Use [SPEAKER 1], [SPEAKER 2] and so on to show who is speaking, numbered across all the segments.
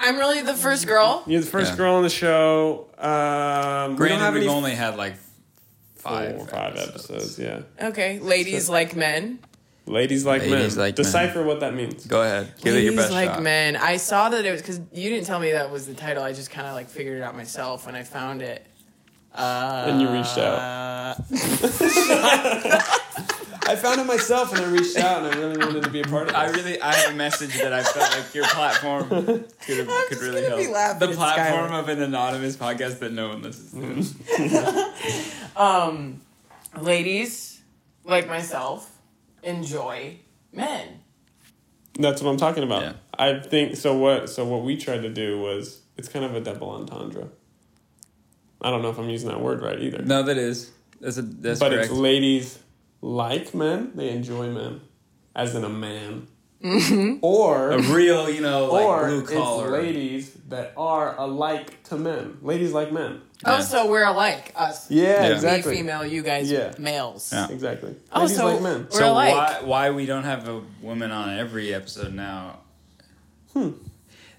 [SPEAKER 1] I'm really the first girl.
[SPEAKER 2] You're the first
[SPEAKER 3] Yeah.
[SPEAKER 2] girl on the show. Um, we don't
[SPEAKER 3] Granted,
[SPEAKER 2] have
[SPEAKER 3] we've
[SPEAKER 2] any
[SPEAKER 3] only had like five,
[SPEAKER 2] four or five episodes. Yeah,
[SPEAKER 1] Okay, ladies like men.
[SPEAKER 2] ladies like
[SPEAKER 3] Ladies
[SPEAKER 2] men.
[SPEAKER 3] like men.
[SPEAKER 2] Decipher what that means.
[SPEAKER 3] Go ahead, give it your
[SPEAKER 1] Ladies
[SPEAKER 3] best
[SPEAKER 1] like
[SPEAKER 3] shot.
[SPEAKER 1] men. I saw that it was because you didn't tell me that was the title. I just kind of like figured it out myself when I found it.
[SPEAKER 2] and you reached
[SPEAKER 1] Uh,
[SPEAKER 2] out. I found it myself, and I reached out, and I really wanted to be a part of it.
[SPEAKER 3] I really, I have a message that I felt like your platform could, have, could
[SPEAKER 1] just
[SPEAKER 3] really
[SPEAKER 1] gonna
[SPEAKER 3] help.
[SPEAKER 1] be laughing
[SPEAKER 3] the
[SPEAKER 1] at
[SPEAKER 3] platform of an anonymous podcast that no one listens to.
[SPEAKER 1] Um, ladies like myself enjoy men.
[SPEAKER 2] That's what I'm talking about.
[SPEAKER 3] Yeah.
[SPEAKER 2] I think so. What so what we tried to do was it's kind of a double entendre. I don't know if I'm using that word right either.
[SPEAKER 3] No, that is that's a that's
[SPEAKER 2] but
[SPEAKER 3] correct.
[SPEAKER 2] it's ladies like men; they enjoy men, as in a man. Or
[SPEAKER 3] a real, you know, like
[SPEAKER 2] or
[SPEAKER 3] blue
[SPEAKER 2] it's
[SPEAKER 3] collar.
[SPEAKER 2] ladies that are alike to men. Ladies like men.
[SPEAKER 1] Oh, so we're alike. Us.
[SPEAKER 2] Yeah,
[SPEAKER 3] Yeah.
[SPEAKER 2] exactly.
[SPEAKER 1] Me female, you guys
[SPEAKER 2] Yeah.
[SPEAKER 1] males.
[SPEAKER 3] Yeah.
[SPEAKER 2] Exactly.
[SPEAKER 1] Oh,
[SPEAKER 2] ladies
[SPEAKER 1] so
[SPEAKER 2] like men.
[SPEAKER 1] we're
[SPEAKER 3] So
[SPEAKER 1] alike.
[SPEAKER 3] why why we don't have a woman on every episode now? Hmm.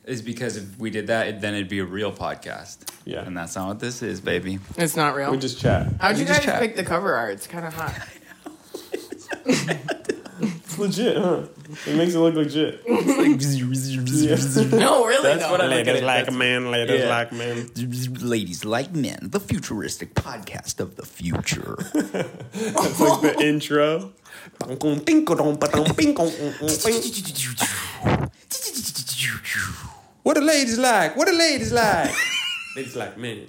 [SPEAKER 3] Is because if we did that, it, then it'd be a real podcast.
[SPEAKER 2] Yeah.
[SPEAKER 3] and that's not what this is, baby.
[SPEAKER 1] It's not real.
[SPEAKER 2] We just chat.
[SPEAKER 1] How'd you
[SPEAKER 3] we just
[SPEAKER 1] guys
[SPEAKER 3] chat.
[SPEAKER 1] pick the cover art? It's kind of hot.
[SPEAKER 2] It's legit, huh? It makes it look legit.
[SPEAKER 1] No, really
[SPEAKER 3] That's
[SPEAKER 1] though.
[SPEAKER 3] what I look at it.
[SPEAKER 2] men, ladies men.
[SPEAKER 3] Ladies like men, the futuristic podcast of the future.
[SPEAKER 2] It's like the intro. What a ladies like? What a ladies like? ladies like men.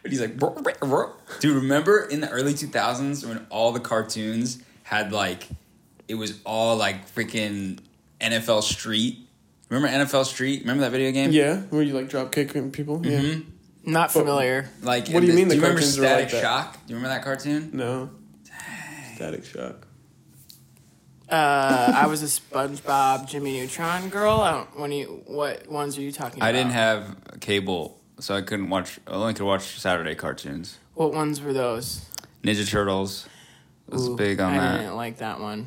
[SPEAKER 3] But he's like, "Bro, bro, bro." dude, remember in the early 2000s when all the cartoons had like, it was all like freaking NFL Street? Remember NFL Street? Remember that video game?
[SPEAKER 2] Yeah, where you like drop kicking people? Yeah.
[SPEAKER 1] Not familiar.
[SPEAKER 3] Like,
[SPEAKER 2] What do you
[SPEAKER 3] and
[SPEAKER 2] mean the
[SPEAKER 3] Do you remember
[SPEAKER 2] cartoons were like
[SPEAKER 3] Static
[SPEAKER 2] that?
[SPEAKER 3] Shock? Do you remember that cartoon?
[SPEAKER 2] No. Static shock.
[SPEAKER 1] Uh, I was a SpongeBob Jimmy Neutron girl. I don't, when you, what ones are you talking about?
[SPEAKER 3] I didn't have cable, so I couldn't watch. I only could watch Saturday cartoons.
[SPEAKER 1] What ones were those?
[SPEAKER 3] Ninja Turtles was
[SPEAKER 1] Ooh,
[SPEAKER 3] big on
[SPEAKER 1] I
[SPEAKER 3] that.
[SPEAKER 1] didn't like that one.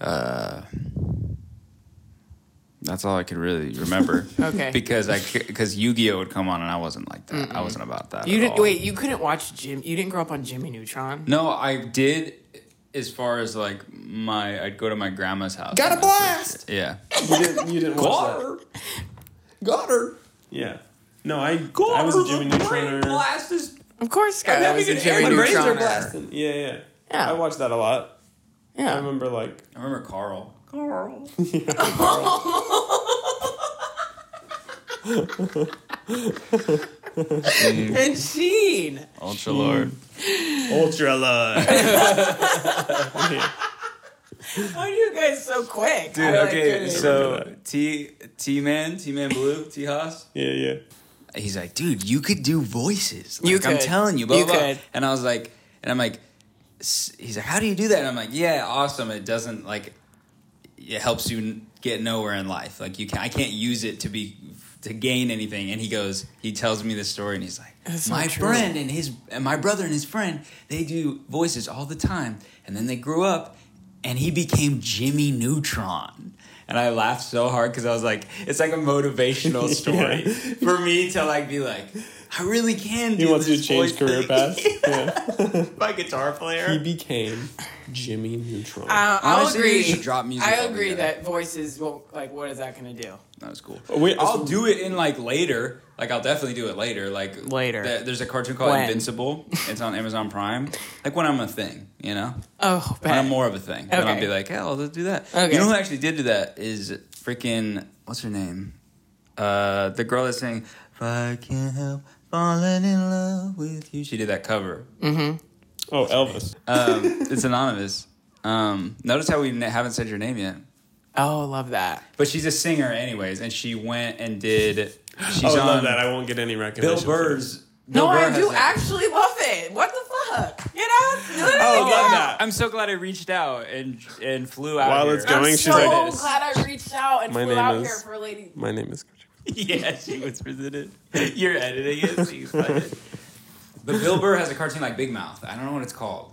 [SPEAKER 3] Uh, That's all I could really remember.
[SPEAKER 1] Okay.
[SPEAKER 3] because I because Yu Gi Oh would come on and I wasn't like that. I wasn't about that.
[SPEAKER 1] You
[SPEAKER 3] at
[SPEAKER 1] didn't
[SPEAKER 3] all.
[SPEAKER 1] wait. You couldn't watch Jim. You didn't grow up on Jimmy Neutron.
[SPEAKER 3] No, I did. As far as like my, I'd go to my grandma's house.
[SPEAKER 2] Got a
[SPEAKER 3] and that's it.
[SPEAKER 2] blast!
[SPEAKER 3] Yeah.
[SPEAKER 2] You didn't, you didn't watch that.
[SPEAKER 3] Got her.
[SPEAKER 2] Yeah. No, I, I was a Jimmy Neutron.
[SPEAKER 3] is
[SPEAKER 1] Of course, guys. I was a Jimmy
[SPEAKER 2] My brains are
[SPEAKER 1] Neutron.
[SPEAKER 2] blasting. Yeah, yeah.
[SPEAKER 1] Yeah.
[SPEAKER 2] I watched that a lot. I
[SPEAKER 1] Yeah.
[SPEAKER 2] remember like
[SPEAKER 3] I remember Carl. Carl.
[SPEAKER 1] And Sheen.
[SPEAKER 3] Ultra Lord.
[SPEAKER 2] Ultra Love.
[SPEAKER 1] Why are you guys so quick?
[SPEAKER 3] Dude,
[SPEAKER 1] I, like, Uh,
[SPEAKER 3] okay,
[SPEAKER 1] couldn't-
[SPEAKER 3] so T T Man, T Man Blue, T Haas.
[SPEAKER 2] yeah, yeah.
[SPEAKER 3] He's like, dude, you could do voices. Like,
[SPEAKER 1] You
[SPEAKER 3] I'm
[SPEAKER 1] could.
[SPEAKER 3] telling you, blah,
[SPEAKER 1] You
[SPEAKER 3] blah.
[SPEAKER 1] could.
[SPEAKER 3] And I was like, and I'm like, s- he's like, how do you do that? And I'm like, yeah, awesome. It doesn't like, it helps you n- get nowhere in life. Like you can, I can't use it to be to gain anything. And he goes, he tells me this story, and he's like,
[SPEAKER 1] That's so
[SPEAKER 3] my
[SPEAKER 1] true.
[SPEAKER 3] friend and his, and my brother and his friend, they do voices all the time. And then they grew up, and he became Jimmy Neutron. And I laughed so hard because I was like, it's like a motivational story for me to like be like, I really can. Do
[SPEAKER 2] He wants you
[SPEAKER 3] this
[SPEAKER 2] to change
[SPEAKER 3] voice
[SPEAKER 2] career
[SPEAKER 3] thing."
[SPEAKER 2] path. yeah.
[SPEAKER 3] My guitar player.
[SPEAKER 2] He became Jimmy Neutron.
[SPEAKER 1] I, I'll
[SPEAKER 3] Honestly,
[SPEAKER 1] agree.
[SPEAKER 3] you should drop music
[SPEAKER 1] I agree
[SPEAKER 3] altogether.
[SPEAKER 1] that voices won't. Like, what is that going to do?
[SPEAKER 3] That was cool.
[SPEAKER 2] wait, uh,
[SPEAKER 3] I'll
[SPEAKER 2] this-
[SPEAKER 3] do it in like later. Like I'll definitely do it later. Like
[SPEAKER 1] Later.
[SPEAKER 3] there- there's a cartoon called
[SPEAKER 1] When?
[SPEAKER 3] Invincible. It's on Amazon Prime. Like when I'm a thing, you know.
[SPEAKER 1] Oh,
[SPEAKER 3] When I'm more of a thing, then I'll
[SPEAKER 1] Okay.
[SPEAKER 3] be like, "Hey, I'll do that."
[SPEAKER 1] Okay.
[SPEAKER 3] You know who actually did do that is freaking what's her name? Uh, the girl that's saying, "If I can't help falling in love with you," she did that cover.
[SPEAKER 2] oh, Elvis.
[SPEAKER 3] Um, it's anonymous. Um, notice how we n- haven't said your name yet.
[SPEAKER 1] Oh, love that.
[SPEAKER 3] But she's a singer, anyways, and she went and did. She's
[SPEAKER 2] oh, I
[SPEAKER 3] on
[SPEAKER 2] love that. I won't get any recognition.
[SPEAKER 3] Bill
[SPEAKER 2] for that.
[SPEAKER 3] Burr's.
[SPEAKER 1] No,
[SPEAKER 3] Bill Burr
[SPEAKER 1] I
[SPEAKER 3] has
[SPEAKER 1] do
[SPEAKER 3] that-
[SPEAKER 1] actually love it. What the fuck? You know? Literally,
[SPEAKER 2] Oh, I love
[SPEAKER 1] yeah.
[SPEAKER 2] that.
[SPEAKER 3] Oh, I'm so glad I reached out and and flew out.
[SPEAKER 2] While
[SPEAKER 3] here.
[SPEAKER 2] it's going,
[SPEAKER 1] I'm
[SPEAKER 2] she's
[SPEAKER 1] so
[SPEAKER 2] like-
[SPEAKER 1] glad I reached out and
[SPEAKER 2] My
[SPEAKER 1] flew
[SPEAKER 2] name
[SPEAKER 1] out
[SPEAKER 2] is-
[SPEAKER 1] here for Lady.
[SPEAKER 2] My name is.
[SPEAKER 3] yeah, she whispers it. in. You're editing it. So you find it. But Bill Burr has a cartoon like Big Mouth. I don't know what it's called.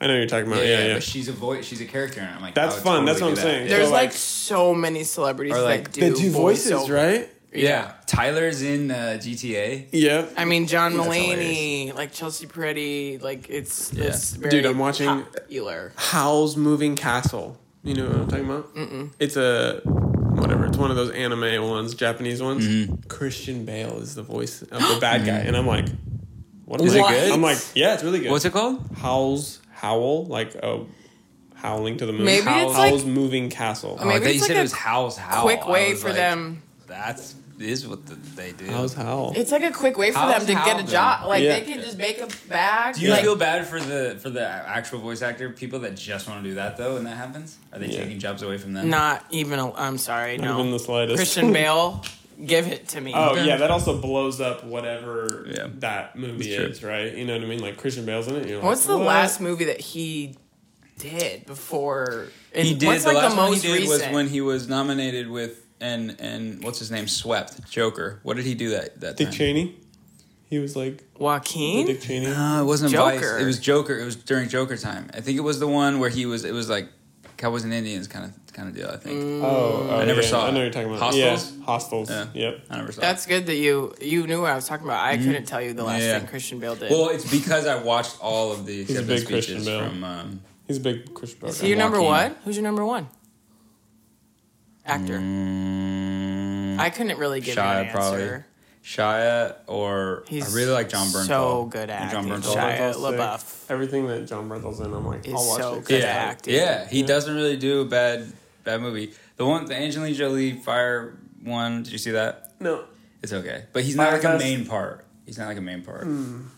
[SPEAKER 2] I know what you're talking about. Yeah, yeah.
[SPEAKER 3] But she's a voice. She's a character, and I'm like,
[SPEAKER 2] That's
[SPEAKER 3] I would
[SPEAKER 2] fun, that's
[SPEAKER 3] totally
[SPEAKER 2] what I'm
[SPEAKER 3] do that.
[SPEAKER 2] saying.
[SPEAKER 1] There's
[SPEAKER 2] So,
[SPEAKER 1] like,
[SPEAKER 2] like-
[SPEAKER 1] so many celebrities
[SPEAKER 3] Or, like,
[SPEAKER 1] that do, voiceover.
[SPEAKER 2] right?
[SPEAKER 3] Yeah, Tyler's in uh, GTA.
[SPEAKER 2] Yeah.
[SPEAKER 1] I mean, John
[SPEAKER 3] That's
[SPEAKER 1] Mulaney, like Chelsea Peretti, like it's
[SPEAKER 3] Yeah.
[SPEAKER 1] this very
[SPEAKER 2] Dude, I'm watching-
[SPEAKER 1] popular.
[SPEAKER 2] Howl's Moving Castle. You know what I'm talking about? Mm-mm. It's a whatever. It's one of those anime ones, Japanese ones.
[SPEAKER 3] Mm-hmm. Mm.
[SPEAKER 2] Christian Bale is the voice of the bad guy, and I'm like, what? Am
[SPEAKER 3] Is
[SPEAKER 2] I-
[SPEAKER 3] it good?
[SPEAKER 2] I'm like, yeah, it's really good.
[SPEAKER 3] What's it called?
[SPEAKER 2] Howl's Howl, like oh, howling to the moon.
[SPEAKER 1] Maybe
[SPEAKER 2] Howl-
[SPEAKER 1] it's like-
[SPEAKER 2] Howl's Moving
[SPEAKER 1] mean-
[SPEAKER 2] Castle.
[SPEAKER 3] oh, I
[SPEAKER 1] Maybe
[SPEAKER 3] thought
[SPEAKER 1] it's
[SPEAKER 3] you
[SPEAKER 1] like
[SPEAKER 3] said
[SPEAKER 1] a
[SPEAKER 3] it was Howl's Howl.
[SPEAKER 1] quick
[SPEAKER 3] I
[SPEAKER 1] way
[SPEAKER 3] was
[SPEAKER 1] for
[SPEAKER 3] like,
[SPEAKER 1] them.
[SPEAKER 3] That's is what the, they do.
[SPEAKER 2] Howl's Howl.
[SPEAKER 1] It's like a quick way for
[SPEAKER 3] How's
[SPEAKER 1] them to
[SPEAKER 3] Hal
[SPEAKER 1] get a
[SPEAKER 3] doing?
[SPEAKER 1] job. Like
[SPEAKER 2] Yeah.
[SPEAKER 1] they can just make a bag.
[SPEAKER 3] do you
[SPEAKER 1] like,
[SPEAKER 3] feel bad for the for the actual voice actor people that just want to do that though, and that happens? Are they
[SPEAKER 2] Yeah.
[SPEAKER 3] taking jobs away from them?
[SPEAKER 1] not even? A, I'm sorry,
[SPEAKER 2] Not
[SPEAKER 1] no.
[SPEAKER 2] even the slightest.
[SPEAKER 1] Christian Bale, give it to me.
[SPEAKER 2] Oh
[SPEAKER 3] Okay.
[SPEAKER 2] yeah, that also blows up whatever
[SPEAKER 3] Yeah.
[SPEAKER 2] that movie
[SPEAKER 3] It's true.
[SPEAKER 2] is, right? You know what I mean? Like Christian Bale's in it. You're like,
[SPEAKER 1] What's the
[SPEAKER 2] what?
[SPEAKER 1] last movie that he did before? And
[SPEAKER 3] He did
[SPEAKER 1] What's
[SPEAKER 3] the
[SPEAKER 1] like
[SPEAKER 3] last
[SPEAKER 1] the
[SPEAKER 3] one he
[SPEAKER 1] most
[SPEAKER 3] did
[SPEAKER 1] recent?
[SPEAKER 3] was when he was nominated with and and what's his name swept Joker. What did he do that that
[SPEAKER 2] Dick
[SPEAKER 3] time?
[SPEAKER 2] Cheney? He was like
[SPEAKER 1] Joaquin.
[SPEAKER 2] Dick Cheney.
[SPEAKER 3] No, it wasn't
[SPEAKER 1] Joker.
[SPEAKER 3] Vice. It was Joker. It was during Joker time. I think it was the one where he was. It was like Cowboys and Indians kind of kind of deal. I think.
[SPEAKER 1] Mm,
[SPEAKER 2] Oh, oh,
[SPEAKER 3] I never
[SPEAKER 2] yeah,
[SPEAKER 3] saw
[SPEAKER 2] I know
[SPEAKER 3] it.
[SPEAKER 2] what you're talking about.
[SPEAKER 3] Hostels?
[SPEAKER 2] Yeah, hostels.
[SPEAKER 3] Yeah.
[SPEAKER 2] Yep.
[SPEAKER 3] I never saw. it.
[SPEAKER 1] That's good that you you knew what I was talking about. I couldn't tell you the last
[SPEAKER 3] Mm-hmm. Yeah.
[SPEAKER 1] thing Christian Bale did.
[SPEAKER 3] Well, it's because I watched all of the
[SPEAKER 2] a
[SPEAKER 3] acceptance
[SPEAKER 2] big Christian
[SPEAKER 3] speeches
[SPEAKER 2] Bale.
[SPEAKER 3] from. Um,
[SPEAKER 2] He's a big Christian Bale.
[SPEAKER 1] Is
[SPEAKER 2] guy.
[SPEAKER 1] he your number
[SPEAKER 3] Joaquin.
[SPEAKER 1] one? Who's your number one? Actor. I couldn't really give you an
[SPEAKER 3] Shia
[SPEAKER 1] answer.
[SPEAKER 3] probably. Mm, Shia or
[SPEAKER 1] He's
[SPEAKER 3] I really like John Bernthal.
[SPEAKER 1] so good at
[SPEAKER 3] And John
[SPEAKER 1] acting.
[SPEAKER 3] Bernthal.
[SPEAKER 1] Shia
[SPEAKER 2] Bernthal's sick.
[SPEAKER 1] LaBeouf.
[SPEAKER 2] Everything that John Bernthal's in, I'm like,
[SPEAKER 1] Is
[SPEAKER 2] I'll watch
[SPEAKER 1] so
[SPEAKER 2] it.
[SPEAKER 1] good.
[SPEAKER 3] yeah,
[SPEAKER 1] acting.
[SPEAKER 3] Yeah, he doesn't really do a bad bad movie. The one, the Angelina Jolie fire one. Did you see that?
[SPEAKER 2] No,
[SPEAKER 3] It's okay, but he's not
[SPEAKER 2] Fyre
[SPEAKER 3] like
[SPEAKER 2] Fest?
[SPEAKER 3] a main part. He's not like a main part.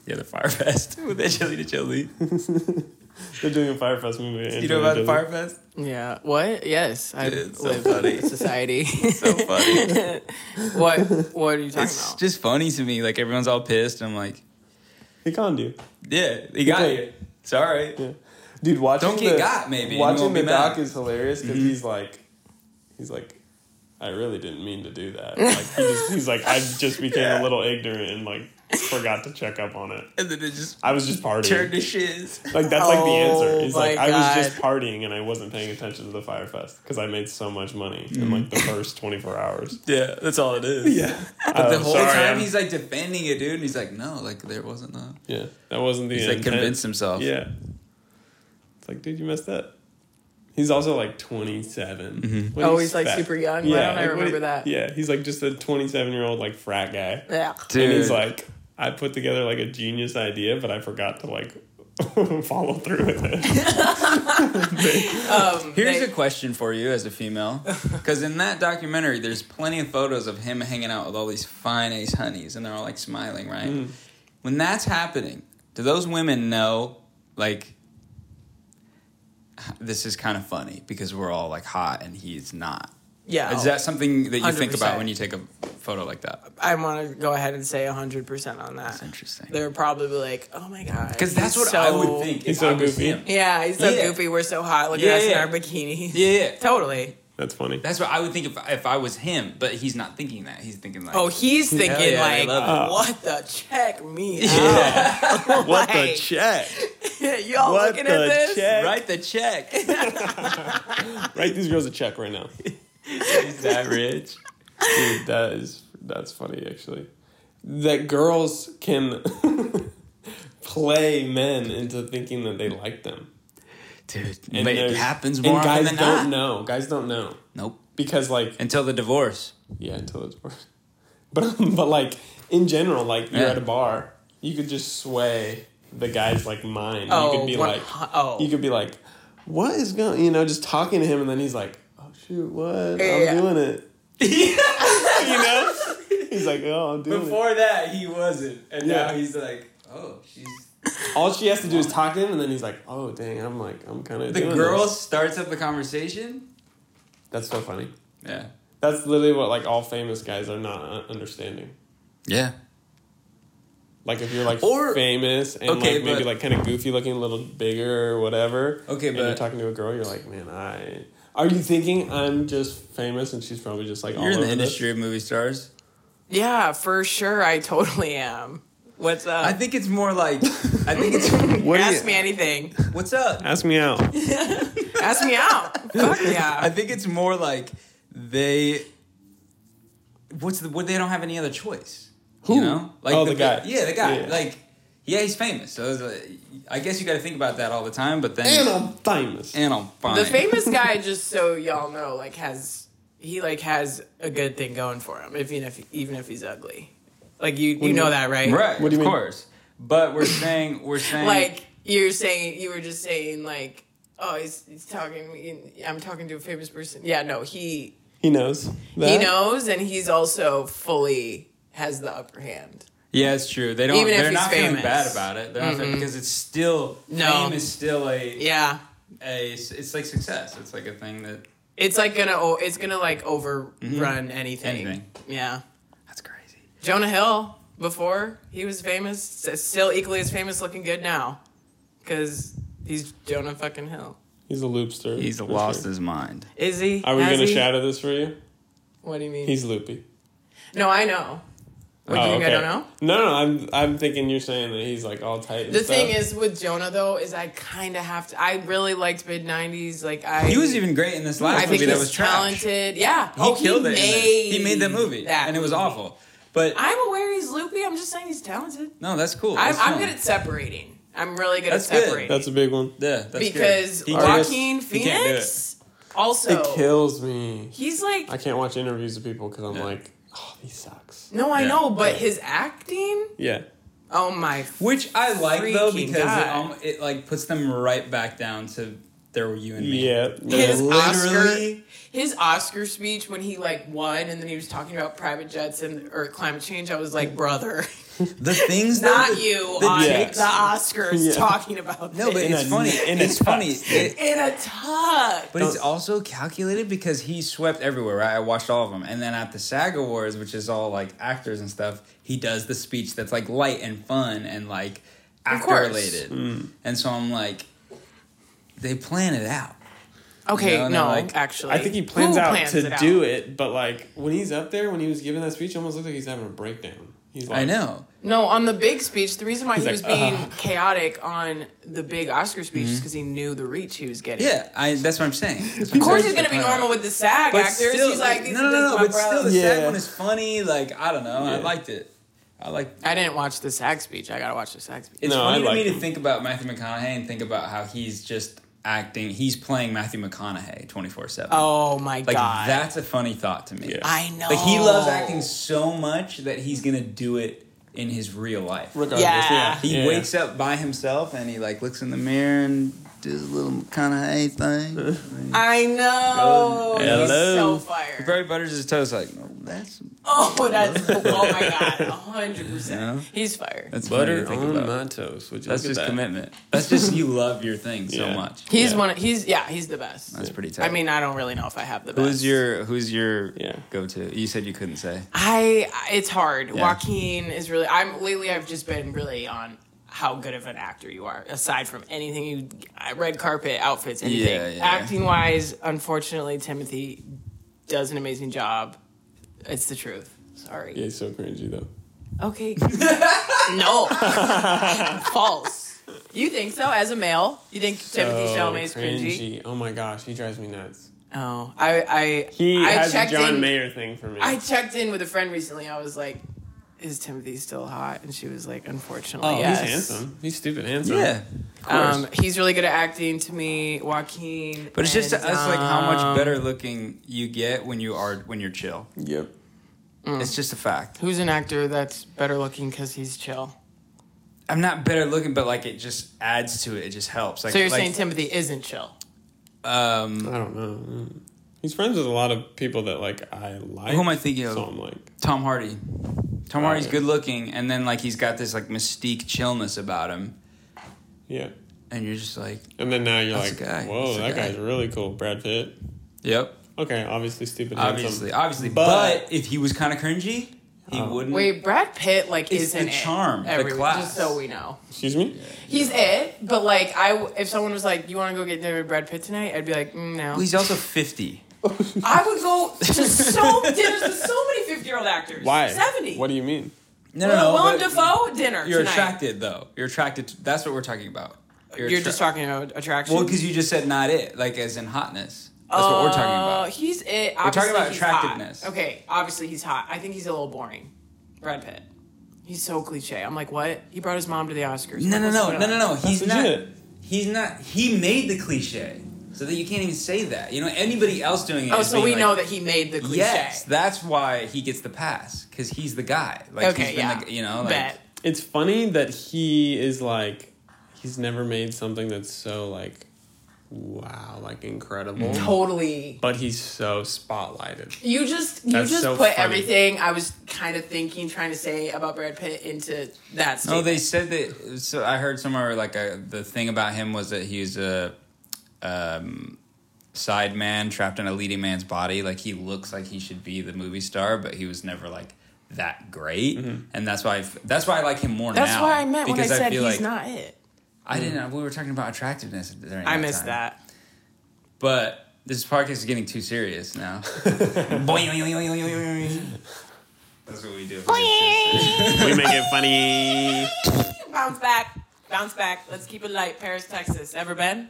[SPEAKER 3] The other Firefest with Angelina Jolie.
[SPEAKER 2] they're doing a Firefest movie.
[SPEAKER 3] you know about the Firefest?
[SPEAKER 1] Yeah. What? Yes. I
[SPEAKER 3] Dude, it's so
[SPEAKER 1] live
[SPEAKER 3] funny.
[SPEAKER 1] in society.
[SPEAKER 3] So funny.
[SPEAKER 1] what what are you talking
[SPEAKER 3] it's
[SPEAKER 1] about?
[SPEAKER 3] just funny to me. Like everyone's all pissed. And I'm like,
[SPEAKER 2] He conned you,
[SPEAKER 3] yeah, he got
[SPEAKER 2] played
[SPEAKER 3] you. It's all right.
[SPEAKER 2] dude. Watching
[SPEAKER 3] Don't get
[SPEAKER 2] the,
[SPEAKER 3] got, maybe, and you
[SPEAKER 2] watching
[SPEAKER 3] won't be
[SPEAKER 2] the doc
[SPEAKER 3] mad. Mm-hmm.
[SPEAKER 2] is hilarious because he's like, he's like, I really didn't mean to do that. Like he just, he's like, I just became a
[SPEAKER 3] Yeah.
[SPEAKER 2] little ignorant and like forgot to check up on it.
[SPEAKER 3] And then it just
[SPEAKER 2] I was just partying.
[SPEAKER 3] turned to shiz.
[SPEAKER 2] Like that's like the
[SPEAKER 1] Oh,
[SPEAKER 2] answer. He's like,
[SPEAKER 1] my
[SPEAKER 2] I was just
[SPEAKER 1] God.
[SPEAKER 2] partying and I wasn't paying attention to the Firefest because I made so much money
[SPEAKER 1] Mm.
[SPEAKER 2] in like the first twenty four hours.
[SPEAKER 3] Yeah, that's all it is.
[SPEAKER 2] Yeah,
[SPEAKER 3] But the whole time he's like defending it, dude, and he's like, no, like there wasn't that.
[SPEAKER 2] yeah, that wasn't the.
[SPEAKER 3] He's like
[SPEAKER 2] intent.
[SPEAKER 3] convinced himself.
[SPEAKER 2] Yeah, it's like, dude, you messed up. He's also like twenty
[SPEAKER 3] Mm-hmm.
[SPEAKER 1] Oh, he's, like, super young? Why don't I remember that?
[SPEAKER 2] Yeah, he's like just a twenty seven year old like frat guy,
[SPEAKER 1] Yeah.
[SPEAKER 3] Dude,
[SPEAKER 2] and he's like, I put together like a genius idea, but I forgot to like follow through with it.
[SPEAKER 3] here's
[SPEAKER 1] Um, they-
[SPEAKER 3] a question for you as a female, because in that documentary, there's plenty of photos of him hanging out with all these fine ace honeys, and they're all like smiling, right?
[SPEAKER 1] Mm.
[SPEAKER 3] When that's happening, do those women know, like? This is kind of funny because we're all like hot and he's not.
[SPEAKER 1] Yeah.
[SPEAKER 3] Is that something that you think
[SPEAKER 1] 100%.
[SPEAKER 3] about when you take a photo like that?
[SPEAKER 1] I want to go ahead and say 100% on that.
[SPEAKER 3] interesting.
[SPEAKER 1] Uh, They're probably like, "Oh my god."
[SPEAKER 3] Because that's
[SPEAKER 1] he's
[SPEAKER 3] what I
[SPEAKER 1] so-
[SPEAKER 3] would think. if
[SPEAKER 2] He's so
[SPEAKER 3] I was
[SPEAKER 2] goofy.
[SPEAKER 3] him.
[SPEAKER 1] Yeah, he's so
[SPEAKER 3] Yeah.
[SPEAKER 1] goofy. We're so hot. Look
[SPEAKER 3] Yeah,
[SPEAKER 1] at us
[SPEAKER 3] yeah.
[SPEAKER 1] in our bikinis.
[SPEAKER 3] Yeah, yeah.
[SPEAKER 1] Totally.
[SPEAKER 2] That's funny.
[SPEAKER 3] That's what I would think if, if I was him, but he's not thinking that. He's thinking like,
[SPEAKER 1] Oh, he's thinking
[SPEAKER 3] yeah, I
[SPEAKER 1] like,
[SPEAKER 3] love
[SPEAKER 1] "What the check me?"
[SPEAKER 3] yeah,
[SPEAKER 1] out."
[SPEAKER 2] What the
[SPEAKER 1] Like,
[SPEAKER 2] check?
[SPEAKER 1] Y'all
[SPEAKER 2] What
[SPEAKER 1] looking at
[SPEAKER 2] the
[SPEAKER 1] this?
[SPEAKER 2] check?
[SPEAKER 3] write the check.
[SPEAKER 2] Write these girls a check right now.
[SPEAKER 3] he's that rich.
[SPEAKER 2] Dude, that is that's funny actually. That girls can play men into thinking that they like them.
[SPEAKER 3] Dude,
[SPEAKER 2] And
[SPEAKER 3] but it
[SPEAKER 2] there's-
[SPEAKER 3] happens
[SPEAKER 2] and
[SPEAKER 3] more often
[SPEAKER 2] guys
[SPEAKER 3] than
[SPEAKER 2] don't
[SPEAKER 3] not.
[SPEAKER 2] know. Guys don't know.
[SPEAKER 3] Nope.
[SPEAKER 2] Because like
[SPEAKER 3] Until the divorce.
[SPEAKER 2] yeah, until it's worse. But but like in general, like you're
[SPEAKER 3] Yeah.
[SPEAKER 2] at a bar, you could just sway the guy's like mind. you
[SPEAKER 1] Oh,
[SPEAKER 2] could be
[SPEAKER 1] one-
[SPEAKER 2] like
[SPEAKER 1] oh.
[SPEAKER 2] you could be like, What is going you know, just talking to him and then he's like, Oh shoot, what?
[SPEAKER 1] Yeah.
[SPEAKER 2] I'm doing it. You know? He's like, Oh I'm doing it.
[SPEAKER 3] that, he wasn't, and
[SPEAKER 2] now Yeah. he's
[SPEAKER 3] like, oh, she's.
[SPEAKER 2] All she has to do is talk to him, and then he's like, "Oh, dang!" I'm like, "I'm kind of
[SPEAKER 3] The girl starts up the conversation.
[SPEAKER 2] That's so funny.
[SPEAKER 3] Yeah.
[SPEAKER 2] That's literally what like all famous guys are not uh, understanding.
[SPEAKER 3] Yeah.
[SPEAKER 2] Like if you're like
[SPEAKER 3] Or-
[SPEAKER 2] famous and
[SPEAKER 3] Okay,
[SPEAKER 2] like maybe
[SPEAKER 3] but-
[SPEAKER 2] like kind of goofy looking, a little bigger or whatever.
[SPEAKER 3] Okay,
[SPEAKER 2] and
[SPEAKER 3] but-
[SPEAKER 2] you're talking to a girl, you're like, "Man, I." Are you thinking I'm just famous and she's probably just like all
[SPEAKER 3] You're in the
[SPEAKER 2] over
[SPEAKER 3] industry of movie stars.
[SPEAKER 1] Yeah, for sure. I totally am. What's up?
[SPEAKER 3] I think it's more like I think it's
[SPEAKER 2] What do
[SPEAKER 1] Ask
[SPEAKER 2] you-
[SPEAKER 1] me anything.
[SPEAKER 3] what's up.
[SPEAKER 2] Ask me out.
[SPEAKER 1] Ask me out. Fuck
[SPEAKER 3] I
[SPEAKER 1] yeah.
[SPEAKER 3] think it's more like they. What's the? What they don't have any other choice.
[SPEAKER 2] Who?
[SPEAKER 3] You know, like
[SPEAKER 2] Oh, the guy.
[SPEAKER 3] Yeah, the guy.
[SPEAKER 2] Yeah.
[SPEAKER 3] Like, yeah, he's famous. So it's like, I guess you got to think about that all the time. But then,
[SPEAKER 2] And I'm famous.
[SPEAKER 3] and I'm fine.
[SPEAKER 1] The famous guy, just so y'all know, like has he like has a good thing going for him, even if even if he's ugly. Like you, you know that, right?
[SPEAKER 3] right?
[SPEAKER 2] What do you
[SPEAKER 3] of
[SPEAKER 2] mean?
[SPEAKER 3] course. But we're saying we're saying
[SPEAKER 1] Like you're saying, you were just saying like, oh, he's, he's talking. I'm talking to a famous person. Yeah, no, he
[SPEAKER 2] He knows. That.
[SPEAKER 1] he knows, and he's also fully has the upper hand.
[SPEAKER 3] yeah, it's true. They don't.
[SPEAKER 1] Even if
[SPEAKER 3] they're
[SPEAKER 1] he's
[SPEAKER 3] not feeling
[SPEAKER 1] famous. Mm-hmm.
[SPEAKER 3] bad about it. They're not feeling- because it's still
[SPEAKER 1] No.
[SPEAKER 3] fame is still a,
[SPEAKER 1] Yeah,
[SPEAKER 3] a it's like success. It's like a thing that
[SPEAKER 1] it's like gonna o- it's gonna like overrun anything.
[SPEAKER 3] Mm-hmm. Anything.
[SPEAKER 1] Yeah,
[SPEAKER 3] that's crazy.
[SPEAKER 1] Jonah Hill before he was famous, s- still equally as famous, looking good now, because he's Jonah fucking Hill.
[SPEAKER 2] He's a loopster.
[SPEAKER 3] He's
[SPEAKER 2] for
[SPEAKER 3] lost
[SPEAKER 2] sure.
[SPEAKER 3] his mind.
[SPEAKER 1] Is he?
[SPEAKER 2] Are we
[SPEAKER 1] Has
[SPEAKER 2] going to
[SPEAKER 1] he?
[SPEAKER 2] shadow this for you?
[SPEAKER 1] What do you mean?
[SPEAKER 2] He's Oh, loopy.
[SPEAKER 1] no, I know. What do you think? I don't know.
[SPEAKER 2] No, no, I'm I'm thinking you're saying that he's like all tight. And
[SPEAKER 1] The
[SPEAKER 2] stuff.
[SPEAKER 1] thing is with Jonah though is I kind of have to. I really liked mid '90s. Like I,
[SPEAKER 3] He was even great in this
[SPEAKER 1] I
[SPEAKER 3] last
[SPEAKER 1] think
[SPEAKER 3] movie that
[SPEAKER 1] he's
[SPEAKER 3] was trash.
[SPEAKER 1] talented. Yeah, Oh,
[SPEAKER 3] He killed it. in it. He made that movie, and it was
[SPEAKER 1] movie.
[SPEAKER 3] awful. But
[SPEAKER 1] I'm aware he's loopy. I'm just saying he's talented.
[SPEAKER 3] no, that's cool.
[SPEAKER 1] I'm,
[SPEAKER 3] That's
[SPEAKER 1] I'm
[SPEAKER 3] fine.
[SPEAKER 1] good at separating. I'm really good
[SPEAKER 3] That's
[SPEAKER 1] at
[SPEAKER 3] good.
[SPEAKER 1] separating.
[SPEAKER 2] that's a big one.
[SPEAKER 3] yeah, that's good.
[SPEAKER 1] because
[SPEAKER 3] He
[SPEAKER 2] Artist-
[SPEAKER 1] Joaquin
[SPEAKER 3] he can't do
[SPEAKER 1] Phoenix
[SPEAKER 2] It
[SPEAKER 1] also
[SPEAKER 2] kills me.
[SPEAKER 1] he's like
[SPEAKER 2] I can't watch interviews of people because I'm
[SPEAKER 3] Yeah.
[SPEAKER 2] like, oh, he sucks.
[SPEAKER 1] no, I
[SPEAKER 3] Yeah.
[SPEAKER 1] know, but his acting.
[SPEAKER 2] Yeah,
[SPEAKER 1] Oh my!
[SPEAKER 3] which I like though
[SPEAKER 1] Freaking
[SPEAKER 3] because it,
[SPEAKER 1] guy.
[SPEAKER 3] um, it like puts them right back down to their you and me.
[SPEAKER 2] yeah.
[SPEAKER 1] His
[SPEAKER 2] yeah.
[SPEAKER 1] Oscar,
[SPEAKER 3] literally-
[SPEAKER 1] his Oscar speech when he like won, and then he was talking about private jets and or climate change. I was like, brother,
[SPEAKER 3] The things that
[SPEAKER 1] not you
[SPEAKER 3] the
[SPEAKER 1] on
[SPEAKER 2] chicks.
[SPEAKER 1] the Oscars
[SPEAKER 2] Yeah.
[SPEAKER 1] talking about
[SPEAKER 3] No, but
[SPEAKER 1] this.
[SPEAKER 2] In
[SPEAKER 3] it's
[SPEAKER 2] a-
[SPEAKER 3] funny.
[SPEAKER 2] in a
[SPEAKER 3] it's funny.
[SPEAKER 2] tux.
[SPEAKER 3] It-
[SPEAKER 1] in a tub.
[SPEAKER 3] but it's also calculated because he swept everywhere. Right? I watched all of them, and then at the SAG Awards, which is all like actors and stuff, he does the speech that's like light and fun and like
[SPEAKER 1] Of
[SPEAKER 3] actor
[SPEAKER 1] course.
[SPEAKER 3] related.
[SPEAKER 2] Hmm.
[SPEAKER 3] And so I'm like, they plan it out.
[SPEAKER 1] Okay,
[SPEAKER 3] No,
[SPEAKER 1] no,
[SPEAKER 3] no, like,
[SPEAKER 1] actually,
[SPEAKER 2] I think he plans
[SPEAKER 1] Who
[SPEAKER 2] out
[SPEAKER 1] plans
[SPEAKER 2] to
[SPEAKER 1] it
[SPEAKER 2] do it, but like when he's up there, when he was giving that speech, it almost looks like he's having a breakdown. He's like,
[SPEAKER 3] I know.
[SPEAKER 1] No, on the big speech, the reason why he
[SPEAKER 2] like,
[SPEAKER 1] was being
[SPEAKER 2] "Ugh." Mm-hmm.
[SPEAKER 1] chaotic on the big Oscar speech is because he knew the reach he was getting.
[SPEAKER 3] Yeah, I, that's what I'm saying. That's what
[SPEAKER 1] Of
[SPEAKER 3] I'm
[SPEAKER 1] course,
[SPEAKER 3] saying.
[SPEAKER 1] he's gonna be normal with the SAG
[SPEAKER 3] But
[SPEAKER 1] actors.
[SPEAKER 3] still,
[SPEAKER 1] he's like, these
[SPEAKER 3] no, no, no, no.
[SPEAKER 1] my
[SPEAKER 3] But still, the
[SPEAKER 1] brothers.
[SPEAKER 3] SAG
[SPEAKER 2] Yeah.
[SPEAKER 3] one is funny. Like I don't know. I
[SPEAKER 2] Yeah.
[SPEAKER 3] liked it. I like.
[SPEAKER 1] I didn't watch the SAG speech. I gotta watch the SAG speech.
[SPEAKER 3] It's
[SPEAKER 2] No, I
[SPEAKER 3] funny
[SPEAKER 2] like
[SPEAKER 3] to me
[SPEAKER 2] him.
[SPEAKER 3] to think about Matthew McConaughey and think about how he's just acting. He's playing Matthew McConaughey twenty four seven.
[SPEAKER 1] oh my
[SPEAKER 3] like
[SPEAKER 1] god,
[SPEAKER 3] that's a funny thought to me.
[SPEAKER 2] Yeah.
[SPEAKER 1] I know.
[SPEAKER 3] Like he loves acting so much that he's gonna do it in his real life.
[SPEAKER 2] regardless,
[SPEAKER 1] Yeah.
[SPEAKER 2] yeah.
[SPEAKER 3] He
[SPEAKER 2] yeah.
[SPEAKER 3] wakes up by himself and he like looks in the mirror and does a little McConaughey thing.
[SPEAKER 1] I know. He's so
[SPEAKER 3] Hello.
[SPEAKER 1] fire.
[SPEAKER 3] Barry butters his toast like oh, that's
[SPEAKER 1] oh, that's oh my god, a hundred percent.
[SPEAKER 3] Yeah.
[SPEAKER 1] He's fire.
[SPEAKER 3] that's funny
[SPEAKER 2] butter
[SPEAKER 3] to think
[SPEAKER 2] on
[SPEAKER 3] about.
[SPEAKER 2] my toast. Would you
[SPEAKER 3] That's
[SPEAKER 2] look at
[SPEAKER 3] just
[SPEAKER 2] that?
[SPEAKER 3] commitment. That's just you love your thing so
[SPEAKER 2] Yeah.
[SPEAKER 3] much.
[SPEAKER 1] He's
[SPEAKER 2] Yeah.
[SPEAKER 1] one. Of, he's yeah. He's the best.
[SPEAKER 3] That's pretty tight.
[SPEAKER 1] I mean, I don't really know if I have the best.
[SPEAKER 3] who's your who's your
[SPEAKER 2] Yeah.
[SPEAKER 3] go to? You said you couldn't say.
[SPEAKER 1] I it's hard.
[SPEAKER 3] Yeah.
[SPEAKER 1] Joaquin is really I'm lately I've just been really on how good of an actor you are aside from anything you red carpet outfits anything.
[SPEAKER 3] Yeah, yeah, yeah.
[SPEAKER 1] Acting wise, unfortunately Timothy does an amazing job. It's the truth. Sorry.
[SPEAKER 2] Yeah, he's so cringy though.
[SPEAKER 1] Okay. no. False. You think so as a male? You think Timothy
[SPEAKER 2] So
[SPEAKER 1] Chalamet is cringy?
[SPEAKER 2] Oh my gosh, he drives me nuts.
[SPEAKER 1] Oh, I I
[SPEAKER 2] He
[SPEAKER 1] I
[SPEAKER 2] has a John
[SPEAKER 1] in,
[SPEAKER 2] Mayer thing for me.
[SPEAKER 1] I checked in with a friend recently. I was like, "Is Timothy still hot?" And she was like, "Unfortunately,
[SPEAKER 3] Oh, he's
[SPEAKER 1] yes."
[SPEAKER 2] He's handsome. He's stupid handsome.
[SPEAKER 3] Yeah, of course.
[SPEAKER 1] Um, he's really good at acting to me, Joaquin.
[SPEAKER 3] but it's just
[SPEAKER 1] and,
[SPEAKER 3] that's like how
[SPEAKER 1] um,
[SPEAKER 3] much better looking you get when you are when you're chill.
[SPEAKER 2] Yep.
[SPEAKER 1] Mm.
[SPEAKER 3] It's just a fact.
[SPEAKER 1] Who's an actor that's better looking because he's chill?
[SPEAKER 3] I'm not better looking, but like it just adds to it. It just helps. Like,
[SPEAKER 1] So you're
[SPEAKER 3] like,
[SPEAKER 1] saying Timothy isn't chill?
[SPEAKER 3] um,
[SPEAKER 2] I don't know. Mm. He's friends with a lot of people that like I like.
[SPEAKER 3] Who am I thinking of?
[SPEAKER 2] So I'm like,
[SPEAKER 3] Tom Hardy. Tom
[SPEAKER 2] Oh,
[SPEAKER 3] Hardy's
[SPEAKER 2] yeah.
[SPEAKER 3] good looking, and then like he's got this like mystique chillness about him,
[SPEAKER 2] yeah.
[SPEAKER 3] and you're just like,
[SPEAKER 2] And then now you're
[SPEAKER 3] That's
[SPEAKER 2] like,
[SPEAKER 3] a guy.
[SPEAKER 2] whoa,
[SPEAKER 3] That's a
[SPEAKER 2] that
[SPEAKER 3] guy.
[SPEAKER 2] guy's really cool, Brad Pitt.
[SPEAKER 3] yep,
[SPEAKER 2] Okay, obviously stupid
[SPEAKER 3] obviously,
[SPEAKER 2] handsome.
[SPEAKER 3] obviously. But, Oh.
[SPEAKER 2] But-
[SPEAKER 3] if he was kind of cringy, he wouldn't.
[SPEAKER 1] Wait, Brad Pitt like
[SPEAKER 3] It's
[SPEAKER 1] isn't
[SPEAKER 3] the
[SPEAKER 1] it
[SPEAKER 3] charm, the
[SPEAKER 1] everywhere,
[SPEAKER 3] class.
[SPEAKER 1] Just so we know,
[SPEAKER 2] Excuse me.
[SPEAKER 1] he's it. But like, I w- if someone was like, "You want to go get dinner with Brad Pitt tonight?" I'd be like, mm, "No."
[SPEAKER 3] Well, He's also 50.
[SPEAKER 1] I would go to so dinners with so many fifty year old actors.
[SPEAKER 2] Why?
[SPEAKER 1] Seventy.
[SPEAKER 2] What do you mean?
[SPEAKER 3] No, no,
[SPEAKER 1] Will-
[SPEAKER 3] no.
[SPEAKER 1] Willem
[SPEAKER 3] but
[SPEAKER 1] Dafoe dinner
[SPEAKER 3] You're
[SPEAKER 1] tonight.
[SPEAKER 3] attracted though. You're attracted. To, that's what we're talking about.
[SPEAKER 1] You're,
[SPEAKER 3] attra-
[SPEAKER 1] just talking about attraction.
[SPEAKER 3] Well, because you just said not it, like as in hotness. That's what we're talking
[SPEAKER 1] Uh,
[SPEAKER 3] about.
[SPEAKER 1] he's it.
[SPEAKER 3] talking
[SPEAKER 1] Obviously
[SPEAKER 3] about
[SPEAKER 1] he's hot.
[SPEAKER 3] attractiveness.
[SPEAKER 1] Okay, obviously he's hot. I think he's a little boring. Brad Pitt. He's so cliche. I'm like, what? He brought his mom to the Oscars.
[SPEAKER 3] No, no,
[SPEAKER 1] What's
[SPEAKER 3] no,
[SPEAKER 1] going
[SPEAKER 3] no,
[SPEAKER 1] on?
[SPEAKER 3] no, no. He's not.
[SPEAKER 2] legit.
[SPEAKER 3] He's not. He made the cliche, so that you can't even say that. You know, anybody else doing it.
[SPEAKER 1] Oh,
[SPEAKER 3] is
[SPEAKER 1] so
[SPEAKER 3] being
[SPEAKER 1] we
[SPEAKER 3] like,
[SPEAKER 1] know that he made the cliche.
[SPEAKER 3] Yes, that's why he gets the pass because he's the guy. Like,
[SPEAKER 1] okay,
[SPEAKER 3] he's been
[SPEAKER 1] yeah.
[SPEAKER 3] The, you know, like,
[SPEAKER 1] Bet.
[SPEAKER 2] It's funny that he is like, he's never made something that's so like, wow, like incredible.
[SPEAKER 3] Mm.
[SPEAKER 1] Totally.
[SPEAKER 2] But he's so spotlighted.
[SPEAKER 1] You just you
[SPEAKER 2] That's
[SPEAKER 1] just
[SPEAKER 2] so
[SPEAKER 1] put
[SPEAKER 2] funny.
[SPEAKER 1] everything I was kind of thinking, trying to say about Brad Pitt into that. Statement.
[SPEAKER 3] No, Oh, they said that. So I heard somewhere like uh the thing about him was that he's a um, side man trapped in a leading man's body. Like he looks like he should be the movie star, but he was never like that great. And that's why I f- that's why I like him more
[SPEAKER 1] Mm-hmm. That's
[SPEAKER 3] now.
[SPEAKER 1] what I meant when I
[SPEAKER 3] because
[SPEAKER 1] said
[SPEAKER 3] feel
[SPEAKER 1] he's
[SPEAKER 3] like-
[SPEAKER 1] not it.
[SPEAKER 3] I didn't. We were talking about attractiveness during.
[SPEAKER 1] I
[SPEAKER 3] that
[SPEAKER 1] missed
[SPEAKER 3] time.
[SPEAKER 1] that.
[SPEAKER 3] But this podcast is getting too serious now. That's what we do.
[SPEAKER 2] we make it funny.
[SPEAKER 1] Bounce back. Bounce back. Let's keep it light. Paris, Texas. Ever been?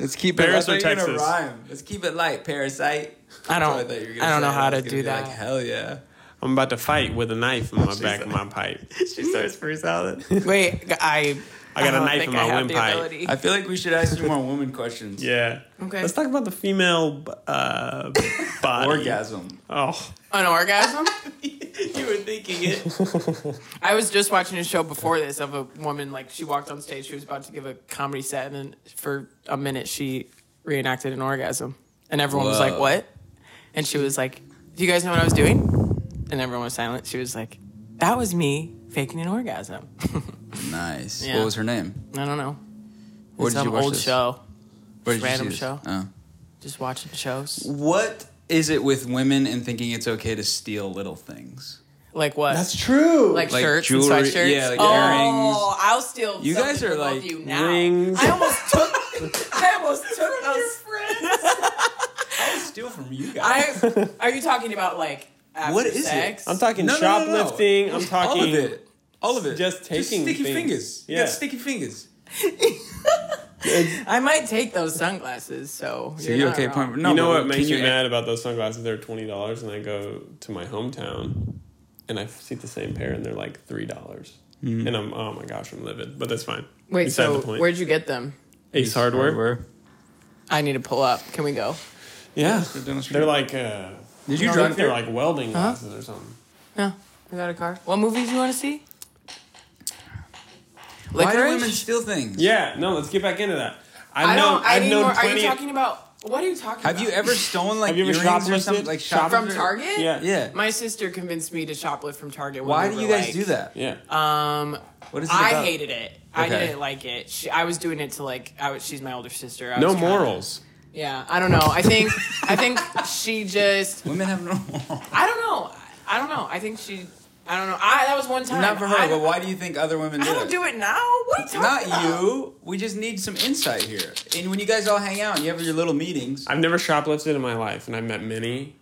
[SPEAKER 3] Let's keep it
[SPEAKER 2] Paris
[SPEAKER 3] light.
[SPEAKER 2] or
[SPEAKER 3] They're gonna
[SPEAKER 2] Texas?
[SPEAKER 3] rhyme. Let's keep it light, parasite.
[SPEAKER 1] I
[SPEAKER 3] That's what
[SPEAKER 1] don't.
[SPEAKER 3] thought you were gonna
[SPEAKER 1] I don't know
[SPEAKER 3] say.
[SPEAKER 1] how
[SPEAKER 3] was
[SPEAKER 1] to
[SPEAKER 3] gonna
[SPEAKER 1] do
[SPEAKER 3] be
[SPEAKER 1] that.
[SPEAKER 3] Like, Hell yeah.
[SPEAKER 2] I'm about to fight with a knife in my back of my pipe.
[SPEAKER 3] She starts for salad.
[SPEAKER 1] Wait, g- I.
[SPEAKER 2] I got a
[SPEAKER 1] don't
[SPEAKER 2] knife
[SPEAKER 1] think
[SPEAKER 2] in
[SPEAKER 1] I
[SPEAKER 2] my
[SPEAKER 1] have the
[SPEAKER 2] windpipe.
[SPEAKER 1] ability.
[SPEAKER 3] I feel like we should ask you more woman questions.
[SPEAKER 2] Yeah.
[SPEAKER 1] Okay.
[SPEAKER 2] Let's talk about the female uh, body.
[SPEAKER 3] Orgasm.
[SPEAKER 2] Oh,
[SPEAKER 1] An orgasm?
[SPEAKER 3] you were thinking it.
[SPEAKER 1] I was just watching a show before this of a woman like she walked on stage. She was about to give a comedy set, and then for a minute she reenacted an orgasm, and everyone was like,
[SPEAKER 3] Whoa.
[SPEAKER 1] "What?" And she was like, "Do you guys know what I was doing?" And everyone was silent. She was like, "That was me faking an orgasm."
[SPEAKER 3] Nice.
[SPEAKER 1] Yeah.
[SPEAKER 3] What was her name?
[SPEAKER 1] I don't know.
[SPEAKER 3] Where
[SPEAKER 1] It's
[SPEAKER 3] did you
[SPEAKER 1] some
[SPEAKER 3] watch
[SPEAKER 1] old
[SPEAKER 3] this?
[SPEAKER 1] show.
[SPEAKER 3] Where did you see
[SPEAKER 1] Random
[SPEAKER 3] this?
[SPEAKER 1] show.
[SPEAKER 3] Oh.
[SPEAKER 1] Just watching shows.
[SPEAKER 3] What is it with women and thinking it's okay to steal little things?
[SPEAKER 1] Like what?
[SPEAKER 2] true.
[SPEAKER 1] like,
[SPEAKER 3] Like
[SPEAKER 1] shirts
[SPEAKER 3] jewelry-
[SPEAKER 1] and sweatshirts.
[SPEAKER 3] yeah, like
[SPEAKER 1] oh,
[SPEAKER 3] earrings.
[SPEAKER 1] I'll steal.
[SPEAKER 3] You guys
[SPEAKER 1] something
[SPEAKER 3] are
[SPEAKER 1] from both
[SPEAKER 3] like
[SPEAKER 1] you now.
[SPEAKER 2] rings.
[SPEAKER 1] I almost took. I almost took those.
[SPEAKER 3] Steal from you guys.
[SPEAKER 1] I are you talking about like after
[SPEAKER 3] What is it?
[SPEAKER 1] sex?
[SPEAKER 2] I'm talking
[SPEAKER 3] No, no, no, no.
[SPEAKER 2] shoplifting. I'm talking.
[SPEAKER 3] All of it. All of it.
[SPEAKER 2] Just taking
[SPEAKER 3] sticky
[SPEAKER 2] things.
[SPEAKER 3] fingers. You
[SPEAKER 2] Yeah.
[SPEAKER 3] got sticky fingers.
[SPEAKER 1] I might take those sunglasses. So,
[SPEAKER 3] So
[SPEAKER 1] you're
[SPEAKER 3] you
[SPEAKER 1] not
[SPEAKER 3] okay?
[SPEAKER 1] wrong.
[SPEAKER 3] Point. No,
[SPEAKER 2] You know
[SPEAKER 3] but
[SPEAKER 2] what
[SPEAKER 3] can
[SPEAKER 2] makes me
[SPEAKER 3] you-
[SPEAKER 2] mad about those sunglasses? They're twenty dollars, and I go to my hometown, and I see the same pair, and they're like three dollars,
[SPEAKER 3] Hmm.
[SPEAKER 2] and I'm oh my gosh, I'm livid. But that's fine.
[SPEAKER 1] Wait,
[SPEAKER 2] Beside
[SPEAKER 1] so
[SPEAKER 2] the point.
[SPEAKER 1] where'd you get them?
[SPEAKER 2] Ace Hardware?
[SPEAKER 1] I need to pull up. Can we go?
[SPEAKER 2] Yeah,
[SPEAKER 3] down the street.
[SPEAKER 2] they're like. Uh, I
[SPEAKER 3] Did you
[SPEAKER 2] don't
[SPEAKER 3] drive
[SPEAKER 2] think they're
[SPEAKER 3] there?
[SPEAKER 2] like welding glasses or something.
[SPEAKER 1] No, we got a car. What movies you want to see?
[SPEAKER 3] Why do
[SPEAKER 1] Licorice?
[SPEAKER 3] women steal things?
[SPEAKER 2] Yeah, no, let's get back into that. I've
[SPEAKER 1] I
[SPEAKER 2] known,
[SPEAKER 1] don't. I
[SPEAKER 2] I've
[SPEAKER 1] need
[SPEAKER 2] known
[SPEAKER 1] more. Are
[SPEAKER 2] plenty.
[SPEAKER 1] you talking about? What are you talking
[SPEAKER 3] Have
[SPEAKER 1] about?
[SPEAKER 3] you ever stolen like
[SPEAKER 2] Have you ever
[SPEAKER 3] earrings or
[SPEAKER 2] shoplifted?
[SPEAKER 3] something like
[SPEAKER 2] Shop-
[SPEAKER 1] from
[SPEAKER 3] shoplifted?
[SPEAKER 1] Target?
[SPEAKER 2] Yeah.
[SPEAKER 3] Yeah.
[SPEAKER 1] My sister convinced me to shoplift from Target. when we
[SPEAKER 3] Why do
[SPEAKER 1] were,
[SPEAKER 3] you guys
[SPEAKER 1] like-
[SPEAKER 3] do that?
[SPEAKER 2] yeah,
[SPEAKER 1] Um,
[SPEAKER 3] What is it
[SPEAKER 1] I
[SPEAKER 3] about?
[SPEAKER 1] hated it. I
[SPEAKER 3] Okay.
[SPEAKER 1] didn't like it. She, I was doing it to like. I was, she's my older sister. I
[SPEAKER 2] no
[SPEAKER 1] was kinda-
[SPEAKER 2] morals.
[SPEAKER 1] Yeah, I don't know. I think I think she just.
[SPEAKER 3] Women have no.
[SPEAKER 1] I don't know. I don't know. I think she. I don't know. I that was one time.
[SPEAKER 3] Not for her,
[SPEAKER 1] I,
[SPEAKER 3] but why do you think other women do
[SPEAKER 1] I don't
[SPEAKER 3] it?
[SPEAKER 1] do it now. What are you talking
[SPEAKER 3] Not
[SPEAKER 1] about?
[SPEAKER 3] you. We just need some insight here. And when you guys all hang out and you have your little meetings,
[SPEAKER 2] I've never shoplifted in my life, and I've met many,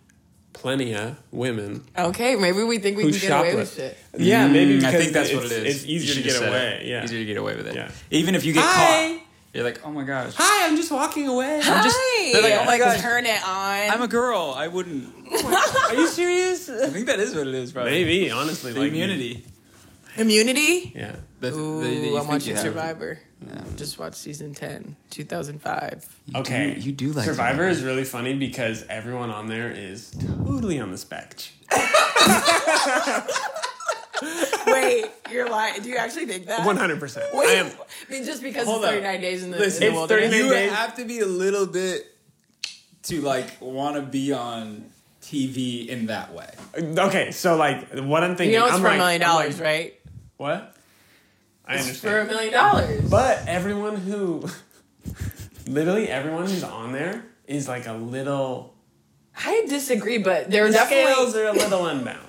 [SPEAKER 2] plenty of women
[SPEAKER 1] Okay, maybe we think we
[SPEAKER 2] who
[SPEAKER 1] can get away with
[SPEAKER 2] shoplift.
[SPEAKER 1] shit.
[SPEAKER 2] Yeah, maybe
[SPEAKER 3] Mm,
[SPEAKER 2] because
[SPEAKER 3] I think that's
[SPEAKER 2] it's,
[SPEAKER 3] what it is.
[SPEAKER 2] It's
[SPEAKER 3] You
[SPEAKER 2] easier to
[SPEAKER 3] should've
[SPEAKER 2] get
[SPEAKER 3] said
[SPEAKER 2] away.
[SPEAKER 3] it.
[SPEAKER 2] Yeah.
[SPEAKER 3] easier to get away with it.
[SPEAKER 2] Yeah.
[SPEAKER 3] Even if you get
[SPEAKER 1] Hi.
[SPEAKER 3] caught, you're like, oh my gosh,
[SPEAKER 2] Hi, I'm just walking away.
[SPEAKER 1] I'm
[SPEAKER 3] just- they're like, oh my gosh.
[SPEAKER 1] turn it on.
[SPEAKER 3] I'm a girl. I wouldn't.
[SPEAKER 2] Are you serious?
[SPEAKER 3] I think that is what it is, probably.
[SPEAKER 2] Maybe, honestly,
[SPEAKER 3] the
[SPEAKER 2] like
[SPEAKER 3] immunity.
[SPEAKER 1] immunity.
[SPEAKER 2] Yeah,
[SPEAKER 3] That- that-
[SPEAKER 1] Ooh,
[SPEAKER 3] that you
[SPEAKER 1] I'm
[SPEAKER 3] think you
[SPEAKER 1] watching
[SPEAKER 3] have.
[SPEAKER 1] Survivor.
[SPEAKER 3] Yeah.
[SPEAKER 1] Just watched season 10, 2005.
[SPEAKER 2] okay.
[SPEAKER 3] you do like
[SPEAKER 2] Survivor
[SPEAKER 3] Survivor.
[SPEAKER 2] is really funny because everyone on there is totally on the spectrum.
[SPEAKER 1] Wait, you're lying. Do you actually think that?
[SPEAKER 2] One hundred percent. I
[SPEAKER 1] Wait,
[SPEAKER 2] am.
[SPEAKER 1] I mean, just because
[SPEAKER 2] Hold
[SPEAKER 1] it's
[SPEAKER 2] up.
[SPEAKER 1] 39 days in the,
[SPEAKER 2] Listen,
[SPEAKER 1] in the
[SPEAKER 2] it's
[SPEAKER 1] wilderness.
[SPEAKER 2] 39
[SPEAKER 3] You
[SPEAKER 2] Dave.
[SPEAKER 3] have to be a little bit to like want to be on TV in that way.
[SPEAKER 2] Okay, so like what I'm thinking.
[SPEAKER 1] You know it's
[SPEAKER 2] I'm
[SPEAKER 1] for
[SPEAKER 2] like,
[SPEAKER 1] a million
[SPEAKER 2] I'm like,
[SPEAKER 1] dollars, right?
[SPEAKER 2] What? I
[SPEAKER 1] It's for a
[SPEAKER 2] understand.
[SPEAKER 1] million dollars.
[SPEAKER 2] But everyone who, literally everyone who's on there is like a little.
[SPEAKER 1] I disagree, but there are
[SPEAKER 2] The
[SPEAKER 1] definitely
[SPEAKER 2] scales are a little unbalanced.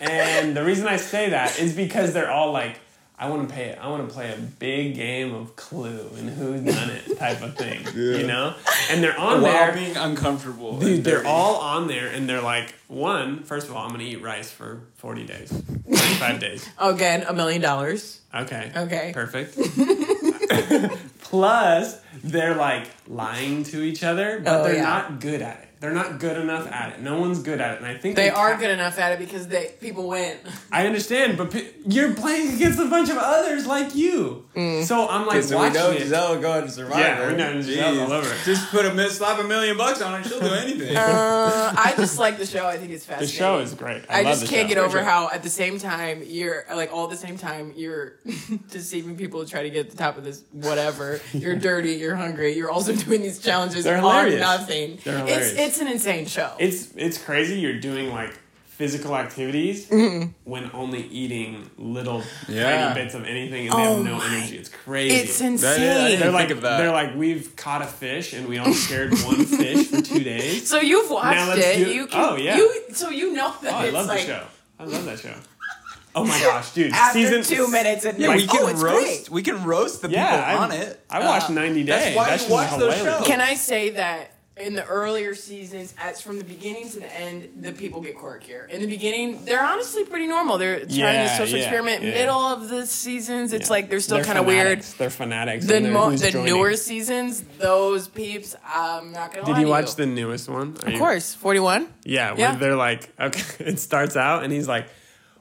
[SPEAKER 2] and the reason I say that is because they're all like, I want to pay. I want to play a big game of Clue and Who Done It type of thing. You know, and they're on
[SPEAKER 3] While
[SPEAKER 2] there.
[SPEAKER 3] being uncomfortable. and
[SPEAKER 2] Dude, they're
[SPEAKER 3] dirty.
[SPEAKER 2] all on there, and they're like, one, first of all, I'm gonna eat rice for 40 days, 45 days.
[SPEAKER 1] Again, a million dollars.
[SPEAKER 2] Okay.
[SPEAKER 1] Okay.
[SPEAKER 2] Perfect. Plus, they're like lying to each other, but
[SPEAKER 1] Oh,
[SPEAKER 2] they're
[SPEAKER 1] yeah.
[SPEAKER 2] not good at it. They're not good enough at it. No one's good at it, and I think
[SPEAKER 1] They are
[SPEAKER 2] ca-
[SPEAKER 1] good enough at it because they people win.
[SPEAKER 2] I understand, but pe- you're playing against a bunch of others like you.
[SPEAKER 1] Mm.
[SPEAKER 2] So I'm like
[SPEAKER 3] So we
[SPEAKER 2] watching
[SPEAKER 3] know
[SPEAKER 2] it.
[SPEAKER 3] Giselle going to Survivor.
[SPEAKER 2] Yeah, we know Giselle's all over it.
[SPEAKER 3] Just put a mil- slap a million bucks on her, she'll do anything.
[SPEAKER 1] Uh, I just like the show. I think it's
[SPEAKER 2] the
[SPEAKER 1] fascinating.
[SPEAKER 2] show is great. I,
[SPEAKER 1] I
[SPEAKER 2] love
[SPEAKER 1] just
[SPEAKER 2] the
[SPEAKER 1] can't
[SPEAKER 2] show.
[SPEAKER 1] get over how at the same time you're like all at the same time you're deceiving people to try to get at the top of this whatever. You're dirty, you're hungry, you're also doing these challenges
[SPEAKER 2] They're
[SPEAKER 1] on
[SPEAKER 2] hilarious.
[SPEAKER 1] nothing.
[SPEAKER 2] They're
[SPEAKER 1] it's
[SPEAKER 2] hilarious.
[SPEAKER 1] it's an insane show.
[SPEAKER 2] it's it's crazy you're doing like physical activities
[SPEAKER 1] Mm-hmm.
[SPEAKER 2] when only eating little
[SPEAKER 3] Yeah.
[SPEAKER 2] tiny bits of anything and
[SPEAKER 1] Oh
[SPEAKER 2] they have no
[SPEAKER 1] my-
[SPEAKER 2] energy it's crazy
[SPEAKER 1] it's
[SPEAKER 3] That-
[SPEAKER 1] insane.
[SPEAKER 3] yeah, I
[SPEAKER 2] they're
[SPEAKER 3] didn't
[SPEAKER 2] like
[SPEAKER 3] think of that.
[SPEAKER 2] they're like we've caught a fish and we only shared one fish for two days
[SPEAKER 1] so you've
[SPEAKER 2] Now
[SPEAKER 1] watched
[SPEAKER 2] let's
[SPEAKER 1] it.
[SPEAKER 2] do-
[SPEAKER 1] you can,
[SPEAKER 2] oh, yeah.
[SPEAKER 1] you so you know that
[SPEAKER 2] oh i
[SPEAKER 1] it's
[SPEAKER 2] love
[SPEAKER 1] like
[SPEAKER 2] the show i love that show oh my gosh dude
[SPEAKER 1] after
[SPEAKER 2] season
[SPEAKER 1] two minutes and
[SPEAKER 2] Yeah,
[SPEAKER 1] you're
[SPEAKER 2] we
[SPEAKER 1] like,
[SPEAKER 2] can
[SPEAKER 1] oh, it's
[SPEAKER 3] roast.
[SPEAKER 1] great.
[SPEAKER 3] We can roast the
[SPEAKER 2] yeah
[SPEAKER 3] people
[SPEAKER 2] I,
[SPEAKER 3] on it.
[SPEAKER 2] i watched
[SPEAKER 3] Uh,
[SPEAKER 2] 90 days
[SPEAKER 3] that's why you
[SPEAKER 2] that's just
[SPEAKER 3] watch those
[SPEAKER 2] hilarious.
[SPEAKER 3] shows.
[SPEAKER 1] Can I say that in the earlier seasons, as from the beginning to the end, the people get quirkier. In the beginning, they're honestly pretty normal. They're trying
[SPEAKER 2] Yeah,
[SPEAKER 1] to social
[SPEAKER 2] yeah,
[SPEAKER 1] experiment.
[SPEAKER 2] yeah.
[SPEAKER 1] Middle of the seasons, it's
[SPEAKER 2] Yeah.
[SPEAKER 1] like they're still kind of weird.
[SPEAKER 2] fanatics. They're fanatics.
[SPEAKER 1] The
[SPEAKER 2] and they're
[SPEAKER 1] mo-
[SPEAKER 2] who's
[SPEAKER 1] the
[SPEAKER 2] joining.
[SPEAKER 1] newer seasons, those peeps, I'm not gonna.
[SPEAKER 2] Did
[SPEAKER 1] lie
[SPEAKER 2] you
[SPEAKER 1] to
[SPEAKER 2] watch the newest one? Are
[SPEAKER 1] Of
[SPEAKER 2] you-
[SPEAKER 1] course, forty one.
[SPEAKER 2] Yeah, where
[SPEAKER 1] Yeah.
[SPEAKER 2] they're like, okay, it starts out, and he's like,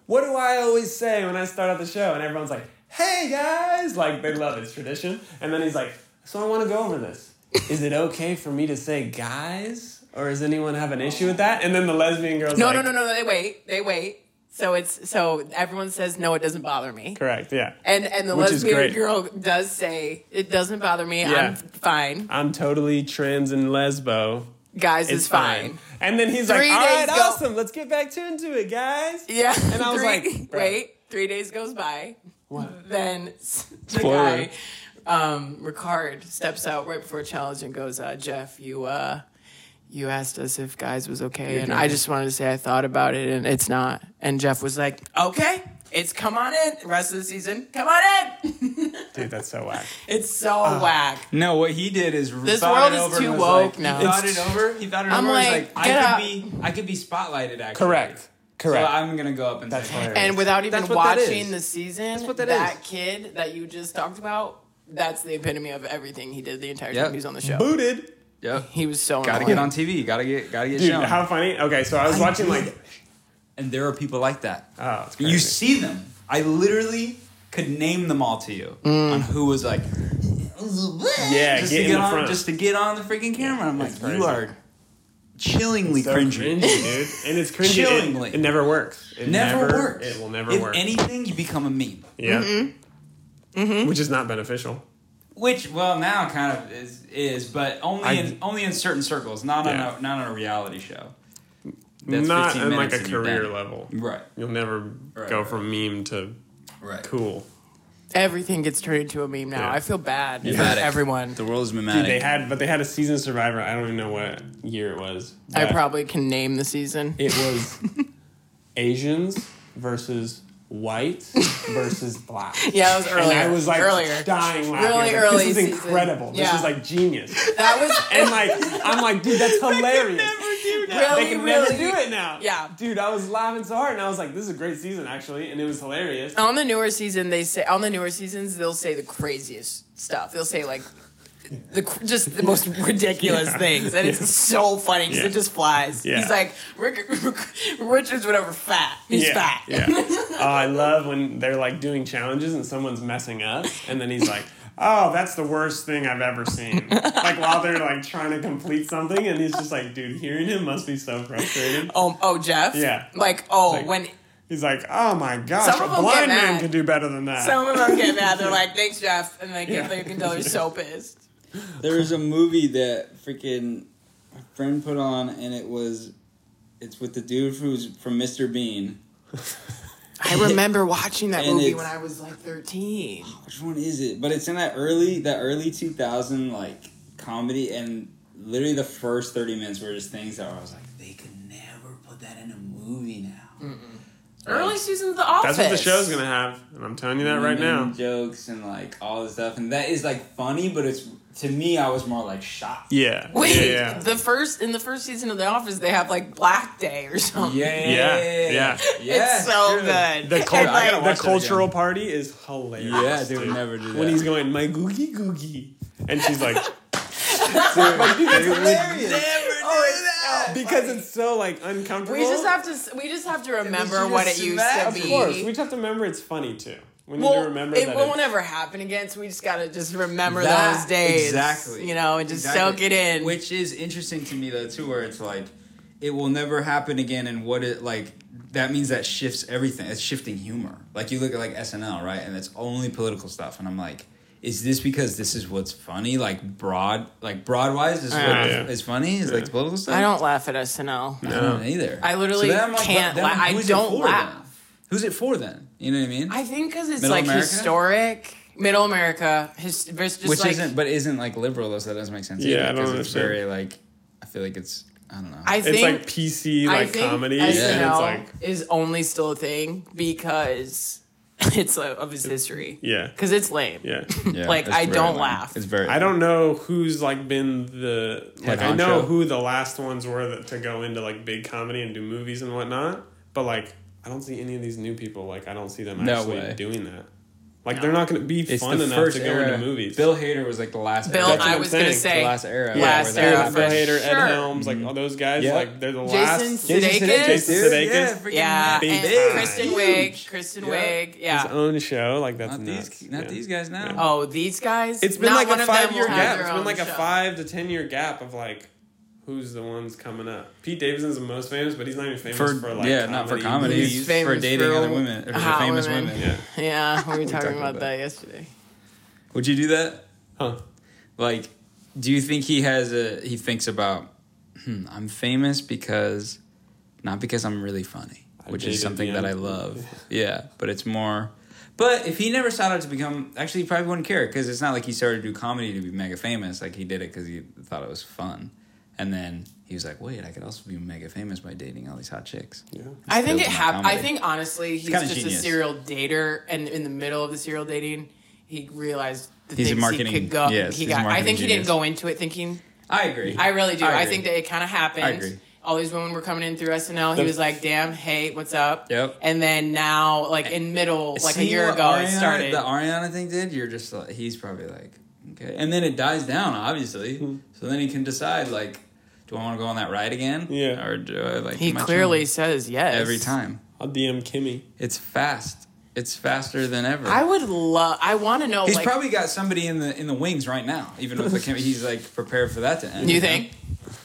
[SPEAKER 2] "What do I always say when I start out the show?" And everyone's like, "Hey guys!" Like they love it, it's tradition. And then he's like, "So I want to go over this. Is it okay for me to say guys, or does anyone have an issue with that?" And then the lesbian girls,
[SPEAKER 1] No,
[SPEAKER 2] like,
[SPEAKER 1] no, no, no, no. They wait. They wait. So it's so everyone says no. It doesn't bother me.
[SPEAKER 2] correct, yeah,
[SPEAKER 1] And and the
[SPEAKER 2] Which is
[SPEAKER 1] lesbian
[SPEAKER 2] great.
[SPEAKER 1] girl does say it doesn't bother me. I'm
[SPEAKER 2] Yeah.
[SPEAKER 1] fine.
[SPEAKER 2] I'm totally trans and lesbo.
[SPEAKER 1] Guys
[SPEAKER 2] It's
[SPEAKER 1] is fine.
[SPEAKER 2] And then he's
[SPEAKER 1] Three
[SPEAKER 2] like, "All
[SPEAKER 1] days
[SPEAKER 2] right,
[SPEAKER 1] go-
[SPEAKER 2] awesome, let's get back to into it, guys."
[SPEAKER 1] Yeah.
[SPEAKER 2] And I was
[SPEAKER 1] Three-
[SPEAKER 2] like, bro.
[SPEAKER 1] wait, three days goes by.
[SPEAKER 2] What?
[SPEAKER 1] Then s- the
[SPEAKER 2] Spoiler.
[SPEAKER 1] guy, um, Ricard, steps out right before challenge and goes, uh, Jeff, you, uh, you asked us if guys was okay. and I just wanted to say I thought about it and it's not. And Jeff was like, okay, it's come on in. Rest of the season, come on in.
[SPEAKER 2] Dude, that's so whack.
[SPEAKER 1] It's so whack.
[SPEAKER 3] No, what he did is
[SPEAKER 1] This
[SPEAKER 3] thought
[SPEAKER 1] world
[SPEAKER 3] it
[SPEAKER 1] is
[SPEAKER 3] over
[SPEAKER 1] too
[SPEAKER 3] and was
[SPEAKER 1] woke
[SPEAKER 3] like,
[SPEAKER 1] now.
[SPEAKER 3] He thought
[SPEAKER 2] It's-
[SPEAKER 3] it over. He thought it
[SPEAKER 1] I'm
[SPEAKER 3] over. He's
[SPEAKER 1] like,
[SPEAKER 3] like,
[SPEAKER 1] get
[SPEAKER 3] I
[SPEAKER 1] up.
[SPEAKER 3] could be, I could be spotlighted. Actually,
[SPEAKER 2] Correct, correct.
[SPEAKER 3] So I'm gonna go up and
[SPEAKER 2] That's
[SPEAKER 3] say,
[SPEAKER 2] hilarious.
[SPEAKER 1] And without even
[SPEAKER 3] That's what that
[SPEAKER 1] watching
[SPEAKER 3] is.
[SPEAKER 1] the season,
[SPEAKER 3] what that
[SPEAKER 1] kid that you just talked about, that's the epitome of everything he did the entire
[SPEAKER 3] Yep.
[SPEAKER 1] time he was on the show.
[SPEAKER 2] booted.
[SPEAKER 3] Yep.
[SPEAKER 1] He was so
[SPEAKER 3] Gotta
[SPEAKER 1] annoying.
[SPEAKER 3] get on TV. Gotta get. Gotta get
[SPEAKER 2] Dude,
[SPEAKER 3] shown.
[SPEAKER 2] how funny. Okay, so I was
[SPEAKER 3] I
[SPEAKER 2] watching
[SPEAKER 3] do
[SPEAKER 2] like
[SPEAKER 3] it. and there are people like that.
[SPEAKER 2] Oh, it's crazy.
[SPEAKER 3] you see them. I literally could name them all to you on who was like,
[SPEAKER 2] Yeah, get
[SPEAKER 3] just to
[SPEAKER 2] in
[SPEAKER 3] get
[SPEAKER 2] the
[SPEAKER 3] on,
[SPEAKER 2] front.
[SPEAKER 3] just to get on the freaking camera. I'm like,
[SPEAKER 2] it's
[SPEAKER 3] you
[SPEAKER 2] crazy.
[SPEAKER 3] are chillingly
[SPEAKER 2] so
[SPEAKER 3] cringy.
[SPEAKER 2] cringy, dude. And it's cringy.
[SPEAKER 3] Chillingly.
[SPEAKER 2] It, it never works. It
[SPEAKER 3] Never, works.
[SPEAKER 2] It will never
[SPEAKER 3] if
[SPEAKER 2] work.
[SPEAKER 3] anything, you become a meme.
[SPEAKER 2] yeah. Which is not beneficial.
[SPEAKER 3] Which, well, now kind of is, is but only
[SPEAKER 2] I-
[SPEAKER 3] in only in certain circles, not
[SPEAKER 2] Yeah.
[SPEAKER 3] on a not on a reality show. That's
[SPEAKER 2] not
[SPEAKER 3] 15
[SPEAKER 2] on like a
[SPEAKER 3] minutes and you're
[SPEAKER 2] career
[SPEAKER 3] done.
[SPEAKER 2] level.
[SPEAKER 3] Right.
[SPEAKER 2] You'll never
[SPEAKER 3] Right,
[SPEAKER 2] go
[SPEAKER 3] right.
[SPEAKER 2] from meme to
[SPEAKER 3] Right.
[SPEAKER 2] cool.
[SPEAKER 1] Everything gets turned into a meme now.
[SPEAKER 2] Yeah.
[SPEAKER 1] I feel bad for
[SPEAKER 3] Mimetic.
[SPEAKER 1] everyone.
[SPEAKER 3] The world is
[SPEAKER 2] Dude,
[SPEAKER 3] mimetic.
[SPEAKER 2] they had, but they had a season Survivor. I don't even know what year it was.
[SPEAKER 1] I
[SPEAKER 2] but
[SPEAKER 1] probably can name the season.
[SPEAKER 2] It was Asians versus white versus black.
[SPEAKER 1] Yeah, it was earlier.
[SPEAKER 2] And I was like
[SPEAKER 1] earlier.
[SPEAKER 2] dying laughing.
[SPEAKER 1] Really
[SPEAKER 2] I was like,
[SPEAKER 1] early
[SPEAKER 2] This is
[SPEAKER 1] season.
[SPEAKER 2] incredible. This
[SPEAKER 1] Yeah.
[SPEAKER 2] is like genius.
[SPEAKER 1] That was
[SPEAKER 2] And like, I'm like, dude, that's hilarious.
[SPEAKER 1] really,
[SPEAKER 2] They can
[SPEAKER 1] really
[SPEAKER 2] never do it now.
[SPEAKER 1] Yeah.
[SPEAKER 2] Dude, I was laughing so hard and I was like, this is a great season actually. And it was hilarious.
[SPEAKER 1] on the newer season. They say on the newer seasons they'll say the craziest stuff. They'll say like. The, cr- just the most ridiculous
[SPEAKER 2] Yeah.
[SPEAKER 1] things, and
[SPEAKER 2] Yeah.
[SPEAKER 1] it's so funny because
[SPEAKER 2] Yeah.
[SPEAKER 1] it just flies.
[SPEAKER 2] Yeah.
[SPEAKER 1] He's like Rick, Richard's whatever fat. He's
[SPEAKER 2] yeah.
[SPEAKER 1] fat.
[SPEAKER 2] Yeah. oh, I love when they're like doing challenges and someone's messing up. And then he's like, oh, that's the worst thing I've ever seen. like while they're like trying to complete something. And he's just like, dude, hearing him must be so frustrating.
[SPEAKER 1] Oh, oh, Jeff.
[SPEAKER 2] Yeah.
[SPEAKER 1] Like oh,
[SPEAKER 2] Like-
[SPEAKER 1] when
[SPEAKER 2] He's like, oh my gosh,
[SPEAKER 1] Some of
[SPEAKER 2] a
[SPEAKER 1] them get
[SPEAKER 2] blind man
[SPEAKER 1] mad.
[SPEAKER 2] could do better than that.
[SPEAKER 1] some of them get mad, they're like, "Thanks, Jeff," and they get,
[SPEAKER 2] Yeah.
[SPEAKER 1] they can tell they're so pissed.
[SPEAKER 4] There was a movie that freaking my friend put on, and it was it's with the dude who's from Mr. Bean.
[SPEAKER 1] I remember watching that
[SPEAKER 4] And
[SPEAKER 1] movie
[SPEAKER 4] it's-
[SPEAKER 1] when I was like 13.
[SPEAKER 4] Which one is it? But it's in that early that early two thousand like comedy, and literally the first thirty minutes were just things that I was like, they could never put that in a movie now.
[SPEAKER 1] Early many seasons of The Office? Mm-hmm.
[SPEAKER 2] That's what the show's gonna have, and I'm telling you that right now.
[SPEAKER 3] And Jokes and like all this stuff, and that is like funny, but it's to me, I was more like shocked.
[SPEAKER 2] Yeah.
[SPEAKER 1] Wait,
[SPEAKER 2] yeah, yeah.
[SPEAKER 1] the first in the first season of The Office, they have like Black Day or something.
[SPEAKER 2] Yeah, yeah.
[SPEAKER 1] it's so
[SPEAKER 3] dude.
[SPEAKER 1] good.
[SPEAKER 2] The, cul-
[SPEAKER 1] And, like,
[SPEAKER 2] the
[SPEAKER 5] watch that
[SPEAKER 2] cultural party is hilarious.
[SPEAKER 5] Yeah, they would never do that.
[SPEAKER 2] When he's going, my googie googie. And she's like, Oh, because it's so like uncomfortable.
[SPEAKER 1] we just have to s- we just have to remember
[SPEAKER 3] you
[SPEAKER 1] what it
[SPEAKER 3] just
[SPEAKER 1] used
[SPEAKER 3] smack?
[SPEAKER 1] to
[SPEAKER 2] Of
[SPEAKER 1] be.
[SPEAKER 2] course, we just have to remember it's funny too. We need
[SPEAKER 1] well,
[SPEAKER 2] to remember
[SPEAKER 1] it
[SPEAKER 2] that
[SPEAKER 1] won't
[SPEAKER 2] it's-
[SPEAKER 1] ever happen again. So we just gotta just remember
[SPEAKER 5] That-
[SPEAKER 1] those days,
[SPEAKER 5] exactly.
[SPEAKER 1] You know, and just soak
[SPEAKER 3] Exactly.
[SPEAKER 1] it in.
[SPEAKER 3] Which is interesting to me though too, where it's like it will never happen again, and what it like that means that shifts everything. It's shifting humor. Like you look at like SNL, right, and it's only political stuff, and I'm like. Is this because this is what's funny, like broad, like broad-wise? This is
[SPEAKER 1] Yeah.
[SPEAKER 3] what
[SPEAKER 2] Yeah.
[SPEAKER 3] is funny. Is like political stuff.
[SPEAKER 1] I don't laugh at SNL.
[SPEAKER 3] I don't either.
[SPEAKER 1] I literally
[SPEAKER 3] then I'm but
[SPEAKER 1] can't
[SPEAKER 3] then
[SPEAKER 1] la- I
[SPEAKER 3] who's it
[SPEAKER 1] don't
[SPEAKER 3] for
[SPEAKER 1] laugh.
[SPEAKER 3] then? Who's it for then? You know what I mean?
[SPEAKER 1] I think because it's
[SPEAKER 3] Middle
[SPEAKER 1] like
[SPEAKER 3] America?
[SPEAKER 1] historic, Middle America, his, just
[SPEAKER 3] Which
[SPEAKER 1] like
[SPEAKER 3] isn't, but isn't like liberal, so that doesn't make sense.
[SPEAKER 2] Yeah,
[SPEAKER 3] either,
[SPEAKER 2] I don't
[SPEAKER 3] 'cause It's
[SPEAKER 2] understand.
[SPEAKER 3] very like, I feel like it's, I don't know.
[SPEAKER 1] I
[SPEAKER 2] It's
[SPEAKER 1] think
[SPEAKER 2] like PC
[SPEAKER 1] I
[SPEAKER 2] like
[SPEAKER 1] think
[SPEAKER 2] comedy,
[SPEAKER 1] SNL
[SPEAKER 2] and it's like
[SPEAKER 1] is only still a thing because it's uh, of his history.
[SPEAKER 2] yeah,
[SPEAKER 1] because it's lame.
[SPEAKER 2] yeah.
[SPEAKER 3] Yeah,
[SPEAKER 1] like,
[SPEAKER 3] it's
[SPEAKER 1] I
[SPEAKER 3] very
[SPEAKER 1] don't
[SPEAKER 3] lame.
[SPEAKER 1] laugh.
[SPEAKER 3] It's very.
[SPEAKER 2] I don't know who's like been the like I know
[SPEAKER 3] honcho.
[SPEAKER 2] who the last ones were that, to go into like big comedy and do movies and whatnot, but like I don't see any of these new people. Like I don't see them
[SPEAKER 3] No
[SPEAKER 2] actually
[SPEAKER 3] way.
[SPEAKER 2] doing that. Like they're not going to be fun enough to go into movies.
[SPEAKER 3] Bill Hader was like the last.
[SPEAKER 1] Bill,
[SPEAKER 3] era.
[SPEAKER 2] That's what
[SPEAKER 1] I
[SPEAKER 2] I'm
[SPEAKER 1] was gonna
[SPEAKER 2] saying.
[SPEAKER 1] say
[SPEAKER 3] The last era.
[SPEAKER 1] Yeah.
[SPEAKER 3] where
[SPEAKER 1] Last
[SPEAKER 3] that
[SPEAKER 1] era.
[SPEAKER 2] Bill
[SPEAKER 1] Yeah,
[SPEAKER 3] was- Mm-hmm.
[SPEAKER 1] for
[SPEAKER 2] Hader,
[SPEAKER 1] sure.
[SPEAKER 2] Ed Helms, like all those guys,
[SPEAKER 3] Yeah.
[SPEAKER 2] like they're the
[SPEAKER 1] Jason
[SPEAKER 2] last.
[SPEAKER 1] Sudeikis.
[SPEAKER 2] Jason Sudeikis.
[SPEAKER 3] Yeah, freaking
[SPEAKER 1] yeah,
[SPEAKER 2] Big
[SPEAKER 1] and
[SPEAKER 2] time.
[SPEAKER 1] Kristen
[SPEAKER 3] Huge.
[SPEAKER 1] Wiig. Kristen
[SPEAKER 3] Yeah.
[SPEAKER 1] Wiig.
[SPEAKER 2] His
[SPEAKER 1] Yeah.
[SPEAKER 2] own show, like that's
[SPEAKER 3] Not
[SPEAKER 2] nuts.
[SPEAKER 3] these, not
[SPEAKER 2] Yeah.
[SPEAKER 3] these guys now.
[SPEAKER 1] Oh, these guys.
[SPEAKER 2] It's been
[SPEAKER 1] Not
[SPEAKER 2] like
[SPEAKER 1] one
[SPEAKER 2] a
[SPEAKER 1] of them
[SPEAKER 2] five year
[SPEAKER 1] will have
[SPEAKER 2] gap.
[SPEAKER 1] their
[SPEAKER 2] It's been
[SPEAKER 1] own
[SPEAKER 2] like a
[SPEAKER 1] show.
[SPEAKER 2] five to ten year gap of like who's the ones coming up. Pete Davidson's the most famous, but he's not even famous
[SPEAKER 3] For,
[SPEAKER 2] for, like
[SPEAKER 3] yeah, not for comedy,
[SPEAKER 1] He's
[SPEAKER 3] for
[SPEAKER 1] famous
[SPEAKER 3] dating
[SPEAKER 1] for
[SPEAKER 3] other women, or for
[SPEAKER 1] hot
[SPEAKER 3] famous
[SPEAKER 1] women.
[SPEAKER 3] women.
[SPEAKER 2] Yeah.
[SPEAKER 1] Yeah, we were talking,
[SPEAKER 3] talking
[SPEAKER 1] about
[SPEAKER 3] about
[SPEAKER 1] that yesterday.
[SPEAKER 3] Would you do that?
[SPEAKER 2] Huh.
[SPEAKER 3] like do you think he has a he thinks about hmm, i'm famous because not because i'm really funny
[SPEAKER 2] I
[SPEAKER 3] which is
[SPEAKER 2] dated
[SPEAKER 3] something
[SPEAKER 2] the
[SPEAKER 3] that i
[SPEAKER 2] un-
[SPEAKER 3] love yeah but it's more but if he never sought out to become actually he probably wouldn't care because it's not like he started to do comedy to be mega famous like he did it because he thought it was fun and then he was like wait i could also be mega famous by dating all these hot chicks
[SPEAKER 2] Yeah.
[SPEAKER 1] I think it
[SPEAKER 3] built on
[SPEAKER 1] happened. I
[SPEAKER 3] comedy.
[SPEAKER 1] think honestly, he's
[SPEAKER 3] kinda
[SPEAKER 1] just a
[SPEAKER 3] genius.
[SPEAKER 1] serial dater, and in the middle of the serial dating, he realized the
[SPEAKER 3] He's a
[SPEAKER 1] things
[SPEAKER 3] marketing-
[SPEAKER 1] he could go.
[SPEAKER 3] yes,
[SPEAKER 1] he
[SPEAKER 3] he's a
[SPEAKER 1] got. I
[SPEAKER 3] marketing
[SPEAKER 1] think he didn't
[SPEAKER 3] genius.
[SPEAKER 1] go into it thinking.
[SPEAKER 3] i agree
[SPEAKER 1] I really do. I,
[SPEAKER 3] agree.
[SPEAKER 1] think that it kind of happened.
[SPEAKER 3] I agree.
[SPEAKER 1] All these women were coming in through SNL. He
[SPEAKER 2] The-
[SPEAKER 1] was like, "Damn, hey, what's up?"
[SPEAKER 3] Yep.
[SPEAKER 1] And then now, like in middle, like a
[SPEAKER 3] See
[SPEAKER 1] year
[SPEAKER 3] what
[SPEAKER 1] ago, it
[SPEAKER 3] Ariana-
[SPEAKER 1] started.
[SPEAKER 3] The Ariana thing did. You're just like he's probably like okay, and then it dies down obviously.
[SPEAKER 2] Hmm.
[SPEAKER 3] So then he can decide like, do I want to go on that ride again?
[SPEAKER 2] Yeah.
[SPEAKER 3] or do I like?
[SPEAKER 1] he
[SPEAKER 3] my
[SPEAKER 1] clearly
[SPEAKER 3] channel?
[SPEAKER 1] says yes
[SPEAKER 3] every time.
[SPEAKER 2] I'll DM Kimmy.
[SPEAKER 3] It's fast. It's faster than ever.
[SPEAKER 1] I would love. I want to know.
[SPEAKER 3] he's
[SPEAKER 1] like,
[SPEAKER 3] probably got somebody in the in the wings right now. Even with the camera, he's like prepared for that to end.
[SPEAKER 1] You think?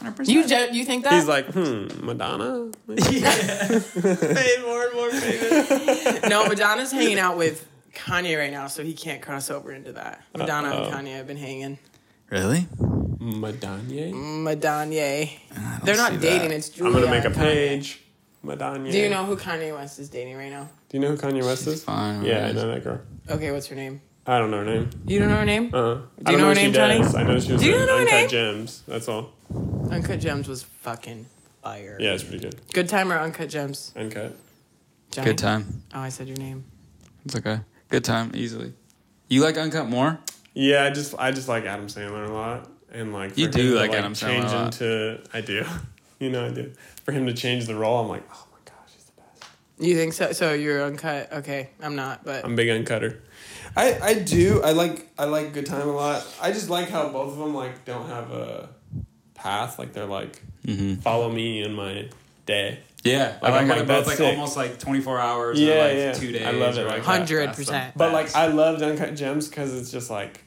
[SPEAKER 3] 100%.
[SPEAKER 1] You ju- you think that?
[SPEAKER 2] He's like, hmm, Madonna.
[SPEAKER 3] made more and more famous.
[SPEAKER 1] no, Madonna's hanging out with Kanye right now, so he can't cross over into that. Madonna and Kanye have been hanging.
[SPEAKER 3] Really?
[SPEAKER 1] Mm.
[SPEAKER 2] Madonna.
[SPEAKER 1] Madonna. They're not
[SPEAKER 3] see
[SPEAKER 1] dating.
[SPEAKER 3] that.
[SPEAKER 1] It's Julia.
[SPEAKER 2] I'm gonna make a
[SPEAKER 1] and Kanye.
[SPEAKER 2] page. Madonna.
[SPEAKER 1] Do you know who Kanye West is dating right now?
[SPEAKER 2] Do you know who Kanye West is?
[SPEAKER 3] fine,
[SPEAKER 2] Yeah, I
[SPEAKER 3] right.
[SPEAKER 2] know that girl.
[SPEAKER 1] Okay, what's her name?
[SPEAKER 2] I don't know her name.
[SPEAKER 1] You don't know her name?
[SPEAKER 2] Uh,
[SPEAKER 1] Do you know her name, Johnny?
[SPEAKER 2] I know she was
[SPEAKER 1] Do you
[SPEAKER 2] in
[SPEAKER 1] know her name?
[SPEAKER 2] Uncut Gems. That's all.
[SPEAKER 1] Uncut Gems was fucking fire.
[SPEAKER 2] Yeah, it's pretty good.
[SPEAKER 1] Good time or Uncut Gems?
[SPEAKER 2] Uncut.
[SPEAKER 1] Johnny?
[SPEAKER 3] Good time.
[SPEAKER 1] Oh, I said your name.
[SPEAKER 3] It's okay. Good time. Easily. You like uncut more?
[SPEAKER 2] Yeah, I just I just like Adam Sandler a lot, and like for
[SPEAKER 3] You
[SPEAKER 2] him
[SPEAKER 3] do
[SPEAKER 2] to,
[SPEAKER 3] like Adam Sandler
[SPEAKER 2] Change
[SPEAKER 3] a lot.
[SPEAKER 2] into I do, you know I do. For him to change the role, I'm like, oh my gosh, he's the best.
[SPEAKER 1] You think so? So you're uncut? Okay, I'm not, but
[SPEAKER 2] I'm a big uncutter. I I do I like I like Good Time a lot. I just like how both of them like don't have a path. Like they're like follow me in my day.
[SPEAKER 3] Yeah,
[SPEAKER 2] Like,
[SPEAKER 3] I like
[SPEAKER 2] I'm
[SPEAKER 3] how
[SPEAKER 2] like,
[SPEAKER 3] they're
[SPEAKER 2] that's
[SPEAKER 3] both like
[SPEAKER 2] sick.
[SPEAKER 3] almost like twenty four hours.
[SPEAKER 2] Yeah,
[SPEAKER 3] or like
[SPEAKER 2] yeah.
[SPEAKER 3] Two days.
[SPEAKER 2] I love it
[SPEAKER 3] or,
[SPEAKER 2] like
[SPEAKER 3] that.
[SPEAKER 2] that.
[SPEAKER 1] 100%.
[SPEAKER 2] But like I loved Uncut Gems because it's just like,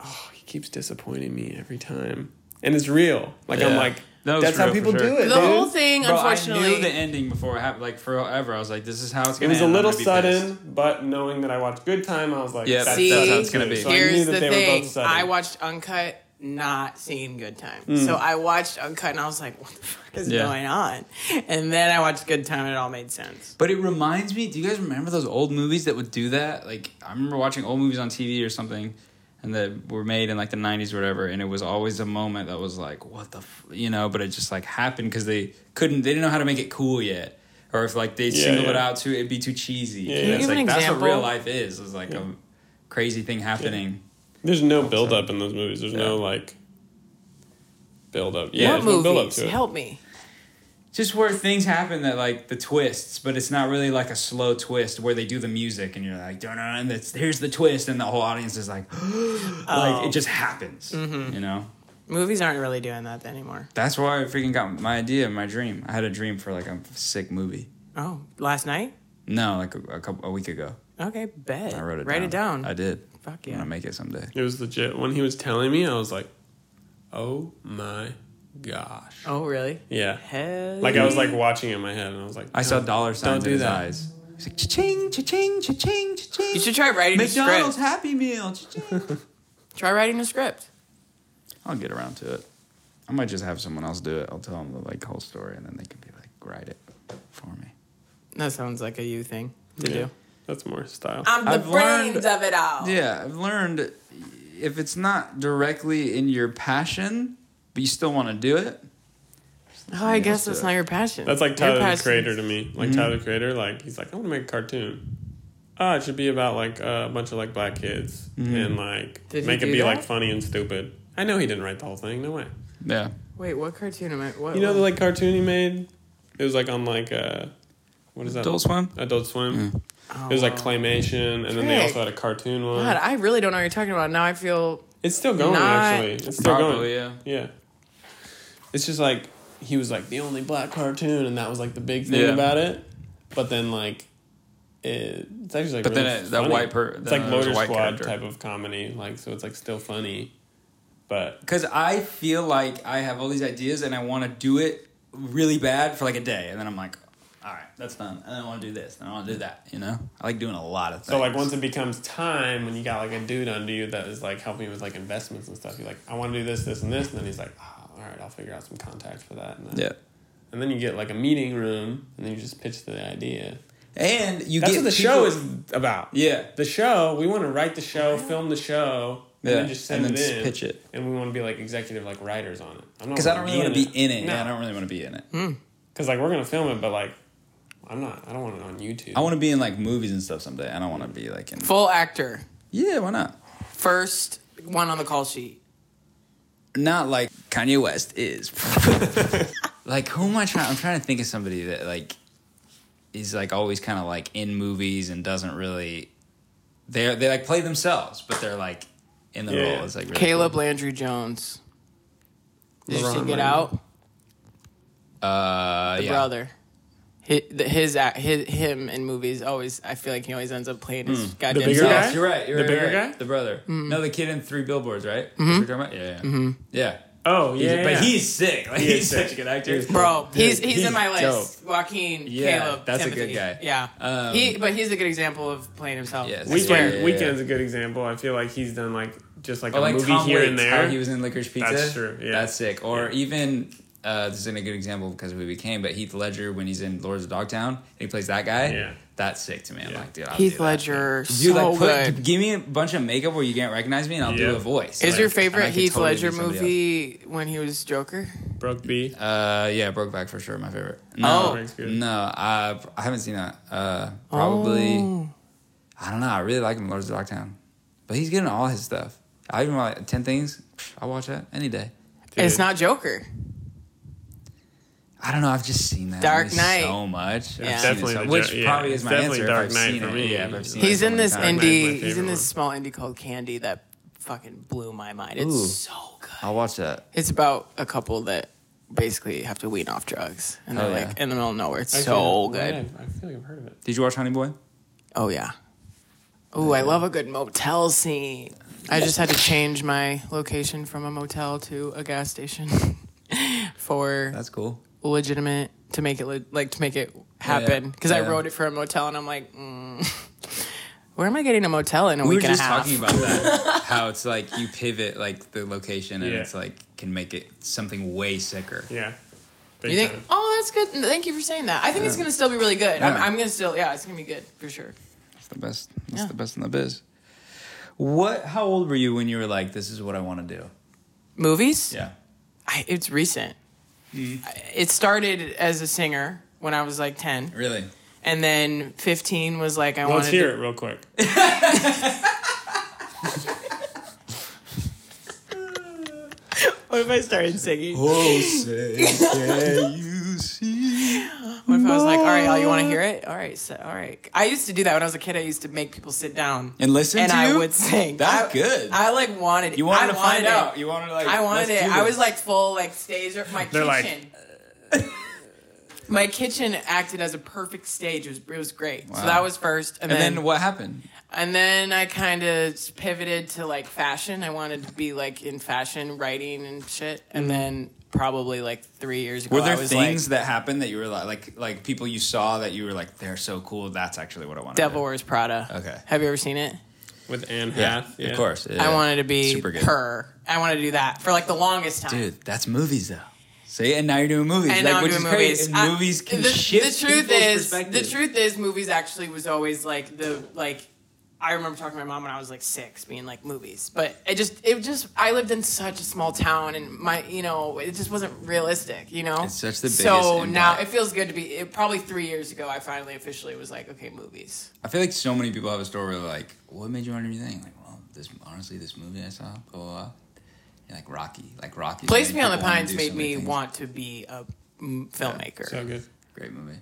[SPEAKER 2] oh, he keeps disappointing me every time, and it's real. Like I'm
[SPEAKER 3] Yeah.
[SPEAKER 2] like,
[SPEAKER 3] No, it's
[SPEAKER 2] that's how
[SPEAKER 3] real for
[SPEAKER 2] people
[SPEAKER 3] sure.
[SPEAKER 2] do it.
[SPEAKER 1] the whole
[SPEAKER 2] dude.
[SPEAKER 1] thing,
[SPEAKER 3] Bro, I
[SPEAKER 1] unfortunately,
[SPEAKER 3] knew the ending before it happened. Like forever, I was like, "This is how it's
[SPEAKER 2] It
[SPEAKER 3] gonna."
[SPEAKER 2] was a
[SPEAKER 3] end. I'm
[SPEAKER 2] little
[SPEAKER 3] gonna be
[SPEAKER 2] sudden,
[SPEAKER 3] pissed.
[SPEAKER 2] but knowing that I watched Good Time, I was like,
[SPEAKER 3] Yeah,
[SPEAKER 2] that's,
[SPEAKER 1] See,
[SPEAKER 2] that's how it's
[SPEAKER 3] that's gonna
[SPEAKER 2] gonna be.
[SPEAKER 3] be.
[SPEAKER 2] So I knew
[SPEAKER 1] Here's
[SPEAKER 2] that
[SPEAKER 1] the
[SPEAKER 2] they were
[SPEAKER 1] thing.
[SPEAKER 2] both sudden.
[SPEAKER 1] I watched Uncut, not seeing Good Time.
[SPEAKER 2] Hmm.
[SPEAKER 1] So I watched Uncut and I was like, what the fuck is
[SPEAKER 3] Yeah.
[SPEAKER 1] going on? And then I watched Good Time and it all made sense.
[SPEAKER 3] But it reminds me. Do you guys remember those old movies that would do that? Like I remember watching old movies on TV or something, and that were made in like the '90s or whatever. And it was always a moment that was like, "What the," f-? you know? But it just like happened because they couldn't. They didn't know how to make it cool yet. or if like they
[SPEAKER 2] Yeah,
[SPEAKER 3] single it
[SPEAKER 2] yeah.
[SPEAKER 3] out too, it'd be too cheesy.
[SPEAKER 2] Yeah,
[SPEAKER 3] And
[SPEAKER 2] yeah.
[SPEAKER 3] it's
[SPEAKER 1] Give
[SPEAKER 3] like
[SPEAKER 1] an
[SPEAKER 3] that's what real
[SPEAKER 1] example.
[SPEAKER 3] life is. Is like a crazy thing happening.
[SPEAKER 2] There's no build up in those movies. There's no like build up. Yeah,
[SPEAKER 1] what
[SPEAKER 2] there's no build up
[SPEAKER 1] movies?
[SPEAKER 2] to it.
[SPEAKER 1] Help me.
[SPEAKER 3] Just where things happen that like the twists, but it's not really like a slow twist where they do the music and you're like, no, no, and it's, here's the twist, and the whole audience is like,
[SPEAKER 1] Oh.
[SPEAKER 3] like it just happens,
[SPEAKER 1] Mm-hmm.
[SPEAKER 3] you know.
[SPEAKER 1] Movies aren't really doing that anymore.
[SPEAKER 3] That's why I freaking got my idea, my dream. I had a dream for like a sick movie.
[SPEAKER 1] Oh, last night?
[SPEAKER 3] No, like a, a couple a week ago.
[SPEAKER 1] Okay, bet.
[SPEAKER 3] I wrote it.
[SPEAKER 1] Write it down.
[SPEAKER 3] I did.
[SPEAKER 1] Fuck
[SPEAKER 3] I'm
[SPEAKER 1] yeah.
[SPEAKER 3] gonna make it someday.
[SPEAKER 2] It was legit. When he was telling me, I was like, "Oh my gosh!"
[SPEAKER 1] Oh, really?
[SPEAKER 2] Yeah,
[SPEAKER 1] Hell.
[SPEAKER 2] like I was like watching it in my head, and I was like,
[SPEAKER 3] I saw dollar signs
[SPEAKER 2] do
[SPEAKER 3] in his
[SPEAKER 2] that.
[SPEAKER 3] eyes. He's like cha-ching, cha-ching, cha-ching, cha-ching.
[SPEAKER 1] you should try writing a
[SPEAKER 3] McDonald's
[SPEAKER 1] script.
[SPEAKER 3] Happy Meal. cha-ching.
[SPEAKER 1] Try writing a script.
[SPEAKER 3] I'll get around to it. I might just have someone else do it. I'll tell them the like whole story, and then they can be like, write it for me.
[SPEAKER 1] That sounds like a you thing to
[SPEAKER 2] Yeah.
[SPEAKER 1] do.
[SPEAKER 2] "That's more style."
[SPEAKER 1] I'm the
[SPEAKER 3] I've learned-
[SPEAKER 1] brains of it all.
[SPEAKER 3] Yeah, I've learned if it's not directly in your passion, but you still want to do it.
[SPEAKER 1] Oh, I guess
[SPEAKER 3] Yeah.
[SPEAKER 1] that's not your passion.
[SPEAKER 2] That's like
[SPEAKER 1] Your
[SPEAKER 2] Tyler the
[SPEAKER 1] passion-
[SPEAKER 2] Creator to me. Like Tyler the Creator, like he's like, "I want to make a cartoon." Ah, it should be about like a bunch of like black kids and like
[SPEAKER 1] Mm-hmm. Did he
[SPEAKER 2] make it
[SPEAKER 1] do
[SPEAKER 2] be
[SPEAKER 1] that?
[SPEAKER 2] like funny and stupid. I know he didn't write the whole thing. No way.
[SPEAKER 3] Yeah.
[SPEAKER 1] Wait, what cartoon am I? What,
[SPEAKER 2] You know the like cartoon he made? It was like on like uh what is that?
[SPEAKER 3] Adult Swim?
[SPEAKER 2] Adult Swim.
[SPEAKER 1] Oh,
[SPEAKER 2] It was like
[SPEAKER 1] wow.
[SPEAKER 2] claymation, and then they also
[SPEAKER 1] Frick.
[SPEAKER 2] had a cartoon one.
[SPEAKER 1] God, I really don't know what you're talking about. Now I feel
[SPEAKER 2] it's still going
[SPEAKER 1] Not-
[SPEAKER 2] actually. It's still
[SPEAKER 3] Probably, yeah.
[SPEAKER 2] going. Yeah. It's just like he was like the only black cartoon, and that was like the big thing
[SPEAKER 3] Yeah.
[SPEAKER 2] about it. But then like. It, it's actually like
[SPEAKER 3] But then
[SPEAKER 2] really
[SPEAKER 3] it- that
[SPEAKER 2] funny.
[SPEAKER 3] white per-
[SPEAKER 2] it's
[SPEAKER 3] then
[SPEAKER 2] like
[SPEAKER 3] there was a
[SPEAKER 2] Motor
[SPEAKER 3] white
[SPEAKER 2] Squad
[SPEAKER 3] character.
[SPEAKER 2] type of comedy, like so it's like still funny, but
[SPEAKER 3] Because I feel like I have all these ideas and I want to do it really bad for like a day. And then I'm like, all right, that's done. And then I want to do this. And I want to do that. You know? I like doing a lot of things.
[SPEAKER 2] So like once it becomes time when you got like a dude under you that is like helping you with like investments and stuff, you're like, I want to do this, this, and this, and then he's like, oh, all right, I'll figure out some contacts for that. And then,
[SPEAKER 3] Yeah.
[SPEAKER 2] And then you get like a meeting room, and then you just pitch the idea.
[SPEAKER 3] And you
[SPEAKER 2] That's
[SPEAKER 3] get
[SPEAKER 2] what the
[SPEAKER 3] people-
[SPEAKER 2] show is about.
[SPEAKER 3] Yeah.
[SPEAKER 2] The show we want to write the show, film the show, and
[SPEAKER 3] Yeah,
[SPEAKER 2] then just send
[SPEAKER 3] and then
[SPEAKER 2] it
[SPEAKER 3] just
[SPEAKER 2] in,
[SPEAKER 3] pitch it.
[SPEAKER 2] and we want to be like executive like writers on it. I'm not
[SPEAKER 3] Because I don't really want to be in it.
[SPEAKER 2] No.
[SPEAKER 3] Yeah, I don't really want to be in it.
[SPEAKER 2] Because like we're gonna film it, but like I'm not. I don't want it on YouTube.
[SPEAKER 3] I want to be in like movies and stuff someday. I don't want to be like in.
[SPEAKER 1] full actor
[SPEAKER 3] Yeah, why not?
[SPEAKER 1] first one on the call sheet.
[SPEAKER 3] Not like Kanye West is. like who am I trying? I'm trying to think of somebody that like is like always kind of like in movies and doesn't really. They are they like play themselves, but they're like in the
[SPEAKER 2] Yeah,
[SPEAKER 3] role.
[SPEAKER 2] yeah.
[SPEAKER 3] It's like really
[SPEAKER 1] Caleb Landry Jones. Did you see Get Out?
[SPEAKER 3] cool. Uh,
[SPEAKER 1] The
[SPEAKER 3] yeah.
[SPEAKER 1] brother. His, his, act- his him in movies always. I feel like he always ends up playing his
[SPEAKER 3] Hmm.
[SPEAKER 1] goddamn
[SPEAKER 2] bigger
[SPEAKER 1] self.
[SPEAKER 2] guy?
[SPEAKER 3] Yes, you're right. You're
[SPEAKER 2] The
[SPEAKER 3] right,
[SPEAKER 2] bigger
[SPEAKER 3] you're right.
[SPEAKER 2] guy?
[SPEAKER 3] the brother.
[SPEAKER 1] Mm-hmm.
[SPEAKER 3] No, the kid in Three Billboards, right? That's what you're talking about? Yeah, yeah. yeah.
[SPEAKER 2] Oh
[SPEAKER 3] He's-
[SPEAKER 2] yeah,
[SPEAKER 3] but
[SPEAKER 2] yeah.
[SPEAKER 3] he's sick. Like,
[SPEAKER 2] He is
[SPEAKER 3] he's
[SPEAKER 2] sick.
[SPEAKER 3] such a good actor,
[SPEAKER 1] Bro,
[SPEAKER 3] Dude,
[SPEAKER 1] he's he's in my
[SPEAKER 3] dope.
[SPEAKER 1] list. Joaquin,
[SPEAKER 3] Yeah,
[SPEAKER 1] Caleb,
[SPEAKER 3] that's a
[SPEAKER 1] Timothy.
[SPEAKER 3] good guy.
[SPEAKER 1] Yeah,
[SPEAKER 3] Um,
[SPEAKER 1] he but he's a good example of playing himself.
[SPEAKER 3] Yes.
[SPEAKER 1] I swear.
[SPEAKER 2] Weekend
[SPEAKER 3] Yeah, yeah, yeah.
[SPEAKER 2] Weekend's a good example. I feel like he's done like just like
[SPEAKER 3] Or
[SPEAKER 2] a
[SPEAKER 3] like
[SPEAKER 2] movie
[SPEAKER 3] Tom
[SPEAKER 2] here
[SPEAKER 3] Waits,
[SPEAKER 2] and
[SPEAKER 3] how
[SPEAKER 2] there.
[SPEAKER 3] he was in Licorice Pizza.
[SPEAKER 2] That's true, yeah.
[SPEAKER 3] That's sick. Or even uh, this isn't a good example because we became, but Heath Ledger when he's in Lords of Dogtown and he plays that guy.
[SPEAKER 2] Yeah.
[SPEAKER 3] That's sick to me. I'm
[SPEAKER 2] Yeah.
[SPEAKER 3] like, dude, I'll do
[SPEAKER 1] Heath
[SPEAKER 3] that.
[SPEAKER 1] Ledger,
[SPEAKER 3] Dude,
[SPEAKER 1] so
[SPEAKER 3] like,
[SPEAKER 1] good.
[SPEAKER 3] put, give me a bunch of makeup where you can't recognize me, and I'll do
[SPEAKER 2] Yeah.
[SPEAKER 3] a voice.
[SPEAKER 1] Is
[SPEAKER 3] Like,
[SPEAKER 1] your
[SPEAKER 3] and I
[SPEAKER 1] favorite
[SPEAKER 3] could
[SPEAKER 1] Heath
[SPEAKER 3] totally
[SPEAKER 1] Ledger
[SPEAKER 3] be somebody
[SPEAKER 1] movie when he was Joker?
[SPEAKER 2] Brooke B.
[SPEAKER 3] else. Uh, yeah, Brokeback for sure, my favorite.
[SPEAKER 1] Oh.
[SPEAKER 3] No,
[SPEAKER 2] Brokeback's good.
[SPEAKER 3] no, I, I haven't seen that. Uh, probably.
[SPEAKER 1] Oh.
[SPEAKER 3] I don't know. I really like him in Lords of Dogtown, but he's getting all his stuff. I even like Ten Things. I watch that any day.
[SPEAKER 1] It's not Joker.
[SPEAKER 3] I don't know. I've just seen that
[SPEAKER 1] Dark
[SPEAKER 3] movie
[SPEAKER 1] Knight.
[SPEAKER 3] so much.
[SPEAKER 1] Yeah.
[SPEAKER 3] I've seen it
[SPEAKER 2] Definitely
[SPEAKER 3] so-
[SPEAKER 2] the
[SPEAKER 3] which
[SPEAKER 2] Jar- yeah,
[SPEAKER 3] probably
[SPEAKER 2] it's
[SPEAKER 3] is my
[SPEAKER 2] definitely
[SPEAKER 3] answer.
[SPEAKER 2] Dark
[SPEAKER 3] if I've
[SPEAKER 2] Knight
[SPEAKER 3] seen
[SPEAKER 2] for
[SPEAKER 3] it.
[SPEAKER 2] me.
[SPEAKER 3] Yeah, if I've seen
[SPEAKER 1] He's
[SPEAKER 3] it
[SPEAKER 1] in this
[SPEAKER 3] sometime.
[SPEAKER 2] Knight's my
[SPEAKER 1] indie. He's in
[SPEAKER 2] favorite
[SPEAKER 1] this small indie called Candy that fucking blew my mind. It's
[SPEAKER 3] Ooh.
[SPEAKER 1] so good.
[SPEAKER 3] I'll watch that.
[SPEAKER 1] It's about a couple that basically have to wean off drugs, and they're
[SPEAKER 3] Oh, yeah.
[SPEAKER 1] like in the middle of nowhere. It's so
[SPEAKER 2] Actually,
[SPEAKER 1] good.
[SPEAKER 2] I feel like I've heard of it.
[SPEAKER 3] Did you watch Honey Boy?
[SPEAKER 1] Oh yeah. Oh, I love a good motel scene. I just had to change my location from a motel to a gas station for
[SPEAKER 3] That's cool.
[SPEAKER 1] legitimate to make it le- like to make it happen because
[SPEAKER 3] Yeah.
[SPEAKER 1] I wrote it for a motel and I'm like, mm, where am I getting a motel in a
[SPEAKER 3] We were
[SPEAKER 1] week and a
[SPEAKER 3] just
[SPEAKER 1] half?
[SPEAKER 3] talking about that. How it's like you pivot like the location and
[SPEAKER 2] Yeah.
[SPEAKER 3] it's like can make it something way sicker.
[SPEAKER 2] Yeah. Big
[SPEAKER 1] you think?
[SPEAKER 2] time.
[SPEAKER 1] Oh, that's good. Thank you for saying that. I think it's gonna still be really good. I'm,
[SPEAKER 3] Yeah.
[SPEAKER 1] I'm gonna still, yeah, it's gonna be good for sure.
[SPEAKER 3] It's the best. It's
[SPEAKER 1] Yeah.
[SPEAKER 3] the best in the biz. What? How old were you when you were like, this is what I want to do?
[SPEAKER 1] Movies?
[SPEAKER 3] Yeah. Mm-hmm.
[SPEAKER 1] I, it's recent. I- It started as a singer when I was like 10.
[SPEAKER 3] Really?
[SPEAKER 1] And then 15 was like, I
[SPEAKER 2] Let's
[SPEAKER 1] wanted
[SPEAKER 2] hear
[SPEAKER 1] to.
[SPEAKER 2] it real quick.
[SPEAKER 1] What if I started singing?
[SPEAKER 3] Oh, say, say you see.
[SPEAKER 1] What if I was like, all right, all you want to hear it? All right, so, all right. I used to do that when I was a kid. I used to make people sit down
[SPEAKER 3] And listen
[SPEAKER 1] and
[SPEAKER 3] to
[SPEAKER 1] I
[SPEAKER 3] you?
[SPEAKER 1] would sing.
[SPEAKER 3] That's
[SPEAKER 1] I-
[SPEAKER 3] good.
[SPEAKER 1] I like wanted.
[SPEAKER 3] You wanted
[SPEAKER 1] I
[SPEAKER 3] to find
[SPEAKER 1] wanted it.
[SPEAKER 3] out. You wanted to like.
[SPEAKER 1] I wanted
[SPEAKER 3] let's
[SPEAKER 1] it.
[SPEAKER 3] do
[SPEAKER 1] I
[SPEAKER 3] this.
[SPEAKER 1] was like full like stage. or- My
[SPEAKER 2] They're like-
[SPEAKER 1] kitchen. my kitchen acted as a perfect stage. It was it was great. So
[SPEAKER 3] Wow.
[SPEAKER 1] that was first, and,
[SPEAKER 3] And
[SPEAKER 1] then,
[SPEAKER 3] then what happened?
[SPEAKER 1] and then I kind of pivoted to like fashion. I wanted to be like in fashion writing and shit. And then probably like three years ago,
[SPEAKER 3] Mm. Were there
[SPEAKER 1] I was
[SPEAKER 3] things
[SPEAKER 1] like
[SPEAKER 3] that happened that you were like, like, like people you saw that you were like, they're so cool. That's actually what I want.
[SPEAKER 1] Devil Wears Prada.
[SPEAKER 3] Okay.
[SPEAKER 1] have you ever seen it?
[SPEAKER 2] With Anne
[SPEAKER 3] Yeah,
[SPEAKER 2] Hath. Yeah.
[SPEAKER 3] of course.
[SPEAKER 1] I wanted to be
[SPEAKER 3] Super good.
[SPEAKER 1] her. I wanted to do that for like the longest time.
[SPEAKER 3] Dude, that's movies though. See, and now you're doing movies,
[SPEAKER 1] And
[SPEAKER 3] like,
[SPEAKER 1] now I'm
[SPEAKER 3] which
[SPEAKER 1] doing
[SPEAKER 3] is
[SPEAKER 1] movies.
[SPEAKER 3] great.
[SPEAKER 1] I-
[SPEAKER 3] And movies can
[SPEAKER 1] the,
[SPEAKER 3] shift
[SPEAKER 1] the truth
[SPEAKER 3] people's
[SPEAKER 1] is,
[SPEAKER 3] perspective.
[SPEAKER 1] The truth is, movies actually was always like the like. I remember talking to my mom when I was like six, being like movies, but it just it just I lived in such a small town, and my you know it just wasn't realistic, you know.
[SPEAKER 3] It's such the
[SPEAKER 1] so
[SPEAKER 3] biggest
[SPEAKER 1] now
[SPEAKER 3] impact.
[SPEAKER 1] it feels good to be. It, probably three years ago, I finally officially was like, okay, movies.
[SPEAKER 3] I feel like so many people have a story where like, what made you want to do anything? Like, well, this honestly, this movie I saw, blah, blah, blah. Yeah, like Rocky, like Rocky.
[SPEAKER 1] Place
[SPEAKER 3] made
[SPEAKER 1] Me on the
[SPEAKER 3] people wanna
[SPEAKER 1] Pines
[SPEAKER 3] do so
[SPEAKER 1] made
[SPEAKER 3] many
[SPEAKER 1] me
[SPEAKER 3] things.
[SPEAKER 1] want to be a mm, filmmaker.
[SPEAKER 2] So good.
[SPEAKER 3] Great movie.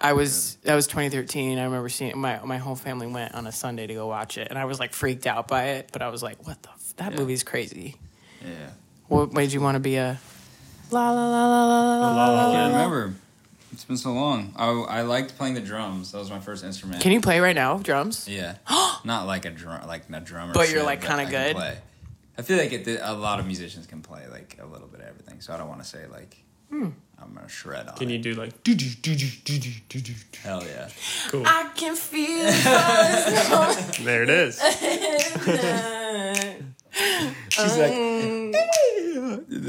[SPEAKER 1] I was that was 2013. I remember seeing my my whole family went on a Sunday to go watch it, and I was like freaked out by it. But I was like, "What the? F- that movie's crazy."
[SPEAKER 3] Yeah.
[SPEAKER 1] What made you want to be a? La la la la la la. la,
[SPEAKER 3] I
[SPEAKER 1] la,
[SPEAKER 3] can't
[SPEAKER 1] la.
[SPEAKER 3] remember. It's been so long. I, I liked playing the drums. That was my first instrument.
[SPEAKER 1] Can you play right now, drums?
[SPEAKER 3] Yeah. Not like a drum, like a drummer.
[SPEAKER 1] But you're,
[SPEAKER 3] should,
[SPEAKER 1] like, kinda
[SPEAKER 3] I can
[SPEAKER 1] good?
[SPEAKER 3] Play. I feel like it, a lot of musicians can play like a little bit of everything. So I don't want to say like
[SPEAKER 1] Hmm.
[SPEAKER 3] I'm gonna shred on.
[SPEAKER 2] Can
[SPEAKER 3] it.
[SPEAKER 2] you do like
[SPEAKER 3] Hell yeah.
[SPEAKER 2] cool?
[SPEAKER 1] I can feel. the
[SPEAKER 2] There it is.
[SPEAKER 1] sun.
[SPEAKER 3] She's like.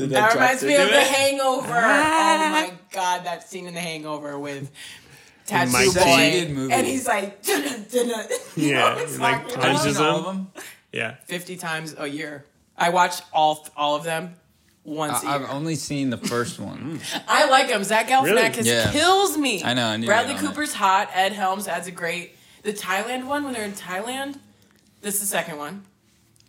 [SPEAKER 1] that reminds me of The
[SPEAKER 3] it.
[SPEAKER 1] Hangover. oh my god, that scene in The Hangover with. Tattoo
[SPEAKER 2] Mike
[SPEAKER 1] boy,
[SPEAKER 3] Shaded movie.
[SPEAKER 1] and he's like, dun, dun, dun. You know,
[SPEAKER 2] Yeah,
[SPEAKER 1] it's
[SPEAKER 2] like
[SPEAKER 1] fucking awesome.
[SPEAKER 2] punches him.
[SPEAKER 3] All of them.
[SPEAKER 2] Yeah.
[SPEAKER 1] 50 times a year. I watch all all of them once
[SPEAKER 3] I,
[SPEAKER 1] a
[SPEAKER 3] I've
[SPEAKER 1] year.
[SPEAKER 3] only seen the first
[SPEAKER 1] Hmm.
[SPEAKER 3] one.
[SPEAKER 1] I like him. Zach Galifianakis
[SPEAKER 2] Really?
[SPEAKER 3] Yeah.
[SPEAKER 1] kills me.
[SPEAKER 3] I know, I knew you
[SPEAKER 1] Bradley
[SPEAKER 3] were on
[SPEAKER 1] Cooper's hot. Ed Helms adds a great. The Thailand one when they're in Thailand. This is the second one.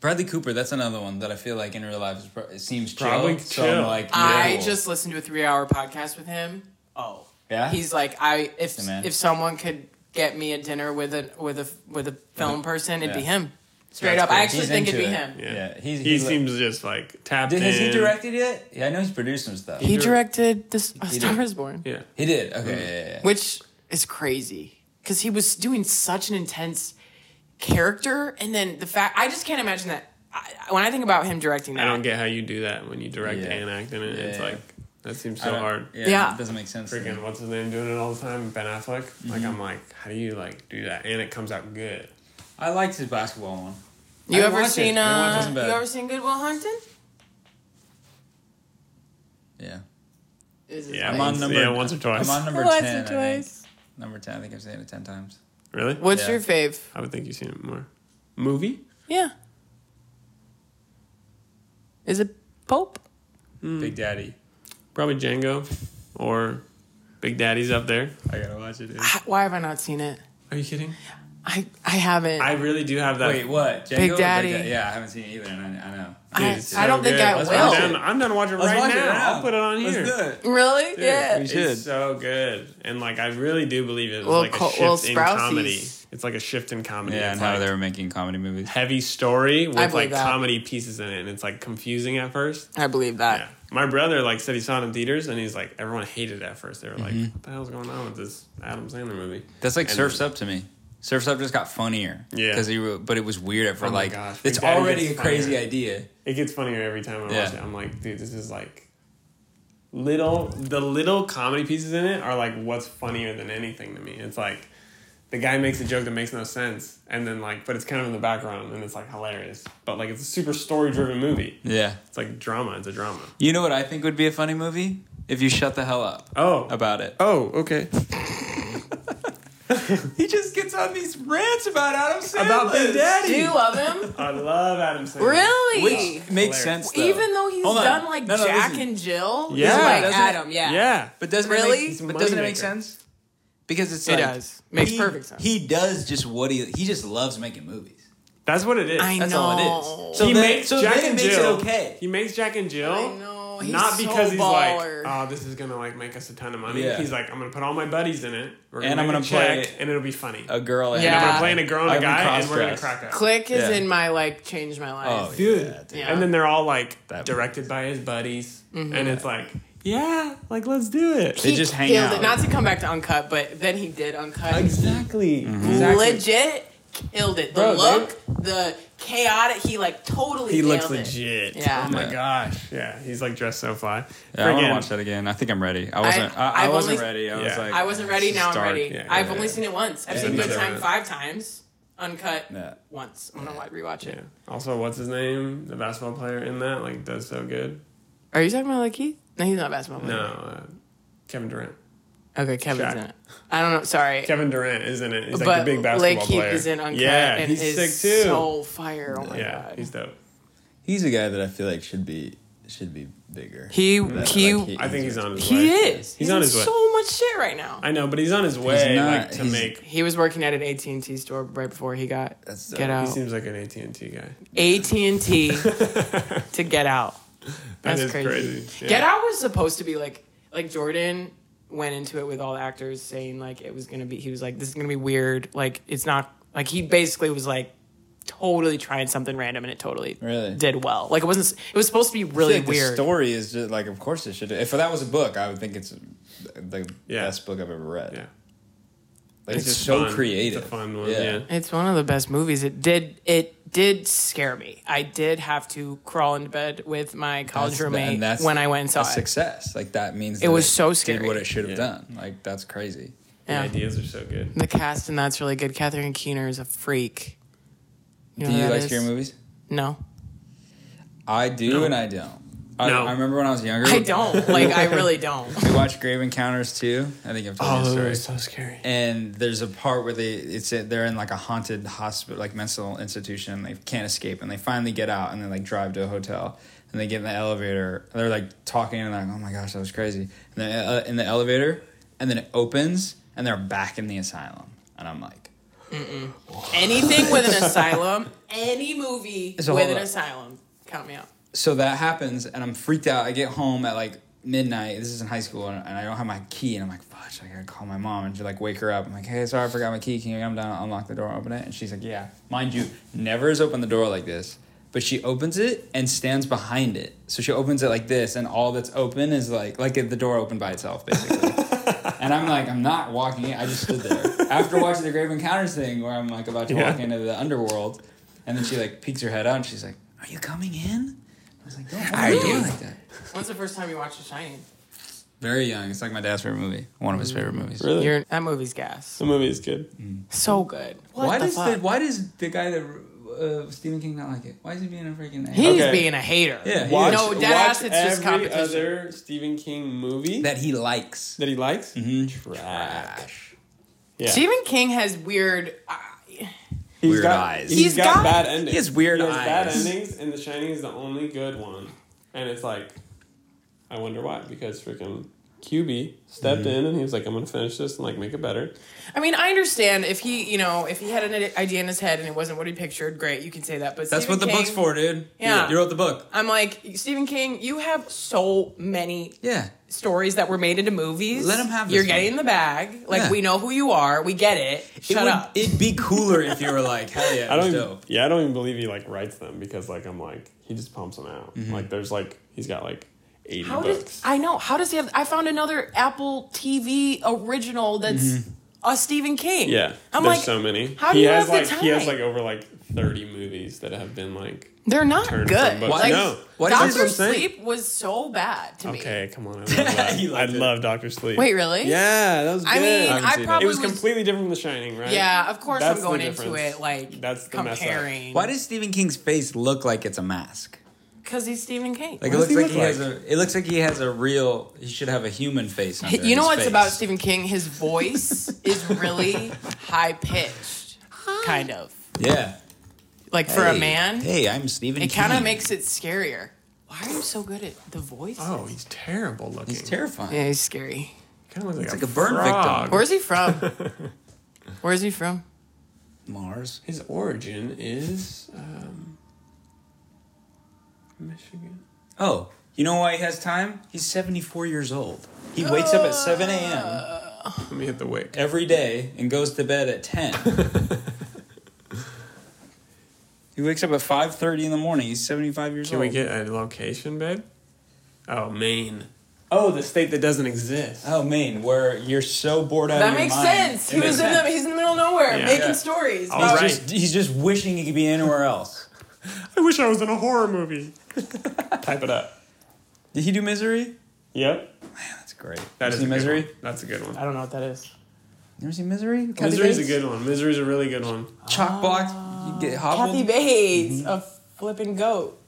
[SPEAKER 3] Bradley Cooper. That's another one that I feel like in real life is pro- it seems chill.
[SPEAKER 2] Probably
[SPEAKER 3] So I'm
[SPEAKER 2] chill.
[SPEAKER 3] like,
[SPEAKER 1] I
[SPEAKER 3] cool.
[SPEAKER 1] just listened to a three-hour podcast with him. Oh,
[SPEAKER 3] Yeah?
[SPEAKER 1] He's like, I if
[SPEAKER 3] The man.
[SPEAKER 1] if someone could get me a dinner with a with a with a film person, it'd be
[SPEAKER 3] Yeah.
[SPEAKER 1] him. Straight
[SPEAKER 3] That's
[SPEAKER 1] up,
[SPEAKER 3] cool.
[SPEAKER 1] I actually
[SPEAKER 3] He's
[SPEAKER 1] think it'd
[SPEAKER 3] into
[SPEAKER 1] be
[SPEAKER 3] it.
[SPEAKER 1] him.
[SPEAKER 2] Yeah.
[SPEAKER 3] Yeah, he's-
[SPEAKER 2] he
[SPEAKER 3] he's like-
[SPEAKER 2] seems just like tapped
[SPEAKER 3] Did,
[SPEAKER 2] in.
[SPEAKER 3] has he directed yet? Yeah, I know he's produced some stuff.
[SPEAKER 1] He directed this A
[SPEAKER 3] did.
[SPEAKER 1] Star Is Born.
[SPEAKER 2] Yeah.
[SPEAKER 3] He did.
[SPEAKER 2] Mm.
[SPEAKER 3] Okay. Yeah, yeah, yeah.
[SPEAKER 1] which is crazy because he was doing such an intense character and then the fact i just can't imagine that I, when i think about him directing that
[SPEAKER 2] I don't get how you do that when you direct
[SPEAKER 3] Yeah.
[SPEAKER 2] and act in it. It's
[SPEAKER 3] Yeah.
[SPEAKER 2] like that seems
[SPEAKER 3] I
[SPEAKER 2] so
[SPEAKER 3] don't-
[SPEAKER 2] hard.
[SPEAKER 3] Yeah,
[SPEAKER 1] Yeah.
[SPEAKER 3] It doesn't make sense. to me.
[SPEAKER 2] Freaking what's his name doing it all the time? Ben Affleck. Like
[SPEAKER 3] Mm-hmm.
[SPEAKER 2] I'm like, how do you like do that? And it comes out good.
[SPEAKER 3] I liked his basketball one.
[SPEAKER 1] you
[SPEAKER 3] I
[SPEAKER 1] ever
[SPEAKER 3] watch it.
[SPEAKER 1] seen
[SPEAKER 3] I watch it.
[SPEAKER 1] uh
[SPEAKER 3] Wasn't
[SPEAKER 1] you
[SPEAKER 3] bad.
[SPEAKER 1] ever seen goodwill hunting
[SPEAKER 3] Yeah.
[SPEAKER 1] Is it-
[SPEAKER 2] Yeah,
[SPEAKER 3] I'm on
[SPEAKER 2] once-
[SPEAKER 3] number-
[SPEAKER 2] yeah, once or twice.
[SPEAKER 3] I'm on number
[SPEAKER 1] Once or
[SPEAKER 3] 10. I think.
[SPEAKER 1] twice.
[SPEAKER 3] Number 10. I think I've seen it 10 times.
[SPEAKER 2] Really?
[SPEAKER 1] what's
[SPEAKER 3] Yeah.
[SPEAKER 1] your fave
[SPEAKER 2] I would think you've seen it more. Movie?
[SPEAKER 1] yeah is it pope
[SPEAKER 2] Mm.
[SPEAKER 3] Big Daddy.
[SPEAKER 2] Probably Django or Big Daddy's up there. I gotta watch it. Dude.
[SPEAKER 1] H- why have i not seen it
[SPEAKER 2] Are you kidding?
[SPEAKER 1] i i haven't
[SPEAKER 2] I
[SPEAKER 1] i,
[SPEAKER 2] really do have that.
[SPEAKER 3] Wait, what? Django or
[SPEAKER 1] Daddy.
[SPEAKER 3] Yeah, I haven't seen it either. And I, I know.
[SPEAKER 1] I,
[SPEAKER 2] it's
[SPEAKER 1] don't
[SPEAKER 2] so
[SPEAKER 1] think
[SPEAKER 2] good.
[SPEAKER 1] i
[SPEAKER 2] Let's
[SPEAKER 1] will
[SPEAKER 2] I'm down, I'm down to watch it
[SPEAKER 3] Let's
[SPEAKER 2] right
[SPEAKER 3] watch
[SPEAKER 2] now.
[SPEAKER 3] it now.
[SPEAKER 2] I'll put it on
[SPEAKER 3] Let's
[SPEAKER 2] here.
[SPEAKER 3] do it.
[SPEAKER 1] really
[SPEAKER 2] Dude,
[SPEAKER 1] yeah
[SPEAKER 3] should.
[SPEAKER 2] It's so good. And like I really do believe it was
[SPEAKER 1] Well,
[SPEAKER 2] like a
[SPEAKER 1] Col-
[SPEAKER 2] shift
[SPEAKER 1] well,
[SPEAKER 2] in
[SPEAKER 1] Sprouse's-
[SPEAKER 2] comedy. It's like a shift in comedy.
[SPEAKER 3] Yeah,
[SPEAKER 2] it's
[SPEAKER 3] and how
[SPEAKER 2] like
[SPEAKER 3] they were making comedy movies.
[SPEAKER 2] heavy story with
[SPEAKER 1] believe
[SPEAKER 2] like
[SPEAKER 1] that.
[SPEAKER 2] comedy pieces in it and it's like confusing at first.
[SPEAKER 1] i believe that
[SPEAKER 2] Yeah. My brother like said he saw it in theaters and he's like everyone hated it at first. They were like, What the hell's going on with this Adam Sandler movie?
[SPEAKER 3] That's like
[SPEAKER 2] And-
[SPEAKER 3] Surf's Up to me. Surf's Up just got funnier.
[SPEAKER 2] Yeah. Oh
[SPEAKER 3] Because he, wrote- but it was weird at first.
[SPEAKER 2] my
[SPEAKER 3] like,
[SPEAKER 2] gosh, Big
[SPEAKER 3] it's
[SPEAKER 2] Daddy
[SPEAKER 3] already a
[SPEAKER 2] gets
[SPEAKER 3] crazy
[SPEAKER 2] funnier.
[SPEAKER 3] idea.
[SPEAKER 2] It gets funnier every time I watch
[SPEAKER 3] Yeah.
[SPEAKER 2] it. I'm like, dude, this is like little the little comedy pieces in it are like what's funnier than anything to me. It's like the guy makes a joke that makes no sense and then like but it's kind of in the background and it's like hilarious. But like it's a super story driven movie.
[SPEAKER 3] Yeah.
[SPEAKER 2] It's like drama, it's a drama.
[SPEAKER 3] You know what I think would be a funny movie? If you shut the hell up
[SPEAKER 2] Oh.
[SPEAKER 3] about it.
[SPEAKER 2] Oh, okay.
[SPEAKER 3] He just gets on these rants about Adam Sandler.
[SPEAKER 2] About Big Daddy.
[SPEAKER 1] do you love him
[SPEAKER 2] I love Adam Sandler.
[SPEAKER 1] really
[SPEAKER 3] Which makes sense. Though.
[SPEAKER 1] Even though he's
[SPEAKER 3] Hold on.
[SPEAKER 1] done like
[SPEAKER 3] No, no,
[SPEAKER 1] Jack
[SPEAKER 3] listen.
[SPEAKER 1] and Jill,
[SPEAKER 2] Yeah.
[SPEAKER 1] yeah, like
[SPEAKER 3] Doesn't it-
[SPEAKER 1] Adam, yeah.
[SPEAKER 2] Yeah.
[SPEAKER 3] But doesn't
[SPEAKER 1] Really?
[SPEAKER 3] it
[SPEAKER 2] He's a
[SPEAKER 3] make, but doesn't it
[SPEAKER 2] moneymaker.
[SPEAKER 3] make sense? because it's
[SPEAKER 1] It
[SPEAKER 3] like,
[SPEAKER 1] does. Makes
[SPEAKER 3] he-
[SPEAKER 1] perfect sense.
[SPEAKER 3] He does just what he he just loves making movies.
[SPEAKER 2] That's what it is.
[SPEAKER 1] I
[SPEAKER 3] That's
[SPEAKER 1] know.
[SPEAKER 3] all it is. So
[SPEAKER 2] he
[SPEAKER 3] then-
[SPEAKER 2] makes
[SPEAKER 3] so
[SPEAKER 2] Jack
[SPEAKER 3] then it
[SPEAKER 2] and
[SPEAKER 3] makes it
[SPEAKER 2] Jill.
[SPEAKER 3] okay.
[SPEAKER 2] He makes Jack and Jill.
[SPEAKER 1] I know, he's
[SPEAKER 2] not
[SPEAKER 1] so
[SPEAKER 2] because he's
[SPEAKER 1] baller.
[SPEAKER 2] like, oh, this is gonna like make us a ton of money.
[SPEAKER 3] Yeah.
[SPEAKER 2] He's like, I'm gonna put all my buddies in it. We're gonna
[SPEAKER 3] And I'm
[SPEAKER 2] make a
[SPEAKER 3] gonna play-
[SPEAKER 2] check, and it'll be funny.
[SPEAKER 3] a girl and
[SPEAKER 1] Yeah.
[SPEAKER 2] I'm
[SPEAKER 1] I'm
[SPEAKER 2] gonna play in a girl and a
[SPEAKER 3] I'm gonna
[SPEAKER 2] guy, and we're gonna
[SPEAKER 3] cross-dress.
[SPEAKER 2] crack out.
[SPEAKER 1] Click is
[SPEAKER 3] Yeah.
[SPEAKER 1] in my like changed my life.
[SPEAKER 3] Oh,
[SPEAKER 2] Dude.
[SPEAKER 3] Yeah, dude.
[SPEAKER 1] Yeah.
[SPEAKER 2] And then they're all like
[SPEAKER 3] That-
[SPEAKER 2] directed by his buddies, and it's like, yeah, like let's do it.
[SPEAKER 3] They just hang
[SPEAKER 1] killed
[SPEAKER 3] out.
[SPEAKER 1] It. Not to come back to uncut, but then he did uncut.
[SPEAKER 2] Exactly.
[SPEAKER 1] Legit killed it. The
[SPEAKER 2] Bro,
[SPEAKER 1] look, the chaotic. He like totally.
[SPEAKER 2] He looks
[SPEAKER 1] nailed it.
[SPEAKER 2] legit.
[SPEAKER 1] Yeah.
[SPEAKER 2] Oh my
[SPEAKER 3] Yeah.
[SPEAKER 2] gosh. Yeah, he's like dressed so fly.
[SPEAKER 3] Yeah, I want
[SPEAKER 2] Friggin-
[SPEAKER 3] to watch that again. I think I'm ready. I wasn't. I, I,
[SPEAKER 1] I've
[SPEAKER 3] wasn't
[SPEAKER 1] only-
[SPEAKER 3] ready. I was
[SPEAKER 2] Yeah.
[SPEAKER 3] like,
[SPEAKER 1] I wasn't ready.
[SPEAKER 3] this is
[SPEAKER 1] Now I'm
[SPEAKER 3] dark.
[SPEAKER 1] ready.
[SPEAKER 2] Yeah,
[SPEAKER 1] I've
[SPEAKER 2] yeah,
[SPEAKER 1] only
[SPEAKER 2] yeah.
[SPEAKER 1] seen it once. I've
[SPEAKER 2] Yeah,
[SPEAKER 1] seen
[SPEAKER 2] me
[SPEAKER 1] Good
[SPEAKER 2] too.
[SPEAKER 1] Time five times. Uncut
[SPEAKER 3] Yeah.
[SPEAKER 1] once. I'm gonna wa- rewatch it.
[SPEAKER 2] Also, what's his name? The basketball player in that like does so good.
[SPEAKER 1] Are you talking about like Keith? No, he's not a basketball
[SPEAKER 2] No,
[SPEAKER 1] player.
[SPEAKER 2] uh, Kevin Durant.
[SPEAKER 1] Okay, Kevin's
[SPEAKER 2] Shaq.
[SPEAKER 1] in it. I don't know. Sorry.
[SPEAKER 2] Kevin Durant is in it. He's like
[SPEAKER 1] but
[SPEAKER 2] the big basketball
[SPEAKER 1] Lake Keith
[SPEAKER 2] player.
[SPEAKER 1] is in Uncut
[SPEAKER 2] yeah,
[SPEAKER 1] and
[SPEAKER 2] he's
[SPEAKER 1] is
[SPEAKER 2] sick too.
[SPEAKER 1] so fire. Oh my
[SPEAKER 2] yeah,
[SPEAKER 1] god.
[SPEAKER 2] he's dope.
[SPEAKER 3] He's a guy that I feel like should be should be bigger.
[SPEAKER 1] He
[SPEAKER 3] That,
[SPEAKER 1] he
[SPEAKER 3] like,
[SPEAKER 2] I think he's on his way.
[SPEAKER 1] he is.
[SPEAKER 2] He's, on
[SPEAKER 1] in
[SPEAKER 2] his way.
[SPEAKER 1] So much shit right now.
[SPEAKER 2] I know, but he's on his way
[SPEAKER 3] not-
[SPEAKER 2] like to
[SPEAKER 3] he's-
[SPEAKER 2] make.
[SPEAKER 1] He was working at an AT and T store right before he got
[SPEAKER 3] That's dope.
[SPEAKER 1] get
[SPEAKER 2] He
[SPEAKER 1] out.
[SPEAKER 2] seems like an AT and T guy.
[SPEAKER 1] AT and T to get out.
[SPEAKER 2] That
[SPEAKER 1] That's
[SPEAKER 2] is
[SPEAKER 1] crazy.
[SPEAKER 2] crazy. Yeah.
[SPEAKER 1] Get Out was supposed to be like like Jordan went into it with all the actors saying like it was gonna be. He was like, this is gonna be weird. Like it's not like he basically was like totally trying something random and it totally
[SPEAKER 3] Really?
[SPEAKER 1] did well. Like it wasn't. It was supposed to be
[SPEAKER 3] I feel
[SPEAKER 1] really
[SPEAKER 3] like
[SPEAKER 1] weird.
[SPEAKER 3] The story is just like, of course it should. If that was a book, I would think it's the
[SPEAKER 2] Yeah.
[SPEAKER 3] best book I've ever read.
[SPEAKER 2] Yeah.
[SPEAKER 3] Like it's,
[SPEAKER 2] just
[SPEAKER 3] so
[SPEAKER 2] fun.
[SPEAKER 3] creative.
[SPEAKER 2] It's a fun one. Yeah.
[SPEAKER 1] It's one of the best movies. It did it did scare me. I did have to crawl into bed with my college
[SPEAKER 3] That's the-
[SPEAKER 1] roommate
[SPEAKER 3] and that's
[SPEAKER 1] when I went and saw
[SPEAKER 3] a
[SPEAKER 1] it.
[SPEAKER 3] success. Like that means
[SPEAKER 1] It
[SPEAKER 3] that
[SPEAKER 1] was so
[SPEAKER 3] Did
[SPEAKER 1] scary.
[SPEAKER 3] what it should have
[SPEAKER 2] Yeah.
[SPEAKER 3] done. Like that's crazy.
[SPEAKER 2] The
[SPEAKER 1] Yeah.
[SPEAKER 2] ideas are so good.
[SPEAKER 1] The cast and that's really good. Katherine Keener is a freak. You know
[SPEAKER 3] do
[SPEAKER 1] who
[SPEAKER 3] you
[SPEAKER 1] that
[SPEAKER 3] like
[SPEAKER 1] is?
[SPEAKER 3] scary movies?
[SPEAKER 1] No.
[SPEAKER 3] I do
[SPEAKER 2] No.
[SPEAKER 3] and I don't. I,
[SPEAKER 2] No.
[SPEAKER 3] I remember when I was younger.
[SPEAKER 1] I don't. Like I really don't.
[SPEAKER 3] We watched Grave Encounters too. I think I've told
[SPEAKER 2] Oh,
[SPEAKER 3] you the
[SPEAKER 2] it's
[SPEAKER 3] story.
[SPEAKER 2] so scary.
[SPEAKER 3] And there's a part where they it's they're in like a haunted hospital, like mental institution. And they can't escape, and they finally get out, and they like drive to a hotel, and they get in the elevator. And they're like talking, and they're like, oh my gosh, that was crazy. And they're uh, in the elevator, and then it opens, and they're back in the asylum, and I'm like,
[SPEAKER 1] Anything with an asylum, any movie
[SPEAKER 3] So
[SPEAKER 1] with
[SPEAKER 3] hold
[SPEAKER 1] an
[SPEAKER 3] up.
[SPEAKER 1] asylum, count me out.
[SPEAKER 3] so that happens and I'm freaked out. I get home at like midnight. This is in high school and, and I don't have my key and I'm like, fudge, I gotta call my mom and she like wake her up. I'm like, hey, sorry, I forgot my key. Can you come down, unlock the door, open it? And she's like, yeah. Mind you, never has opened the door like this. But she opens it and stands behind it. So she opens it like this, and all that's open is like like the door opened by itself, basically. and I'm like, I'm not walking in. I just stood there. After watching the Grave Encounters thing, where I'm like about to
[SPEAKER 2] Yeah.
[SPEAKER 3] walk into the underworld, and then she like peeks her head out and she's like, Are you coming in? I was like, Don't are you like that?
[SPEAKER 1] When's the first time you watched The Shining?
[SPEAKER 3] Very young. It's like my dad's favorite movie. One of his favorite movies.
[SPEAKER 2] Really?
[SPEAKER 1] You're, that movie's gas.
[SPEAKER 2] the movie is good.
[SPEAKER 1] So good. What
[SPEAKER 3] Why
[SPEAKER 1] the
[SPEAKER 3] does
[SPEAKER 1] fuck?
[SPEAKER 3] the why does the guy that uh, Stephen King not like it? Why is he being a freaking a-
[SPEAKER 1] He's
[SPEAKER 2] Okay.
[SPEAKER 1] being a hater.
[SPEAKER 3] Yeah, he
[SPEAKER 2] Watch,
[SPEAKER 3] is.
[SPEAKER 1] No,
[SPEAKER 2] watch
[SPEAKER 1] dead ass, it's just
[SPEAKER 2] every
[SPEAKER 1] competition.
[SPEAKER 2] other Stephen King movie that,
[SPEAKER 3] that he likes?
[SPEAKER 2] he likes.
[SPEAKER 1] Mm.
[SPEAKER 3] Trash.
[SPEAKER 2] Yeah.
[SPEAKER 1] Stephen King has weird.
[SPEAKER 2] He's
[SPEAKER 3] Weird
[SPEAKER 2] got,
[SPEAKER 3] eyes.
[SPEAKER 1] He's
[SPEAKER 2] he's got,
[SPEAKER 1] got-
[SPEAKER 2] bad endings.
[SPEAKER 3] he has weird
[SPEAKER 2] He has bad
[SPEAKER 3] eyes.
[SPEAKER 2] endings, and The Shining is the only good one. And it's like, I wonder why because freaking QB stepped
[SPEAKER 3] Mm-hmm.
[SPEAKER 2] in and he was like, "I'm gonna finish this and like make it better."
[SPEAKER 1] I mean, I understand if he, you know, if he had an idea in his head and it wasn't what he pictured, great, you can say that. But
[SPEAKER 3] That's
[SPEAKER 1] Stephen
[SPEAKER 3] what the
[SPEAKER 1] King-
[SPEAKER 3] book's for, dude.
[SPEAKER 1] Yeah.
[SPEAKER 3] You wrote the book.
[SPEAKER 1] I'm like Stephen King. You have so many
[SPEAKER 3] Yeah.
[SPEAKER 1] stories that were made into movies.
[SPEAKER 3] Let him have this
[SPEAKER 1] You're
[SPEAKER 3] one.
[SPEAKER 1] getting the bag. Like
[SPEAKER 3] Yeah.
[SPEAKER 1] we know who you are. We get it.
[SPEAKER 3] It
[SPEAKER 1] Shut
[SPEAKER 3] would,
[SPEAKER 1] up.
[SPEAKER 3] It'd be cooler if you were like, hell yeah,
[SPEAKER 2] I
[SPEAKER 3] it was
[SPEAKER 2] don't. Even,
[SPEAKER 3] dope.
[SPEAKER 2] yeah, I don't even believe he like writes them because like I'm like he just pumps them out.
[SPEAKER 3] Mm-hmm.
[SPEAKER 2] Like there's like he's got like eighty
[SPEAKER 1] How does
[SPEAKER 2] books.
[SPEAKER 1] I know? How does he have? I found another Apple TV original that's a Stephen King.
[SPEAKER 2] yeah,
[SPEAKER 1] I'm
[SPEAKER 2] there's
[SPEAKER 1] like,
[SPEAKER 2] so many.
[SPEAKER 1] how do
[SPEAKER 2] he
[SPEAKER 1] you
[SPEAKER 2] has
[SPEAKER 1] have
[SPEAKER 2] like
[SPEAKER 1] the
[SPEAKER 2] he has
[SPEAKER 1] time?
[SPEAKER 2] like over like thirty movies that have been like.
[SPEAKER 1] they're not
[SPEAKER 2] Turn
[SPEAKER 1] good.
[SPEAKER 2] from books.
[SPEAKER 1] Like,
[SPEAKER 2] No.
[SPEAKER 3] What is this
[SPEAKER 1] Doctor
[SPEAKER 2] I'm saying?
[SPEAKER 1] Sleep was so bad to me.
[SPEAKER 2] Okay, come on. I love, that.
[SPEAKER 3] He
[SPEAKER 2] I
[SPEAKER 3] liked it.
[SPEAKER 2] love Doctor Sleep.
[SPEAKER 1] Wait, really?
[SPEAKER 2] Yeah, that was good.
[SPEAKER 1] I mean,
[SPEAKER 3] haven't
[SPEAKER 1] I,
[SPEAKER 3] seen it.
[SPEAKER 1] probably
[SPEAKER 2] it was completely different from The Shining, right?
[SPEAKER 1] Yeah, of course
[SPEAKER 2] That's
[SPEAKER 1] I'm
[SPEAKER 2] the
[SPEAKER 1] going into
[SPEAKER 2] difference.
[SPEAKER 1] it like
[SPEAKER 2] That's the mess up.
[SPEAKER 1] comparing
[SPEAKER 3] Why does Stephen King's face look like it's a mask?
[SPEAKER 1] because he's Stephen King.
[SPEAKER 3] Like
[SPEAKER 2] What does
[SPEAKER 3] it looks
[SPEAKER 2] he
[SPEAKER 3] like
[SPEAKER 2] look
[SPEAKER 3] he
[SPEAKER 2] like?
[SPEAKER 3] has a. It looks like he has a real. He should have a human face. Under
[SPEAKER 1] you know
[SPEAKER 3] his
[SPEAKER 1] what's
[SPEAKER 3] face.
[SPEAKER 1] about Stephen King? His voice is really high pitched, kind of
[SPEAKER 3] Yeah.
[SPEAKER 1] like for a
[SPEAKER 3] Hey,
[SPEAKER 1] man.
[SPEAKER 3] Hey, I'm Stephen.
[SPEAKER 1] It kind of
[SPEAKER 3] King.
[SPEAKER 1] makes it scarier. Why are you so good at the voice?
[SPEAKER 2] Oh, he's terrible looking.
[SPEAKER 3] He's terrifying.
[SPEAKER 1] Yeah, he's scary.
[SPEAKER 2] Kind of looks like,
[SPEAKER 3] It's like a burn
[SPEAKER 2] frog.
[SPEAKER 3] victim.
[SPEAKER 1] Where's he from? Where's he from?
[SPEAKER 3] Mars.
[SPEAKER 2] His origin is um, Michigan.
[SPEAKER 3] Oh, you know why he has time? He's 74 years old. He wakes up at 7
[SPEAKER 1] Ah.
[SPEAKER 3] a.m.
[SPEAKER 2] Let me hit the wick.
[SPEAKER 3] every day and goes to bed at 10. he wakes up at 5.30 in the morning. He's 75 years
[SPEAKER 2] Can
[SPEAKER 1] Oh.
[SPEAKER 3] old.
[SPEAKER 2] we get a location, babe? Oh, Maine. Oh, the state that doesn't exist.
[SPEAKER 3] oh, Maine, where you're so bored out of
[SPEAKER 1] That
[SPEAKER 3] your
[SPEAKER 1] makes
[SPEAKER 3] mind.
[SPEAKER 1] sense.
[SPEAKER 3] It
[SPEAKER 1] He
[SPEAKER 3] makes
[SPEAKER 1] was in the,
[SPEAKER 3] sense.
[SPEAKER 1] he's in the middle of nowhere
[SPEAKER 2] Yeah.
[SPEAKER 1] making
[SPEAKER 3] Yeah.
[SPEAKER 1] stories.
[SPEAKER 2] All
[SPEAKER 3] He's,
[SPEAKER 2] Right.
[SPEAKER 3] just, he's just wishing he could be anywhere else.
[SPEAKER 2] I wish I was in a horror movie. Type it up.
[SPEAKER 3] Did he do Misery?
[SPEAKER 2] Yep.
[SPEAKER 3] That's great.
[SPEAKER 2] That
[SPEAKER 3] you
[SPEAKER 2] is
[SPEAKER 3] see
[SPEAKER 2] a good
[SPEAKER 3] Misery?
[SPEAKER 2] one. That's a good one.
[SPEAKER 1] I don't know what that is.
[SPEAKER 3] You ever see Misery? Kathy
[SPEAKER 2] Misery's a
[SPEAKER 3] Bates?
[SPEAKER 2] good one. Misery's a really good one.
[SPEAKER 3] Chalk box. You get hobbled.
[SPEAKER 1] Kathy Bates, a flipping goat.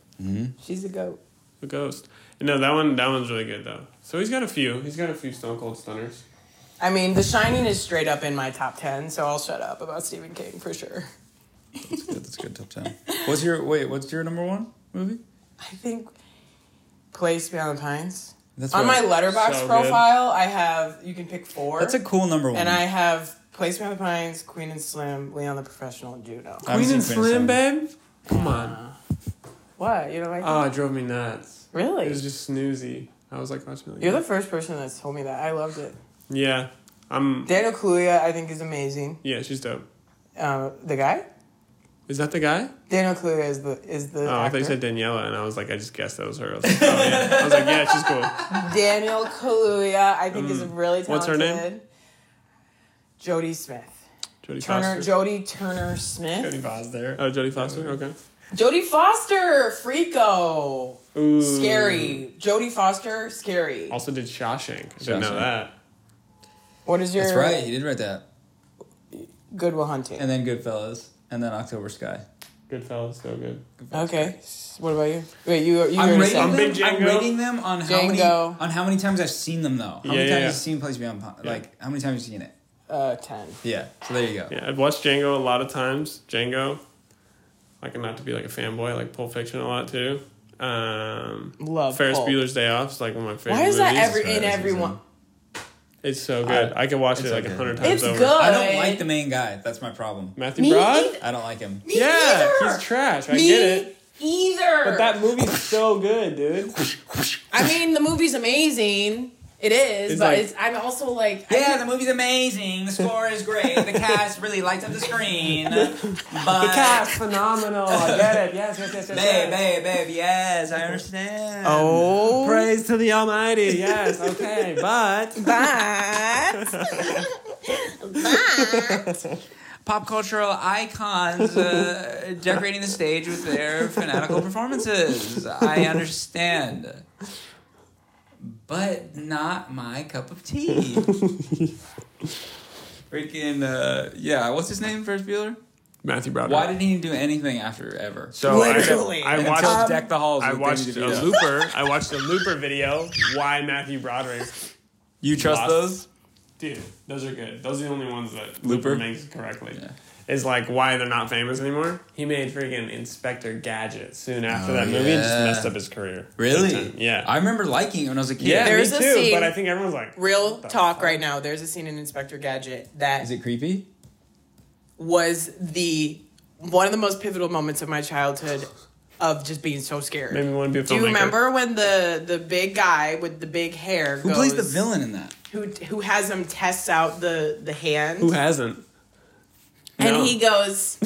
[SPEAKER 1] She's a goat.
[SPEAKER 2] The Ghost. No, that one. That one's really good though. So he's got a few. He's got a few Stone Cold Stunners.
[SPEAKER 1] I mean, The Shining is straight up in my top ten, so I'll shut up about Stephen King for sure.
[SPEAKER 3] That's good top ten. What's your wait? What's your number one movie?
[SPEAKER 1] I think Place Beyond the Pines.
[SPEAKER 3] That's
[SPEAKER 1] On my
[SPEAKER 3] right.
[SPEAKER 1] letterbox
[SPEAKER 2] So good.
[SPEAKER 1] profile, I have you can pick four.
[SPEAKER 3] That's a cool number one.
[SPEAKER 1] and I have Place Beyond the Pines, Queen and Slim, Leon the Professional, and Juno.
[SPEAKER 3] I haven't
[SPEAKER 2] Queen and
[SPEAKER 3] seen Queen
[SPEAKER 2] Slim,
[SPEAKER 3] and
[SPEAKER 2] babe. Come on.
[SPEAKER 1] What you don't like?
[SPEAKER 2] Oh, it drove me nuts.
[SPEAKER 1] really?
[SPEAKER 2] It was just snoozy. I was like watching it.
[SPEAKER 1] You're the first person that's told me that. I loved it.
[SPEAKER 2] yeah. I'm.
[SPEAKER 1] Daniel Kaluuya, I think, is amazing.
[SPEAKER 2] Yeah, she's dope.
[SPEAKER 1] Uh, the guy,
[SPEAKER 2] Is that the guy?
[SPEAKER 1] Daniel Kaluuya, is the is the
[SPEAKER 2] Oh, I
[SPEAKER 1] actor.
[SPEAKER 2] thought you said Daniela, and I was like, I just guessed that was her. I was like, oh, yeah. I was like, yeah, she's cool.
[SPEAKER 1] Daniel Kaluuya, I think, is really talented.
[SPEAKER 2] Mm. What's her name?
[SPEAKER 1] Jodie Smith.
[SPEAKER 2] Jodie
[SPEAKER 1] Turner,
[SPEAKER 2] Foster.
[SPEAKER 1] Jodie Turner Smith.
[SPEAKER 3] there.
[SPEAKER 2] oh, Jodie Foster. Okay.
[SPEAKER 1] Jodie Foster, Freako.
[SPEAKER 2] Ooh.
[SPEAKER 1] Scary. Jodie Foster, scary.
[SPEAKER 2] Also did Shawshank. I didn't know
[SPEAKER 3] Shawshank.
[SPEAKER 2] that.
[SPEAKER 1] What is your
[SPEAKER 3] That's right. He did write that.
[SPEAKER 1] Goodwill Hunting?
[SPEAKER 3] And then Goodfellas. And then October Sky.
[SPEAKER 2] Goodfellas, so good.
[SPEAKER 1] okay. S- What about you? Wait, you you
[SPEAKER 3] I'm
[SPEAKER 1] already
[SPEAKER 3] rating,
[SPEAKER 1] said.
[SPEAKER 2] I'm
[SPEAKER 3] them,
[SPEAKER 2] big
[SPEAKER 3] I'm
[SPEAKER 2] Django.
[SPEAKER 3] rating them on how many
[SPEAKER 1] Django.
[SPEAKER 3] on how many times I've seen them though. How many
[SPEAKER 2] Yeah,
[SPEAKER 3] times
[SPEAKER 2] yeah.
[SPEAKER 3] I've seen Place Beyond Pine? Like how many times have you seen it?
[SPEAKER 1] uh, ten.
[SPEAKER 3] Yeah. So there you go.
[SPEAKER 2] Yeah, I've watched Django a lot of times. Django, like not to be like a fanboy, I like Pulp Fiction a lot too. Um,
[SPEAKER 1] Love
[SPEAKER 2] Ferris
[SPEAKER 1] Pulp.
[SPEAKER 2] Bueller's Day Off is like one of my favorite.
[SPEAKER 1] Why is that
[SPEAKER 2] movies.
[SPEAKER 1] every
[SPEAKER 3] That's
[SPEAKER 1] in
[SPEAKER 3] right, it's
[SPEAKER 1] everyone?
[SPEAKER 2] It's so good. I, could watch it
[SPEAKER 3] it's
[SPEAKER 2] like a
[SPEAKER 3] okay.
[SPEAKER 2] hundred times
[SPEAKER 1] It's
[SPEAKER 2] over.
[SPEAKER 1] good.
[SPEAKER 3] I don't like the main guy. That's my problem.
[SPEAKER 2] Matthew
[SPEAKER 1] Me
[SPEAKER 2] Broad.
[SPEAKER 1] either.
[SPEAKER 3] I don't like him.
[SPEAKER 1] Me
[SPEAKER 2] Yeah,
[SPEAKER 1] either.
[SPEAKER 2] he's trash. I
[SPEAKER 1] Me
[SPEAKER 2] get it.
[SPEAKER 1] either.
[SPEAKER 2] But that movie's so good, dude.
[SPEAKER 1] I mean, the movie's amazing. It is,
[SPEAKER 2] It's
[SPEAKER 1] but
[SPEAKER 2] like-
[SPEAKER 1] it's, I'm also like, I
[SPEAKER 3] Yeah,
[SPEAKER 1] think-
[SPEAKER 3] the movie's amazing. The score is great. The cast really lights up the screen. But
[SPEAKER 2] phenomenal. I get it. Yes, yes, yes,
[SPEAKER 3] babe, babe, babe, yes, I understand.
[SPEAKER 1] oh,
[SPEAKER 2] Praise to the Almighty. Yes. Okay. But
[SPEAKER 1] but
[SPEAKER 3] Pop cultural icons uh, decorating the stage with their fanatical performances. I understand. But not my cup of tea. Freaking, uh, yeah, what's his name, First Bueller?
[SPEAKER 2] Matthew Broad.
[SPEAKER 3] Why did he do anything after ever?
[SPEAKER 2] So I-
[SPEAKER 1] Literally.
[SPEAKER 2] I,
[SPEAKER 3] Until
[SPEAKER 2] watched
[SPEAKER 3] Deck the Halls.
[SPEAKER 2] I
[SPEAKER 3] with
[SPEAKER 2] watched
[SPEAKER 3] Danny
[SPEAKER 2] a
[SPEAKER 3] DeVito.
[SPEAKER 2] looper. I watched a looper video. Why Matthew Broderick?
[SPEAKER 3] You trust
[SPEAKER 2] Lost.
[SPEAKER 3] those?
[SPEAKER 2] Dude, those are good. Those are the only ones that
[SPEAKER 3] Looper?
[SPEAKER 2] looper makes correctly.
[SPEAKER 3] Yeah.
[SPEAKER 2] Is like why they're not famous anymore. He made freaking Inspector Gadget soon after
[SPEAKER 3] Oh,
[SPEAKER 2] that movie and just
[SPEAKER 3] yeah.
[SPEAKER 2] messed up his career.
[SPEAKER 3] Really?
[SPEAKER 2] Yeah.
[SPEAKER 3] I remember liking it when I was a kid.
[SPEAKER 2] yeah,
[SPEAKER 1] There's
[SPEAKER 2] me
[SPEAKER 1] a
[SPEAKER 2] too.
[SPEAKER 1] scene-
[SPEAKER 2] But I think everyone's like,
[SPEAKER 1] real
[SPEAKER 2] What the
[SPEAKER 1] talk right now. There's a scene in Inspector Gadget that
[SPEAKER 3] Is it creepy?
[SPEAKER 1] was the one of the most pivotal moments of my childhood of just being so scared.
[SPEAKER 2] maybe want to be a filmmaker.
[SPEAKER 1] Do you remember when the the big guy with the big hair
[SPEAKER 3] Who plays the villain in that?
[SPEAKER 1] Who who has him test out the the hand?
[SPEAKER 2] Who hasn't?
[SPEAKER 1] And
[SPEAKER 2] No.
[SPEAKER 1] he goes,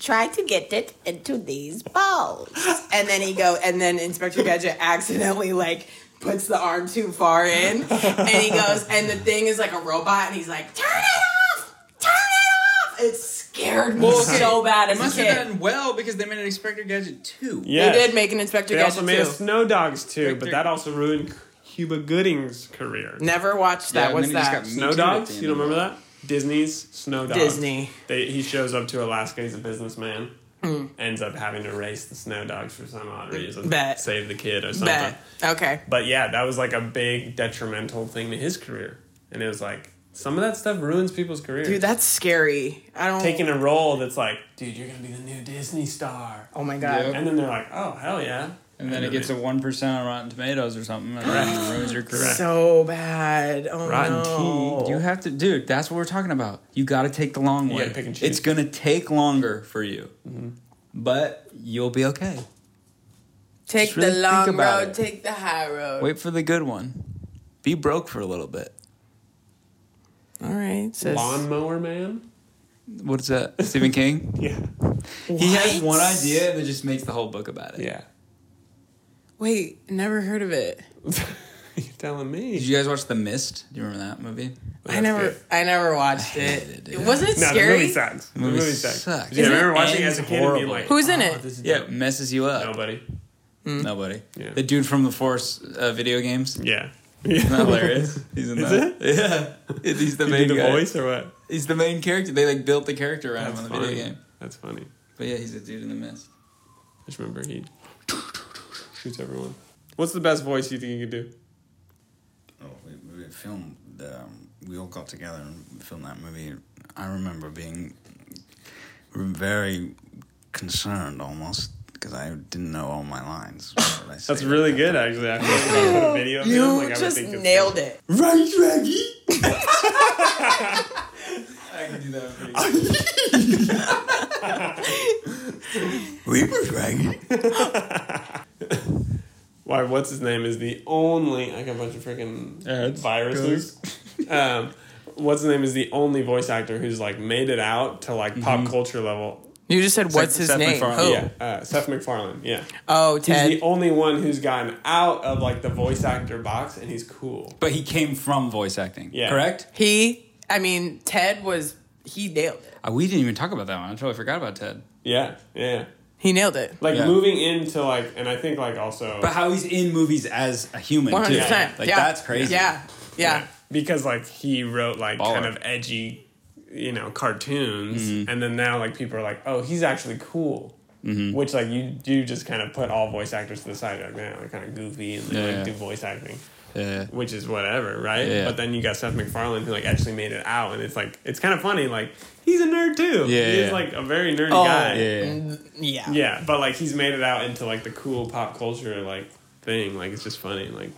[SPEAKER 1] try to get it into these balls. And then he go, and then Inspector Gadget accidentally like puts the arm too far in, and he goes, and the thing is like a robot, and he's like, turn it off, turn it off. It scared me so bad
[SPEAKER 3] It
[SPEAKER 1] as
[SPEAKER 3] must
[SPEAKER 1] a
[SPEAKER 3] have
[SPEAKER 1] kid.
[SPEAKER 3] done well because they made an Inspector Gadget 2.
[SPEAKER 2] Yes.
[SPEAKER 1] They did make an Inspector
[SPEAKER 2] They also
[SPEAKER 1] Gadget
[SPEAKER 2] made a
[SPEAKER 1] too.
[SPEAKER 2] Snow Dogs too, but
[SPEAKER 3] Victor-
[SPEAKER 2] that also ruined Cuba Gooding's career.
[SPEAKER 1] Never watched
[SPEAKER 3] Yeah,
[SPEAKER 1] that.
[SPEAKER 3] and
[SPEAKER 1] What's
[SPEAKER 3] then he just
[SPEAKER 1] that?
[SPEAKER 3] got
[SPEAKER 2] Snow
[SPEAKER 3] Me Too at the
[SPEAKER 2] Dogs?
[SPEAKER 3] end
[SPEAKER 2] You don't
[SPEAKER 3] of it.
[SPEAKER 2] remember that? Disney's Snow Dogs.
[SPEAKER 1] Disney. Mm.
[SPEAKER 2] They, he shows up to Alaska. He's a businessman. Ends up having to race the Snow Dogs for some odd reason.
[SPEAKER 1] Bet.
[SPEAKER 2] Save the kid or something.
[SPEAKER 1] Bet. Okay.
[SPEAKER 2] But yeah, that was like a big detrimental thing to his career. And it was like, some of that stuff ruins people's careers.
[SPEAKER 1] Dude, that's scary. I don't.
[SPEAKER 2] Taking a role that's like, dude, you're going to be the new Disney star.
[SPEAKER 1] oh my god.
[SPEAKER 3] Yeah.
[SPEAKER 2] And then they're like, oh, hell yeah.
[SPEAKER 3] and then it gets a one percent on Rotten Tomatoes or something, and then it ruins your career.
[SPEAKER 1] So bad. Oh
[SPEAKER 2] Rotten
[SPEAKER 1] no.
[SPEAKER 3] You have to, dude. That's what we're talking about. You got to take the long way.
[SPEAKER 2] gotta pick and choose. Mm-hmm.
[SPEAKER 3] It's gonna take longer for you, but you'll be okay.
[SPEAKER 1] Take
[SPEAKER 3] Just really
[SPEAKER 1] the
[SPEAKER 3] think
[SPEAKER 1] long
[SPEAKER 3] about
[SPEAKER 1] road.
[SPEAKER 3] it.
[SPEAKER 1] Take the high road.
[SPEAKER 3] Wait for the good one. Be broke for a little bit.
[SPEAKER 1] All right. Sis.
[SPEAKER 2] Lawnmower man?
[SPEAKER 3] What's that? Stephen King.
[SPEAKER 2] Yeah.
[SPEAKER 3] He has
[SPEAKER 1] What?
[SPEAKER 3] one idea and then just makes the whole book about it.
[SPEAKER 2] Yeah.
[SPEAKER 1] Wait, never heard of it.
[SPEAKER 2] You're telling
[SPEAKER 3] Did
[SPEAKER 2] me.
[SPEAKER 3] you guys watch The Mist? Do you remember that movie?
[SPEAKER 1] I never,
[SPEAKER 2] good.
[SPEAKER 1] I never watched it.
[SPEAKER 3] hated it,
[SPEAKER 1] it
[SPEAKER 3] yeah.
[SPEAKER 1] wasn't it
[SPEAKER 2] No, the
[SPEAKER 1] scary.
[SPEAKER 2] movie sucks. The
[SPEAKER 3] movie
[SPEAKER 2] movie sucks.
[SPEAKER 3] sucks.
[SPEAKER 2] Yeah, I
[SPEAKER 3] Is it
[SPEAKER 2] remember watching it
[SPEAKER 3] ends
[SPEAKER 2] as a kid and being
[SPEAKER 3] horribly.
[SPEAKER 2] like,
[SPEAKER 1] Who's in
[SPEAKER 2] "Oh,
[SPEAKER 1] it?"
[SPEAKER 2] this is
[SPEAKER 3] Yeah,
[SPEAKER 2] dope."
[SPEAKER 3] messes you up.
[SPEAKER 2] Nobody.
[SPEAKER 3] Nobody.
[SPEAKER 2] Yeah.
[SPEAKER 3] The dude from the Force uh, video games.
[SPEAKER 2] Yeah.
[SPEAKER 3] Isn't that hilarious? He's in
[SPEAKER 2] Is
[SPEAKER 3] that. Yeah. He's the
[SPEAKER 2] You
[SPEAKER 3] main
[SPEAKER 2] do the
[SPEAKER 3] guy.
[SPEAKER 2] voice or what?
[SPEAKER 3] He's the main character. They like built the character around him on the video game.
[SPEAKER 2] That's funny.
[SPEAKER 3] But yeah, he's a dude in the mist.
[SPEAKER 2] I just remember he shoots everyone. What's the best voice you think you could do?
[SPEAKER 3] Oh,
[SPEAKER 6] we, we filmed the, um, we all got together and filmed that movie i remember being very concerned almost because i didn't know all my lines What I
[SPEAKER 2] That's
[SPEAKER 6] say.
[SPEAKER 2] really good, actually. I feel like if I put a video of him,
[SPEAKER 1] You
[SPEAKER 2] like, I would
[SPEAKER 1] just
[SPEAKER 2] think it's-
[SPEAKER 1] nailed it.
[SPEAKER 6] right Reggie?
[SPEAKER 3] I can do that. Pretty
[SPEAKER 6] we was Reggie.
[SPEAKER 2] Why? What's his name? Is the only I got a bunch of freaking viruses. um, what's his name? Is the only voice actor who's like made it out to like
[SPEAKER 3] Mm-hmm.
[SPEAKER 2] pop culture level.
[SPEAKER 1] You just said what's his
[SPEAKER 3] Seth
[SPEAKER 1] name?
[SPEAKER 3] MacFarlane.
[SPEAKER 1] Who?
[SPEAKER 2] Yeah, uh, Seth MacFarlane. Yeah,
[SPEAKER 1] Oh,
[SPEAKER 2] he's
[SPEAKER 1] Ted.
[SPEAKER 2] the only one who's gotten out of like the voice actor box, and he's cool.
[SPEAKER 3] But he came from voice acting.
[SPEAKER 2] Yeah.
[SPEAKER 3] Correct?
[SPEAKER 1] he. I mean, Ted was. He nailed it.
[SPEAKER 3] Uh, we didn't even talk about that one. I totally forgot about Ted.
[SPEAKER 2] Yeah, yeah.
[SPEAKER 1] He nailed it.
[SPEAKER 2] Like
[SPEAKER 3] Yeah.
[SPEAKER 2] moving into like, and I think like also
[SPEAKER 3] But how he's in movies as a human
[SPEAKER 1] One
[SPEAKER 3] too.
[SPEAKER 1] hundred percent.
[SPEAKER 3] Like
[SPEAKER 1] yeah.
[SPEAKER 3] that's crazy.
[SPEAKER 1] Yeah. Yeah.
[SPEAKER 2] because like he wrote like
[SPEAKER 3] Baller. Mm-hmm.
[SPEAKER 2] kind of edgy, you know, cartoons, and then now like people are like, oh, he's actually cool,
[SPEAKER 3] Mm-hmm.
[SPEAKER 2] which like you do just kind of put all voice actors to the side, like man, they're kind of goofy and they
[SPEAKER 3] Yeah,
[SPEAKER 2] like
[SPEAKER 3] yeah.
[SPEAKER 2] do voice acting,
[SPEAKER 3] Yeah.
[SPEAKER 2] which is whatever, right?
[SPEAKER 3] Yeah.
[SPEAKER 2] But then you got Seth MacFarlane who like actually made it out, and it's like it's kind of funny, like he's a nerd too,
[SPEAKER 3] Yeah,
[SPEAKER 2] he's
[SPEAKER 3] yeah.
[SPEAKER 2] like a very nerdy
[SPEAKER 1] Oh,
[SPEAKER 2] guy,
[SPEAKER 3] Yeah.
[SPEAKER 1] Mm, Yeah.
[SPEAKER 2] yeah, but like he's made it out into like the cool pop culture like thing, like it's just funny, like.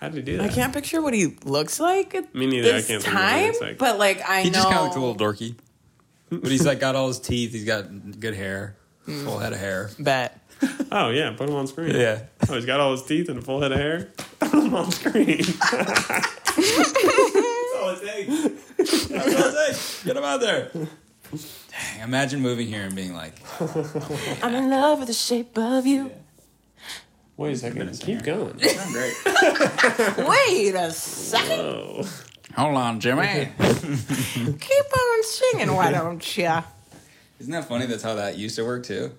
[SPEAKER 2] How did he do that?
[SPEAKER 1] I can't picture what he looks like at
[SPEAKER 2] Me neither, I
[SPEAKER 1] this
[SPEAKER 2] can't think of what he
[SPEAKER 1] time,
[SPEAKER 2] looks like.
[SPEAKER 1] but like I
[SPEAKER 3] He
[SPEAKER 1] know
[SPEAKER 3] just kinda looks a little dorky. But he's like got all his teeth, he's got good hair. Full head of hair.
[SPEAKER 1] bet.
[SPEAKER 2] Oh yeah, put him on screen.
[SPEAKER 3] Yeah.
[SPEAKER 2] Oh, he's got all his teeth and a full head of hair. Put him on screen. That's all it takes.
[SPEAKER 3] Get him out there. Dang, imagine moving here and being like,
[SPEAKER 1] I'm in love with the shape of you.
[SPEAKER 2] Wait a second. Keep going.
[SPEAKER 3] I'm great.
[SPEAKER 1] Wait a second.
[SPEAKER 2] Oh.
[SPEAKER 3] Hold on, Jimmy.
[SPEAKER 1] Keep on singing, why don't ya?
[SPEAKER 3] Isn't that funny? That's how that used to work too.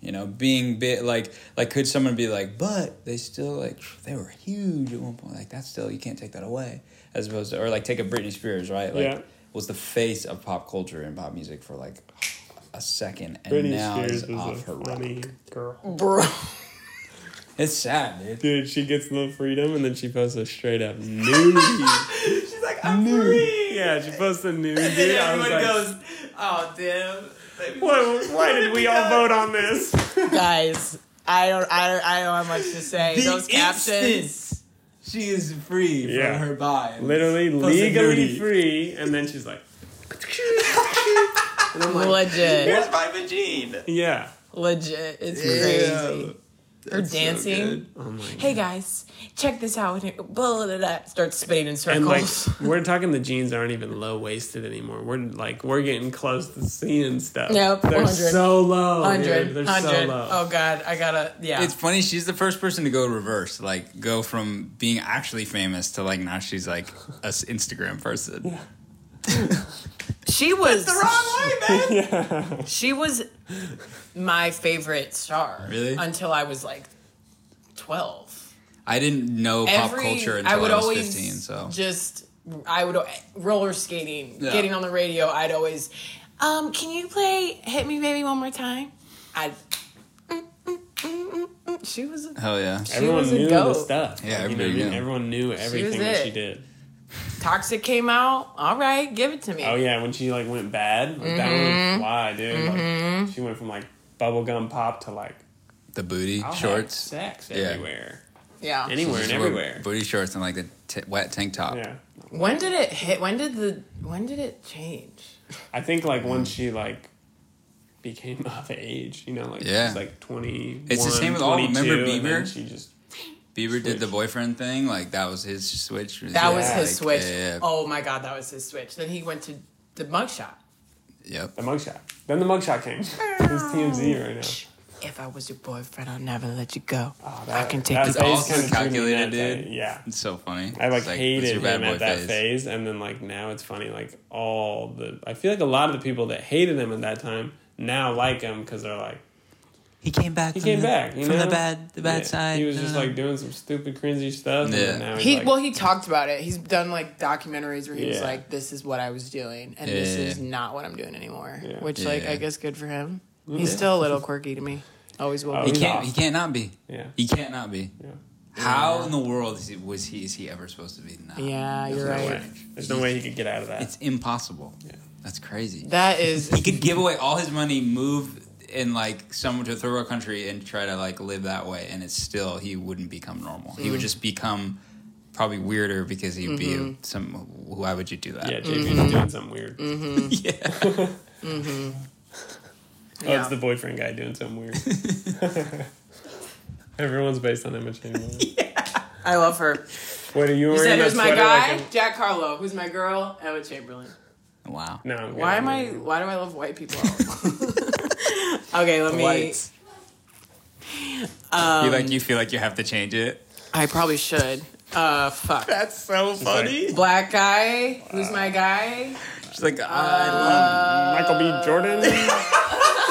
[SPEAKER 3] You know, being bit like like could someone be like, but they still like they were huge at one point. Like that's still you can't take that away. As opposed to or like take a Britney Spears right? Like
[SPEAKER 2] Yeah.
[SPEAKER 3] was the face of pop culture and pop music for like a second, and
[SPEAKER 2] Britney
[SPEAKER 3] now
[SPEAKER 2] Spears
[SPEAKER 3] is
[SPEAKER 2] was a
[SPEAKER 3] off her rock.
[SPEAKER 2] funny girl.
[SPEAKER 1] Bro.
[SPEAKER 3] It's sad, dude.
[SPEAKER 2] Dude, she gets a little freedom and then she posts a straight up nudie.
[SPEAKER 1] She's like, I'm
[SPEAKER 2] Nude. Yeah, she posts a nude. Dude, I was like,
[SPEAKER 1] oh damn.
[SPEAKER 2] "What- why did we all vote on this?
[SPEAKER 1] Guys, I don't, I don't, I don't have much to say.
[SPEAKER 3] The
[SPEAKER 1] Those captions.
[SPEAKER 3] instant She is free
[SPEAKER 2] Yeah.
[SPEAKER 3] from her bias.
[SPEAKER 2] Literally
[SPEAKER 3] Plus a
[SPEAKER 2] legally
[SPEAKER 3] nudie.
[SPEAKER 2] free. And then she's like,
[SPEAKER 1] Legit,
[SPEAKER 3] Here's my vagine.
[SPEAKER 2] yeah.
[SPEAKER 1] legit, it's crazy. Her dancing.
[SPEAKER 2] Oh
[SPEAKER 1] hey guys, check this out. Blah, blah, blah. Start spinning in
[SPEAKER 2] and like
[SPEAKER 1] circles.
[SPEAKER 2] we're talking the jeans aren't even low waisted anymore. We're like we're getting close to seeing stuff.
[SPEAKER 1] Yep,
[SPEAKER 2] they're
[SPEAKER 1] 100.
[SPEAKER 2] so low. 100,
[SPEAKER 1] 100,
[SPEAKER 2] oh, They're
[SPEAKER 1] 100.
[SPEAKER 2] so low.
[SPEAKER 1] oh god, I gotta, yeah.
[SPEAKER 3] It's funny. She's the first person to go reverse, like go from being actually famous to like now she's like a s- Instagram person.
[SPEAKER 1] she was,
[SPEAKER 3] wrong way, man.
[SPEAKER 1] she was my favorite star.
[SPEAKER 3] Really?
[SPEAKER 1] Until I was like 12.
[SPEAKER 3] I didn't know pop
[SPEAKER 1] Every-
[SPEAKER 3] culture until I,
[SPEAKER 1] would
[SPEAKER 3] was
[SPEAKER 1] always
[SPEAKER 3] fifteen. So
[SPEAKER 1] just I would eh, roller skating,
[SPEAKER 3] Yeah.
[SPEAKER 1] getting on the radio. I'd always, um, can you play "Hit Me, Baby, One More Time"? I. She was a
[SPEAKER 3] hell yeah,
[SPEAKER 2] everyone
[SPEAKER 1] was a
[SPEAKER 2] knew the
[SPEAKER 1] goat.
[SPEAKER 2] stuff.
[SPEAKER 3] Yeah,
[SPEAKER 2] you know,
[SPEAKER 3] everybody
[SPEAKER 2] what I mean?
[SPEAKER 3] knew.
[SPEAKER 2] everyone knew everything that
[SPEAKER 1] it.
[SPEAKER 2] she did.
[SPEAKER 1] toxic came out. All right, give it to me.
[SPEAKER 2] Oh yeah, when she like went
[SPEAKER 1] Mm-hmm.
[SPEAKER 2] bad, like, that was why, dude. Like, she went from like bubblegum pop to like
[SPEAKER 3] the booty
[SPEAKER 2] I'll have
[SPEAKER 3] shorts.
[SPEAKER 2] sex
[SPEAKER 3] Yeah.
[SPEAKER 2] everywhere,
[SPEAKER 1] Yeah.
[SPEAKER 2] anywhere and
[SPEAKER 3] Just wear
[SPEAKER 2] everywhere.
[SPEAKER 3] Booty shorts and like a t- wet tank top.
[SPEAKER 2] Yeah,
[SPEAKER 1] When did it hit? When did the when did it change?
[SPEAKER 2] I think like
[SPEAKER 3] Mm-hmm.
[SPEAKER 2] once she like became of age, you know, like
[SPEAKER 3] Yeah.
[SPEAKER 2] she's like twenty.
[SPEAKER 3] It's the same with all- remember
[SPEAKER 2] And then
[SPEAKER 3] Bieber?
[SPEAKER 2] she just
[SPEAKER 3] Bieber did the
[SPEAKER 2] Switch.
[SPEAKER 3] boyfriend thing. Like that was his switch.
[SPEAKER 1] That was
[SPEAKER 3] Yeah,
[SPEAKER 1] his
[SPEAKER 3] like,
[SPEAKER 1] switch.
[SPEAKER 3] yeah,
[SPEAKER 1] Oh my god, that was his switch. Then he went to the mugshot.
[SPEAKER 3] yeah.
[SPEAKER 2] the mugshot. Then the mugshot came. It's TMZ right now.
[SPEAKER 1] If I was your boyfriend, I'll never let you go.
[SPEAKER 2] Oh,
[SPEAKER 1] I can take
[SPEAKER 2] that
[SPEAKER 1] this.
[SPEAKER 3] all
[SPEAKER 2] phase
[SPEAKER 3] kinda
[SPEAKER 2] kinda drew me
[SPEAKER 3] calculated,
[SPEAKER 2] that
[SPEAKER 3] dude.
[SPEAKER 2] day. Yeah.
[SPEAKER 3] It's so funny.
[SPEAKER 2] I like
[SPEAKER 3] It's what's
[SPEAKER 2] hated
[SPEAKER 3] your
[SPEAKER 2] him at that
[SPEAKER 3] phase?
[SPEAKER 2] phase? and then like now it's funny. Like all the, I feel like a lot of the people that hated him at that time now like him because they're like
[SPEAKER 7] He came back.
[SPEAKER 2] he
[SPEAKER 7] from
[SPEAKER 2] came
[SPEAKER 7] the,
[SPEAKER 2] back you
[SPEAKER 7] from
[SPEAKER 2] know?
[SPEAKER 7] the bad, the bad
[SPEAKER 2] Yeah.
[SPEAKER 7] side.
[SPEAKER 2] He was just
[SPEAKER 7] Uh,
[SPEAKER 2] like doing some stupid cringy stuff. And
[SPEAKER 3] Yeah.
[SPEAKER 2] then now he's
[SPEAKER 1] He
[SPEAKER 2] like,
[SPEAKER 1] well, he talked about it. He's done like documentaries where he was
[SPEAKER 2] Yeah.
[SPEAKER 1] like, "This is what I was doing, and this
[SPEAKER 3] Yeah.
[SPEAKER 1] is not what I'm doing anymore."
[SPEAKER 2] Yeah.
[SPEAKER 1] Which, like,
[SPEAKER 3] Yeah.
[SPEAKER 1] I guess, good for him. He's still a little quirky to me. Always will
[SPEAKER 2] Oh,
[SPEAKER 1] be.
[SPEAKER 3] He can't.
[SPEAKER 2] off.
[SPEAKER 3] He can't not be.
[SPEAKER 2] Yeah.
[SPEAKER 3] He can't not be.
[SPEAKER 2] Yeah.
[SPEAKER 3] How in the world is he, was he? Is he ever supposed to be? Not?
[SPEAKER 1] Yeah, you're
[SPEAKER 2] no
[SPEAKER 1] right.
[SPEAKER 2] way. There's no way he could get out of that.
[SPEAKER 3] It's impossible. That's crazy.
[SPEAKER 1] That is
[SPEAKER 3] he could give away all his money, move in like some to a third world country, and try to like live that way, and it's still he wouldn't become normal. He
[SPEAKER 1] Mm.
[SPEAKER 3] would just become probably weirder because he'd be
[SPEAKER 1] Mm-hmm.
[SPEAKER 3] some. Why would you do that?
[SPEAKER 2] yeah, JP's
[SPEAKER 7] Mm-hmm.
[SPEAKER 2] doing something weird.
[SPEAKER 3] yeah.
[SPEAKER 2] Oh,
[SPEAKER 1] Yeah.
[SPEAKER 2] it's the boyfriend guy doing something weird. Everyone's based on Emma Chamberlain.
[SPEAKER 1] I love her.
[SPEAKER 2] Wait, are you
[SPEAKER 1] You
[SPEAKER 2] wearing
[SPEAKER 1] said
[SPEAKER 2] that
[SPEAKER 1] who's my
[SPEAKER 2] sweater
[SPEAKER 1] guy?
[SPEAKER 2] like
[SPEAKER 1] Jack Harlow. Who's my girl? Emma Chamberlain.
[SPEAKER 3] Wow.
[SPEAKER 2] a- no. I'm good.
[SPEAKER 1] Why am
[SPEAKER 2] I'm
[SPEAKER 1] I?
[SPEAKER 2] good.
[SPEAKER 1] Why do I love white people? okay, let me.
[SPEAKER 3] Whites. you
[SPEAKER 1] Um,
[SPEAKER 3] like you feel like you have to change it.
[SPEAKER 1] I probably should. Uh, fuck.
[SPEAKER 3] That's so funny.
[SPEAKER 1] Black guy. Who's my guy?
[SPEAKER 3] She's
[SPEAKER 1] Uh,
[SPEAKER 3] like,
[SPEAKER 2] Michael B. Jordan.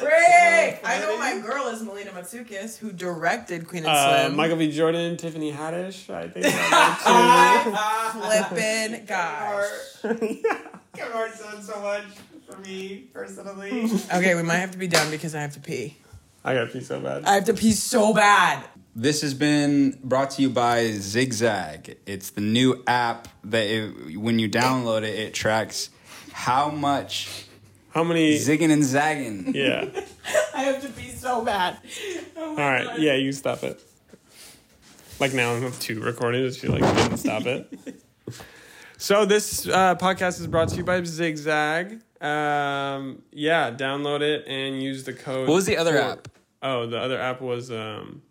[SPEAKER 1] Frick! I know my girl is Melina Matsukis, who directed Queen and
[SPEAKER 2] Uh,
[SPEAKER 1] Slim.
[SPEAKER 2] Michael B. Jordan, Tiffany Haddish. I think.
[SPEAKER 1] Flippin' gosh.
[SPEAKER 2] Kevin done so much for me personally.
[SPEAKER 1] Okay, we might have to be done because I have to pee.
[SPEAKER 2] I gotta pee so bad.
[SPEAKER 1] I have to pee so bad.
[SPEAKER 4] This has been brought to you by Zigzag. It's the new app that it, when you download it, it tracks how much
[SPEAKER 2] How many?
[SPEAKER 4] zigging and zagging.
[SPEAKER 2] yeah.
[SPEAKER 1] I have to pee so bad. Oh my
[SPEAKER 2] All right.
[SPEAKER 1] God.
[SPEAKER 2] Yeah, you stop it. Like now I'm up to recording. Is she like didn't stop it? So this uh, podcast is brought to you by Zigzag. Um, yeah, download it and use the code.
[SPEAKER 3] what was the other
[SPEAKER 2] for-
[SPEAKER 3] app?
[SPEAKER 2] Oh, the other app was um,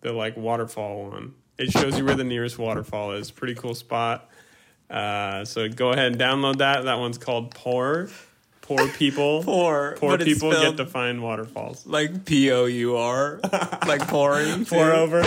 [SPEAKER 2] the like waterfall one. It shows you where the nearest waterfall is. Pretty cool spot. Uh, so go ahead and download that. That one's called Poor. Poor people.
[SPEAKER 3] Poor,
[SPEAKER 2] Poor
[SPEAKER 3] but it's
[SPEAKER 2] people get
[SPEAKER 3] spelled-
[SPEAKER 2] to find waterfalls.
[SPEAKER 3] Like P O U R, like pouring.
[SPEAKER 2] Pour over.